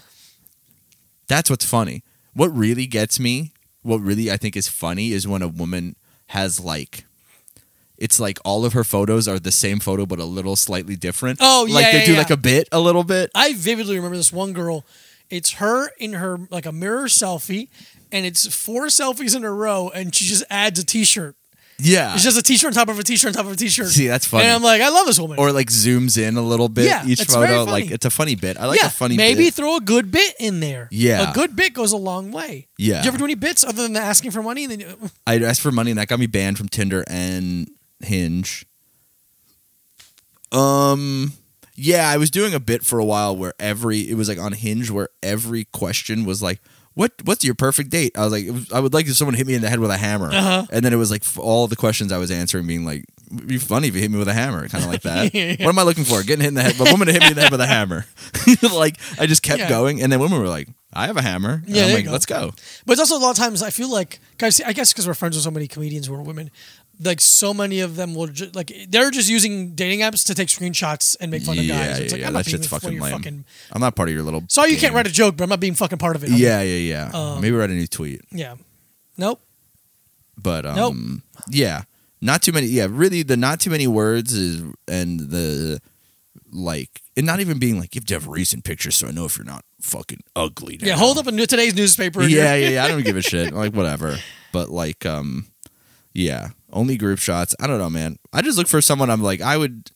Speaker 1: That's what's funny. What really gets me, what really I think is funny is when a woman has like it's like all of her photos are the same photo but a little slightly different.
Speaker 2: Oh,
Speaker 1: Like
Speaker 2: yeah,
Speaker 1: they
Speaker 2: yeah, Uh,
Speaker 1: do
Speaker 2: yeah.
Speaker 1: like a bit a little bit.
Speaker 2: I vividly remember this one girl. It's her in her like a mirror selfie, and it's four selfies in a row, and she just adds a T-shirt.
Speaker 1: Yeah.
Speaker 2: It's just a T-shirt on top of a T-shirt on top of a T-shirt.
Speaker 1: See, that's funny.
Speaker 2: And I'm like, I love this woman.
Speaker 1: or like zooms in a little bit
Speaker 2: Yeah,
Speaker 1: each
Speaker 2: it's very
Speaker 1: photo.
Speaker 2: funny.
Speaker 1: Like it's a funny bit. I like
Speaker 2: yeah,
Speaker 1: a funny
Speaker 2: maybe
Speaker 1: bit.
Speaker 2: throw a good bit in there.
Speaker 1: Yeah.
Speaker 2: a good bit goes a long way.
Speaker 1: Yeah.
Speaker 2: Do you ever do any bits other than the asking for money? And then you-
Speaker 1: I asked for money and that got me banned from Tinder and Hinge. Um yeah, I was doing a bit for a while where every it was like on Hinge where every question was like what what's your perfect date? I was like it was- I would like if someone hit me in the head with a hammer.
Speaker 2: Uh-huh.
Speaker 1: And then it was like f- all the questions I was answering being like it'd be funny if you hit me with a hammer, kind of like that.
Speaker 2: Yeah, yeah.
Speaker 1: What am I looking for? Getting hit in the head, a woman to hit me in the head with a hammer. like I just kept
Speaker 2: Yeah.
Speaker 1: going and then women were like, "I have a hammer." And
Speaker 2: Yeah,
Speaker 1: I'm
Speaker 2: there
Speaker 1: like,
Speaker 2: you go.
Speaker 1: "Let's go."
Speaker 2: but it's also a lot of times I feel like guys. I guess because we're friends with so many comedians who are women. Like so many of them will ju- like they're just using dating apps to take screenshots and make fun of
Speaker 1: Yeah,
Speaker 2: guys. It's
Speaker 1: yeah,
Speaker 2: like,
Speaker 1: yeah,
Speaker 2: I'm
Speaker 1: that
Speaker 2: not being
Speaker 1: shit's
Speaker 2: one of
Speaker 1: fucking
Speaker 2: your
Speaker 1: lame.
Speaker 2: fucking
Speaker 1: I'm not part of your little
Speaker 2: Sorry, you can't
Speaker 1: game.
Speaker 2: write a joke, but I'm not being fucking part of it. I'm-
Speaker 1: Yeah, yeah, yeah.
Speaker 2: Um,
Speaker 1: Maybe write a new tweet.
Speaker 2: Yeah. Nope.
Speaker 1: But um
Speaker 2: Nope.
Speaker 1: yeah. Not too many yeah, really the not too many words is and the like and not even being like you have to have recent pictures so I know if you're not fucking ugly now.
Speaker 2: Yeah. Hold up a new, today's newspaper.
Speaker 1: Yeah, yeah, yeah. I don't give a shit. Like whatever. But like um yeah. Only group shots. I don't know, man. I just look for someone I'm like, I would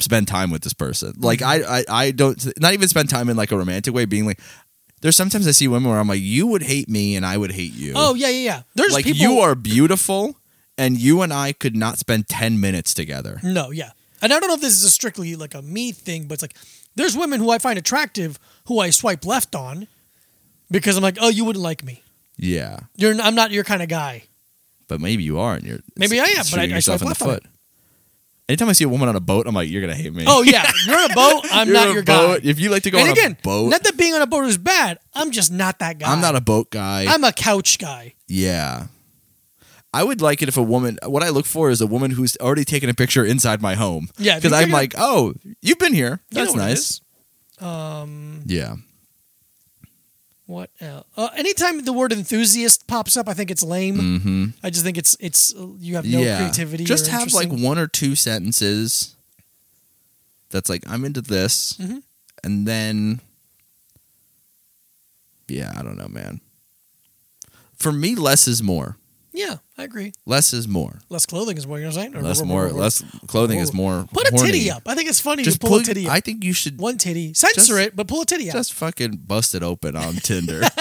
Speaker 1: spend time with this person. Like
Speaker 2: Mm-hmm.
Speaker 1: I I, I don't not even spend time in like a romantic way, being like there's sometimes I see women where I'm like, you would hate me and I would hate you
Speaker 2: Oh yeah, yeah, yeah. There's
Speaker 1: like
Speaker 2: people.
Speaker 1: you are beautiful and you and I could not spend 10 minutes together.
Speaker 2: No, yeah. And I don't know if this is a strictly like a me thing, but it's like there's women who I find attractive who I swipe left on because I'm like, oh, you wouldn't like me.
Speaker 1: Yeah.
Speaker 2: You're n- I'm not your kind of guy.
Speaker 1: But maybe you are and you're
Speaker 2: Maybe I am, but I-
Speaker 1: shooting
Speaker 2: I
Speaker 1: yourself
Speaker 2: swipe
Speaker 1: in the
Speaker 2: left on
Speaker 1: foot. Anytime I see a woman on a boat, I'm like, you're gonna hate me.
Speaker 2: Oh yeah, you're on a boat. I'm
Speaker 1: You're
Speaker 2: not
Speaker 1: a
Speaker 2: your
Speaker 1: boat.
Speaker 2: guy.
Speaker 1: If you like to go
Speaker 2: and
Speaker 1: on
Speaker 2: again,
Speaker 1: a boat,
Speaker 2: not that being on a boat is bad. I'm just not that guy.
Speaker 1: I'm not a boat guy.
Speaker 2: I'm a couch guy.
Speaker 1: yeah. I would like it if a woman. What I look for is a woman who's already taken a picture inside my home.
Speaker 2: Yeah, if
Speaker 1: because
Speaker 2: you
Speaker 1: I'm
Speaker 2: figure-
Speaker 1: like, oh, you've been here.
Speaker 2: You know
Speaker 1: That's
Speaker 2: what it
Speaker 1: nice.
Speaker 2: is. Um,
Speaker 1: Yeah,
Speaker 2: what else? Uh, anytime the word enthusiast pops up, I think it's lame.
Speaker 1: mm-hmm.
Speaker 2: I just think it's it's you have no
Speaker 1: yeah.
Speaker 2: creativity. or
Speaker 1: Just have like
Speaker 2: interesting-
Speaker 1: one or two sentences. That's like I'm into this,
Speaker 2: Mhm.
Speaker 1: and then, yeah, I don't know, man. For me, less is more.
Speaker 2: yeah, I agree.
Speaker 1: Less is more.
Speaker 2: Less clothing is more. You know what I'm saying?
Speaker 1: Less more. Less clothing is more.
Speaker 2: Put a titty
Speaker 1: horny.
Speaker 2: up. I think it's funny.
Speaker 1: Just
Speaker 2: you pull, a titty up.
Speaker 1: I think you should
Speaker 2: one titty. Censor
Speaker 1: just-
Speaker 2: it, but pull a titty out.
Speaker 1: just fucking bust it open on Tinder.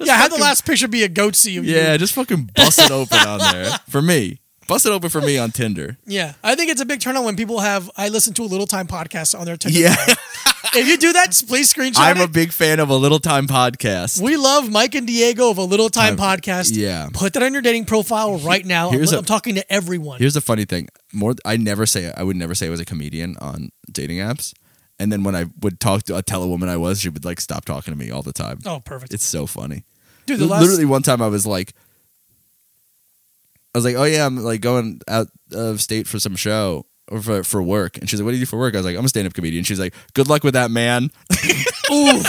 Speaker 2: yeah, have the last picture be a goatsy of you.
Speaker 1: yeah, just fucking bust it open on there for me. Bust it open for me on Tinder.
Speaker 2: Yeah, I think it's a big turn on when people have. I listen to a little time podcast on their Tinder.
Speaker 1: Yeah,
Speaker 2: If you do that, please screenshot
Speaker 1: I'm a
Speaker 2: it.
Speaker 1: big fan of a little time podcast.
Speaker 2: we love Mike and Diego of a little time podcast.
Speaker 1: yeah.
Speaker 2: put that on your dating profile right now. I'm,
Speaker 1: Here's a-
Speaker 2: I'm talking to everyone.
Speaker 1: Here's the funny thing. More, I never say I would never say I was a comedian on dating apps. And then when I would talk to, uh, tell a woman I was, she would like stop talking to me all the time.
Speaker 2: oh, perfect,
Speaker 1: It's so funny.
Speaker 2: dude. The last
Speaker 1: Literally one time I was like, I was like, oh yeah, I'm like going out of state for some show or for, for work. And she's like, what do you do for work? I was like, I'm a stand up comedian. She's like, good luck with that, man.
Speaker 2: Oof,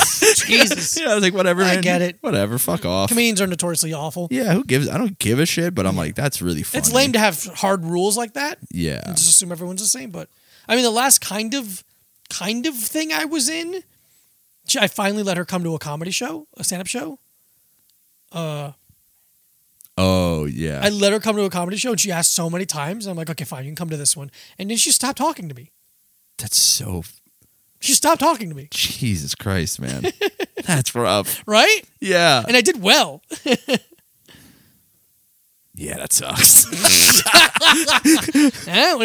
Speaker 2: Jesus.
Speaker 1: yeah, I was like, whatever.
Speaker 2: I
Speaker 1: man.
Speaker 2: get it.
Speaker 1: Whatever. Fuck off.
Speaker 2: Comedians are notoriously awful.
Speaker 1: yeah, who gives? I don't give a shit. But I'm like, that's really funny.
Speaker 2: It's lame to have hard rules like that.
Speaker 1: yeah.
Speaker 2: and just assume everyone's the same. But I mean, the last kind of kind of thing I was in, she- I finally let her come to a comedy show, a stand up show. Uh,
Speaker 1: Oh yeah.
Speaker 2: I let her come to a comedy show, and she asked so many times. I'm like, okay, fine, you can come to this one, and then she stopped talking to me.
Speaker 1: that's so
Speaker 2: She stopped talking to me,
Speaker 1: Jesus Christ, man. That's rough.
Speaker 2: right?
Speaker 1: Yeah.
Speaker 2: And I did well.
Speaker 1: Yeah, that sucks.
Speaker 2: Eh, what are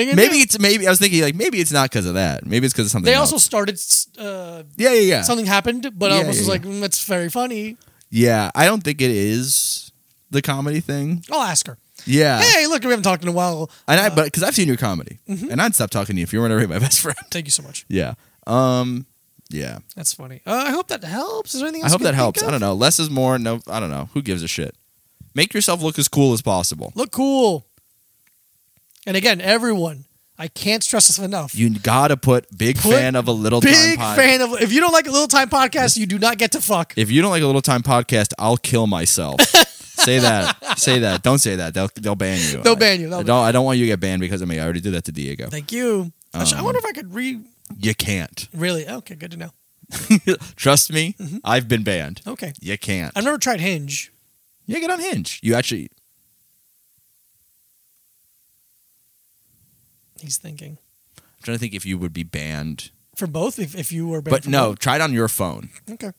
Speaker 2: you gonna
Speaker 1: maybe
Speaker 2: do?
Speaker 1: it's maybe I was thinking like maybe it's not because of that. Maybe it's because of something.
Speaker 2: they
Speaker 1: else.
Speaker 2: also started. s- Uh,
Speaker 1: Yeah, yeah, yeah.
Speaker 2: Something happened, but
Speaker 1: Yeah,
Speaker 2: I almost
Speaker 1: yeah,
Speaker 2: was
Speaker 1: yeah.
Speaker 2: like, mm, "That's very funny."
Speaker 1: yeah, I don't think it is the comedy thing.
Speaker 2: I'll ask her.
Speaker 1: Yeah.
Speaker 2: hey, look, we haven't talked in a while.
Speaker 1: and I but because I've seen your comedy.
Speaker 2: Mm-hmm.
Speaker 1: And I'd stop talking to you if you weren't already my best friend.
Speaker 2: Thank you so much.
Speaker 1: Yeah. Um yeah.
Speaker 2: That's funny. Uh, I hope that helps. Is there anything
Speaker 1: I
Speaker 2: else?
Speaker 1: hope
Speaker 2: you can
Speaker 1: that
Speaker 2: think
Speaker 1: helps.
Speaker 2: of?
Speaker 1: I don't know. Less is more. No, I don't know. Who gives a shit? Make yourself look as cool as possible.
Speaker 2: Look cool. And again, everyone, I can't stress this enough.
Speaker 1: You gotta put big
Speaker 2: Put
Speaker 1: fan of a little time
Speaker 2: Big
Speaker 1: pod-
Speaker 2: fan of. If you don't like a little time podcast, you do not get to fuck.
Speaker 1: If you don't like a little time podcast, I'll kill myself. say that. Say that. Don't say that. They'll they'll ban you.
Speaker 2: They'll ban you.
Speaker 1: I,
Speaker 2: They'll-
Speaker 1: I don't. I don't want you to get banned because of me. I already did that to Diego.
Speaker 2: Thank you. I
Speaker 1: Um,
Speaker 2: sh- I wonder if I could re.
Speaker 1: You can't.
Speaker 2: Really? Okay, good to know.
Speaker 1: Trust me.
Speaker 2: Mm-hmm.
Speaker 1: I've been banned.
Speaker 2: Okay,
Speaker 1: You can't.
Speaker 2: I've never tried Hinge.
Speaker 1: you get on Hinge. You actually.
Speaker 2: He's thinking
Speaker 1: I'm trying to think if you would be banned,
Speaker 2: for both. If, if you were, banned
Speaker 1: but
Speaker 2: from
Speaker 1: no. Try it on your phone.
Speaker 2: both. Okay.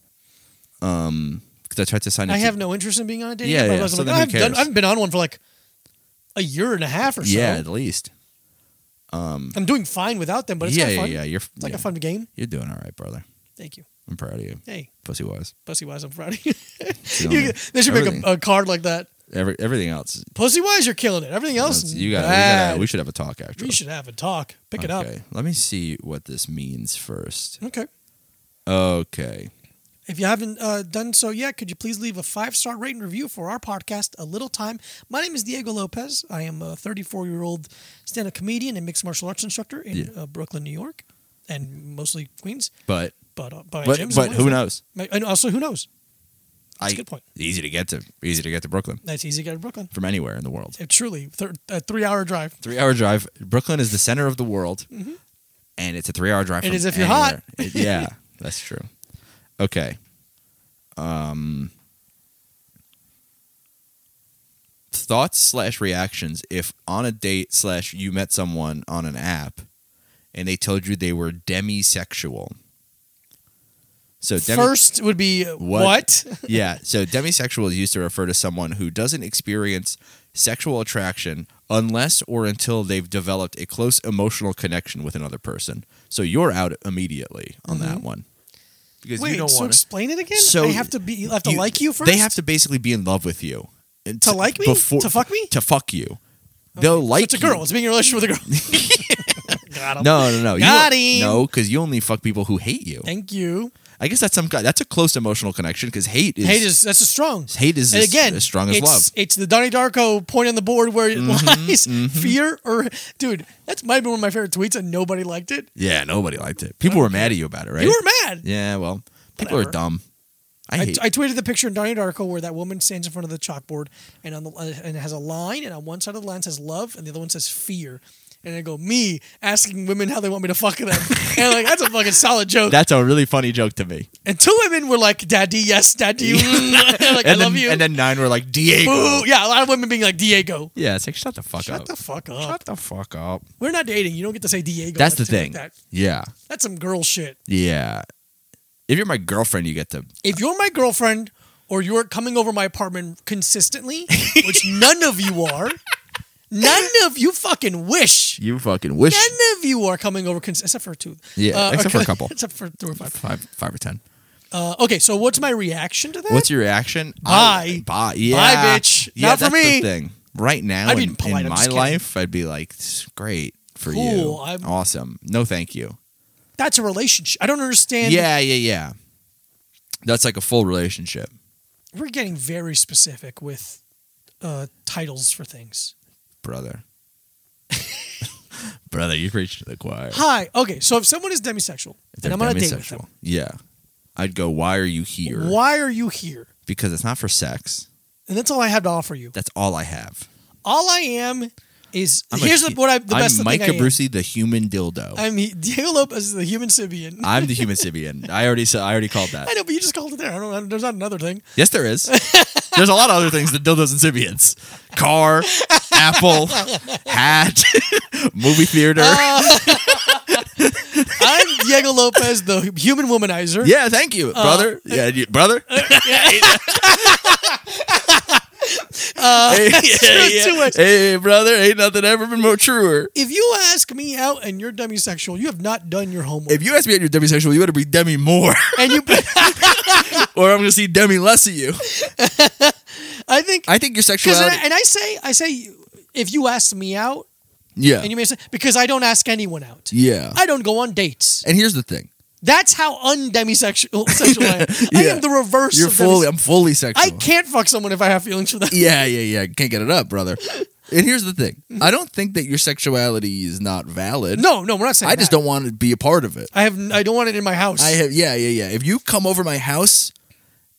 Speaker 1: Um, because I tried to sign.
Speaker 2: I
Speaker 1: into-
Speaker 2: have no interest in being on a dating.
Speaker 1: Yeah,
Speaker 2: app, but I
Speaker 1: yeah,
Speaker 2: was
Speaker 1: so
Speaker 2: like,
Speaker 1: then who
Speaker 2: I've done.
Speaker 1: cares?
Speaker 2: I've been on one for like a year and a half or so.
Speaker 1: Yeah, at least.
Speaker 2: I'm doing fine without them, but it's
Speaker 1: yeah,
Speaker 2: kind of
Speaker 1: yeah,
Speaker 2: fun.
Speaker 1: yeah. You're
Speaker 2: It's like
Speaker 1: yeah.
Speaker 2: a fun game.
Speaker 1: You're doing all right, brother.
Speaker 2: Thank you.
Speaker 1: I'm proud of you,
Speaker 2: Hey,
Speaker 1: pussy wise.
Speaker 2: pussy wise, I'm proud of you.
Speaker 1: See you on
Speaker 2: You-
Speaker 1: the-
Speaker 2: they should make
Speaker 1: everything.
Speaker 2: a, a card like that.
Speaker 1: Every, everything else,
Speaker 2: Pussy wise, you're killing it. Everything else, is
Speaker 1: you got.
Speaker 2: bad.
Speaker 1: We should have a talk after.
Speaker 2: We
Speaker 1: this.
Speaker 2: should have a talk. Pick it up.
Speaker 1: Okay, Let me see what this means first.
Speaker 2: Okay.
Speaker 1: Okay.
Speaker 2: If you haven't uh, done so yet, could you please leave a five star rating review for our podcast, A Little Time? My name is Diego Lopez. I am a 34 year old stand up comedian and mixed martial arts instructor in
Speaker 1: Yeah.
Speaker 2: uh, Brooklyn, New York, and mostly Queens.
Speaker 1: But
Speaker 2: But uh, by
Speaker 1: but,
Speaker 2: gyms
Speaker 1: but
Speaker 2: and
Speaker 1: who
Speaker 2: whatever.
Speaker 1: knows?
Speaker 2: My- And also, who knows?
Speaker 1: I-
Speaker 2: That's a good point.
Speaker 1: Easy to get to easy to get to Brooklyn
Speaker 2: That's easy to get to Brooklyn.
Speaker 1: from anywhere in the world.
Speaker 2: It truly, thir- a three hour drive.
Speaker 1: Three hour drive. Brooklyn is the center of the world, and it's a three hour drive.
Speaker 2: It
Speaker 1: from
Speaker 2: is Mm-hmm. if you're
Speaker 1: anywhere.
Speaker 2: hot.
Speaker 1: It- yeah, that's true. Okay. Um. Thoughts slash reactions if on a date slash you met someone on an app, and they told you they were demisexual. So demi-
Speaker 2: First would be uh,
Speaker 1: What?
Speaker 2: what?
Speaker 1: yeah. So demisexual is used to refer to someone who doesn't experience sexual attraction unless or until they've developed a close emotional connection with another person. So you're out immediately on that one. Because
Speaker 2: Mm-hmm. Wait,
Speaker 1: you don't
Speaker 2: so
Speaker 1: want
Speaker 2: explain it again.
Speaker 1: So
Speaker 2: they have to be, you have to like you first.
Speaker 1: They have to basically be in love with you. And
Speaker 2: To like me?
Speaker 1: Before,
Speaker 2: To fuck me?
Speaker 1: To fuck you. They'll like
Speaker 2: It's a
Speaker 1: you.
Speaker 2: girl. It's being in a relationship with a girl. Got him.
Speaker 1: No, no, no. You
Speaker 2: Got
Speaker 1: don't-
Speaker 2: him.
Speaker 1: No, because you only fuck people who hate you.
Speaker 2: Thank you.
Speaker 1: I guess that's some kind. That's a close emotional connection because hate is
Speaker 2: Hate is that's a strong.
Speaker 1: hate is
Speaker 2: and
Speaker 1: as,
Speaker 2: again,
Speaker 1: as strong as
Speaker 2: it's,
Speaker 1: love. Mm-hmm,
Speaker 2: It's the Donnie Darko point on the board where it lies fear or dude. That's might be one of my favorite tweets, and nobody liked it.
Speaker 1: Yeah, nobody liked it. People were mad at you about it, right?
Speaker 2: You were mad.
Speaker 1: Yeah, well, people
Speaker 2: Whatever.
Speaker 1: are dumb. I
Speaker 2: I,
Speaker 1: hate.
Speaker 2: I tweeted the picture in Donnie Darko where that woman stands in front of the chalkboard and on the uh, and it has a line and on one side of the line says love and the other one says fear. And I go me asking women how they want me to fuck them. and I'm like that's a fucking solid joke.
Speaker 1: that's a really funny joke to me.
Speaker 2: and two women were like, "Daddy, yes, daddy." like I
Speaker 1: Mm. and
Speaker 2: love
Speaker 1: then,
Speaker 2: you.
Speaker 1: And then nine were like Diego.
Speaker 2: Boo. Yeah, a lot of women being like Diego.
Speaker 1: Yeah, it's like shut the fuck
Speaker 2: Shut
Speaker 1: up.
Speaker 2: the fuck up.
Speaker 1: shut the fuck up.
Speaker 2: We're not dating. You don't get to say Diego.
Speaker 1: That's the
Speaker 2: like shit like
Speaker 1: thing.
Speaker 2: that.
Speaker 1: Yeah,
Speaker 2: That's some girl shit.
Speaker 1: yeah. If you're my girlfriend, you get to.
Speaker 2: If you're my girlfriend or you're coming over my apartment consistently, which none of you are, none of you fucking wish.
Speaker 1: You fucking wish
Speaker 2: None of you are coming over cons- except for two. Uh,
Speaker 1: Yeah, except for a couple.
Speaker 2: Except for two or five.
Speaker 1: five, five or ten.
Speaker 2: Uh, okay, so what's my reaction to that?
Speaker 1: What's your reaction? I- bye,
Speaker 2: Bye.
Speaker 1: yeah,
Speaker 2: bitch.
Speaker 1: Yeah,
Speaker 2: Not for
Speaker 1: that's The
Speaker 2: me.
Speaker 1: thing right now
Speaker 2: I'd be
Speaker 1: in,
Speaker 2: polite,
Speaker 1: in
Speaker 2: I'm
Speaker 1: my
Speaker 2: just kidding.
Speaker 1: life, I'd be like, "This is great for you,
Speaker 2: Cool, I'm-
Speaker 1: awesome. No, thank you.
Speaker 2: That's a relationship. I don't understand.
Speaker 1: yeah, yeah, yeah. That's like a full relationship.
Speaker 2: We're getting very specific with uh, titles for things.
Speaker 1: brother. brother, you preach to the choir.
Speaker 2: Hi. Okay, so if someone is demisexual
Speaker 1: If
Speaker 2: and
Speaker 1: they're
Speaker 2: I'm on a date with
Speaker 1: demisexual.
Speaker 2: them,
Speaker 1: Yeah. I'd go, why are you here?
Speaker 2: why are you here?
Speaker 1: Because it's not for sex.
Speaker 2: And that's all I have to offer you.
Speaker 1: That's all I have.
Speaker 2: All I am is
Speaker 1: I'm a
Speaker 2: here's
Speaker 1: hu-
Speaker 2: what I the best
Speaker 1: I'm
Speaker 2: thing
Speaker 1: Micah
Speaker 2: I
Speaker 1: Brucey, the human dildo.
Speaker 2: am. I'm he- Diego Lopez is the human Sibian. I,
Speaker 1: I'm the human Sibian. I already said I already called that.
Speaker 2: know, but you just called it there. I don't. I, there's not another thing.
Speaker 1: Yes, there is. There's a lot of other things than dildos and Sibians. Car, apple, hat, movie theater.
Speaker 2: Uh, I'm Diego Lopez, the hu- human womanizer.
Speaker 1: yeah, thank
Speaker 2: uh,
Speaker 1: you, brother. yeah, you, brother.
Speaker 2: Uh,
Speaker 1: hey, yeah,
Speaker 2: It's too
Speaker 1: yeah.
Speaker 2: much.
Speaker 1: Hey, brother, ain't nothing ever been more truer.
Speaker 2: If you ask me out and you're demisexual, you have not done your homework.
Speaker 1: If you ask me at your demisexual, you better be Demi Moore,
Speaker 2: and you,
Speaker 1: or I'm gonna see Demi less of you.
Speaker 2: I think,
Speaker 1: I think your
Speaker 2: because
Speaker 1: sexuality.
Speaker 2: and, I say, I say, if you ask me out,
Speaker 1: yeah,
Speaker 2: and you may say, because I don't ask anyone out.
Speaker 1: yeah.
Speaker 2: I don't go on dates.
Speaker 1: and here's the thing:
Speaker 2: That's how undemisexual sexual I am. I
Speaker 1: Yeah.
Speaker 2: am the reverse.
Speaker 1: you're
Speaker 2: of
Speaker 1: fully,
Speaker 2: demis-
Speaker 1: I'm fully sexual.
Speaker 2: I can't fuck someone if I have feelings for them.
Speaker 1: Yeah, yeah, yeah. Can't get it up, brother. And here's the thing: I don't think that your sexuality is not valid.
Speaker 2: No, no, we're not saying.
Speaker 1: I just
Speaker 2: that.
Speaker 1: don't want to be a part of it.
Speaker 2: I have. I don't want it in my house.
Speaker 1: I have, yeah, yeah, yeah. If you come over my house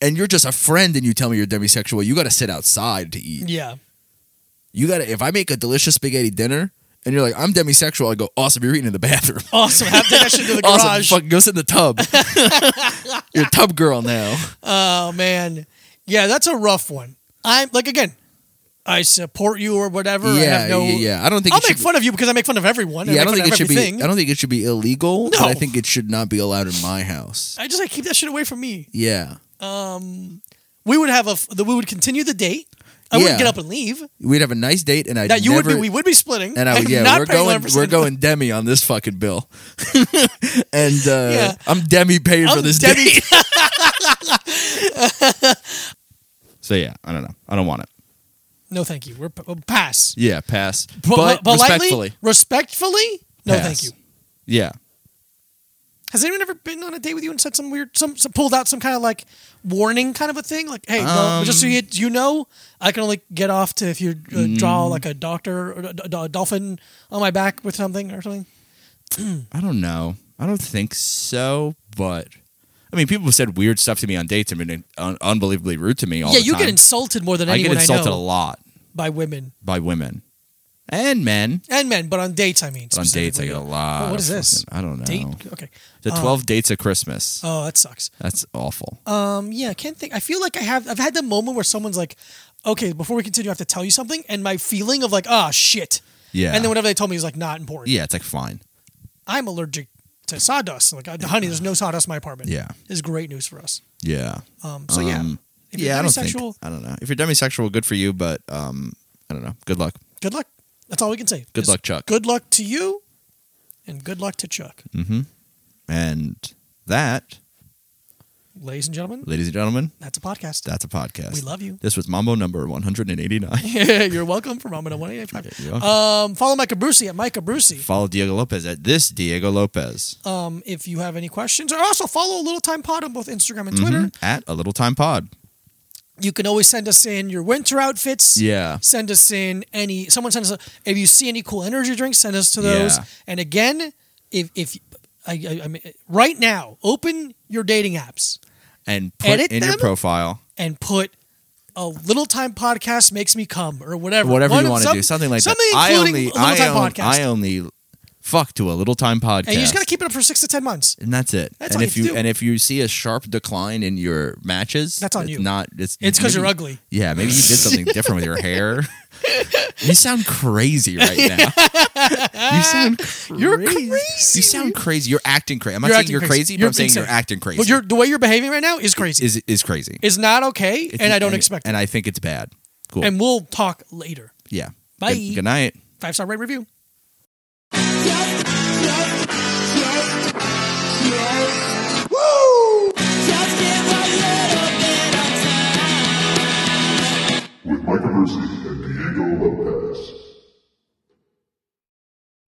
Speaker 1: and you're just a friend and you tell me you're demisexual, you got to sit outside to eat.
Speaker 2: yeah.
Speaker 1: You got to. If I make a delicious spaghetti dinner and you're like, I'm demisexual, I go, awesome. You're eating in the bathroom.
Speaker 2: Awesome. Have to that shit to the garage.
Speaker 1: Awesome. Fuck, go sit in the tub. you're a tub girl now.
Speaker 2: Oh man. Yeah, that's a rough one. I'm like again. I support you or whatever. I
Speaker 1: yeah,
Speaker 2: have no,
Speaker 1: yeah, yeah. I don't think
Speaker 2: I'll
Speaker 1: it should
Speaker 2: make fun of you because I make fun of everyone.
Speaker 1: Be, yeah, I don't
Speaker 2: make
Speaker 1: think it
Speaker 2: fun of
Speaker 1: should
Speaker 2: everything.
Speaker 1: be. I don't think it should be illegal. But
Speaker 2: No.
Speaker 1: I think it should not be allowed in my house.
Speaker 2: I just like keep that shit away from me.
Speaker 1: Yeah,
Speaker 2: We would have a. f- The, we would continue the date. I
Speaker 1: Yeah.
Speaker 2: wouldn't get up and leave.
Speaker 1: we'd have a nice date, and I
Speaker 2: That you would
Speaker 1: never-
Speaker 2: be. We would be splitting.
Speaker 1: And I
Speaker 2: I'm
Speaker 1: would, yeah,
Speaker 2: not
Speaker 1: we're
Speaker 2: paying
Speaker 1: going,
Speaker 2: 100%
Speaker 1: we're going demi on this fucking bill, and uh,
Speaker 2: Yeah.
Speaker 1: I'm demi paying for
Speaker 2: I'm
Speaker 1: this
Speaker 2: Debbie-
Speaker 1: date. So yeah, I don't know, I don't want it.
Speaker 2: no, thank you. We're p- we'll pass.
Speaker 1: Yeah, pass.
Speaker 2: But,
Speaker 1: But,
Speaker 2: politely,
Speaker 1: respectfully,
Speaker 2: respectfully, no,
Speaker 1: pass.
Speaker 2: thank you.
Speaker 1: Yeah,
Speaker 2: Has anyone ever been on a date with you and said some weird, some, some pulled out some kind of like warning kind of a thing? Like, hey, well,
Speaker 1: Um,
Speaker 2: just so you, you know, I can only get off to if you uh, draw
Speaker 1: Mm.
Speaker 2: like a doctor, or a, d- a dolphin on my back with something or something.
Speaker 1: I don't know, I don't think so, but. I mean, people have said weird stuff to me on dates and been un- unbelievably rude to me all
Speaker 2: yeah,
Speaker 1: the
Speaker 2: you
Speaker 1: time.
Speaker 2: get insulted more than
Speaker 1: I
Speaker 2: anyone
Speaker 1: get
Speaker 2: I,
Speaker 1: insulted a
Speaker 2: know
Speaker 1: lot
Speaker 2: by women
Speaker 1: by women and men.
Speaker 2: and men, but on dates, I mean.
Speaker 1: But on dates, I
Speaker 2: specifically.
Speaker 1: get a lot.
Speaker 2: Oh, what
Speaker 1: of
Speaker 2: is this?
Speaker 1: fucking- I don't know.
Speaker 2: Date? uh, Okay.
Speaker 1: The twelve dates of Christmas.
Speaker 2: Oh, that sucks.
Speaker 1: That's awful.
Speaker 2: Um, yeah, I can't think. I feel like I have. I've had the moment where someone's like, "Okay, before we continue, I have to tell you something," and my feeling of like, "Ah, shit."
Speaker 1: Yeah.
Speaker 2: And then whatever they told me is like not important.
Speaker 1: yeah, it's like fine.
Speaker 2: I'm allergic to sawdust. Like, uh, honey, there's no sawdust in my apartment.
Speaker 1: Yeah.
Speaker 2: This is great news for us.
Speaker 1: Yeah.
Speaker 2: Um, so yeah,
Speaker 1: Um,
Speaker 2: if you're
Speaker 1: yeah, I don't
Speaker 2: demisexual-
Speaker 1: think. I don't know. If you're demisexual, good for you, but um, I don't know. Good luck.
Speaker 2: good luck. That's all we can say.
Speaker 1: Good
Speaker 2: Is
Speaker 1: luck, Chuck. Mm.
Speaker 2: Good luck to you, and good luck to Chuck.
Speaker 1: And that
Speaker 2: Ladies and gentlemen,
Speaker 1: Ladies and gentlemen,
Speaker 2: that's a podcast.
Speaker 1: that's a podcast.
Speaker 2: We love you.
Speaker 1: This was Mambo number 189.
Speaker 2: You're welcome for Ramen at 185. Um, follow Mike Brucey at Mike Brucey.
Speaker 1: Follow Diego Lopez at this Diego Lopez.
Speaker 2: Um, if you have any questions, or also follow Little Time Pod on both Instagram and Twitter.
Speaker 1: Mhm. At a little time pod.
Speaker 2: You can always send us in your winter outfits.
Speaker 1: Yeah.
Speaker 2: Send us in any. Someone sends us. If you see any cool energy drinks, send us to those.
Speaker 1: Yeah.
Speaker 2: And again, if if I, I, I mean, right now, open your dating apps
Speaker 1: And put
Speaker 2: Edit
Speaker 1: in your
Speaker 2: them?
Speaker 1: profile.
Speaker 2: and put a little time podcast makes me come or whatever.
Speaker 1: Whatever
Speaker 2: One
Speaker 1: you
Speaker 2: of-
Speaker 1: want to
Speaker 2: some-
Speaker 1: do. Something like
Speaker 2: something
Speaker 1: that. I
Speaker 2: including
Speaker 1: only,
Speaker 2: little
Speaker 1: I,
Speaker 2: time
Speaker 1: own-
Speaker 2: podcast.
Speaker 1: I only fuck to a little time podcast.
Speaker 2: and you just got to keep it up for six to ten months.
Speaker 1: and that's it.
Speaker 2: That's
Speaker 1: and
Speaker 2: all you
Speaker 1: if
Speaker 2: have to do.
Speaker 1: and if you see a sharp decline in your matches,
Speaker 2: That's on
Speaker 1: it's
Speaker 2: you.
Speaker 1: Not it's
Speaker 2: It's because
Speaker 1: Mm, maybe-
Speaker 2: you're ugly.
Speaker 1: Yeah, maybe you did something different with your hair. You sound crazy right now. you sound crazy.
Speaker 2: You're crazy.
Speaker 1: You sound crazy. You're acting crazy. I'm not
Speaker 2: You're
Speaker 1: saying
Speaker 2: acting
Speaker 1: you're
Speaker 2: crazy.
Speaker 1: crazy, but
Speaker 2: You're
Speaker 1: I'm saying
Speaker 2: insane.
Speaker 1: you're acting crazy.
Speaker 2: But you're, the way you're behaving right now is crazy.
Speaker 1: is is crazy.
Speaker 2: It's not okay,
Speaker 1: It's-
Speaker 2: and I don't expect
Speaker 1: And
Speaker 2: it.
Speaker 1: I think it's bad. Cool.
Speaker 2: and we'll talk later.
Speaker 1: yeah.
Speaker 2: Bye.
Speaker 1: Good, good night.
Speaker 2: Five star rate review.
Speaker 3: Yup, yup,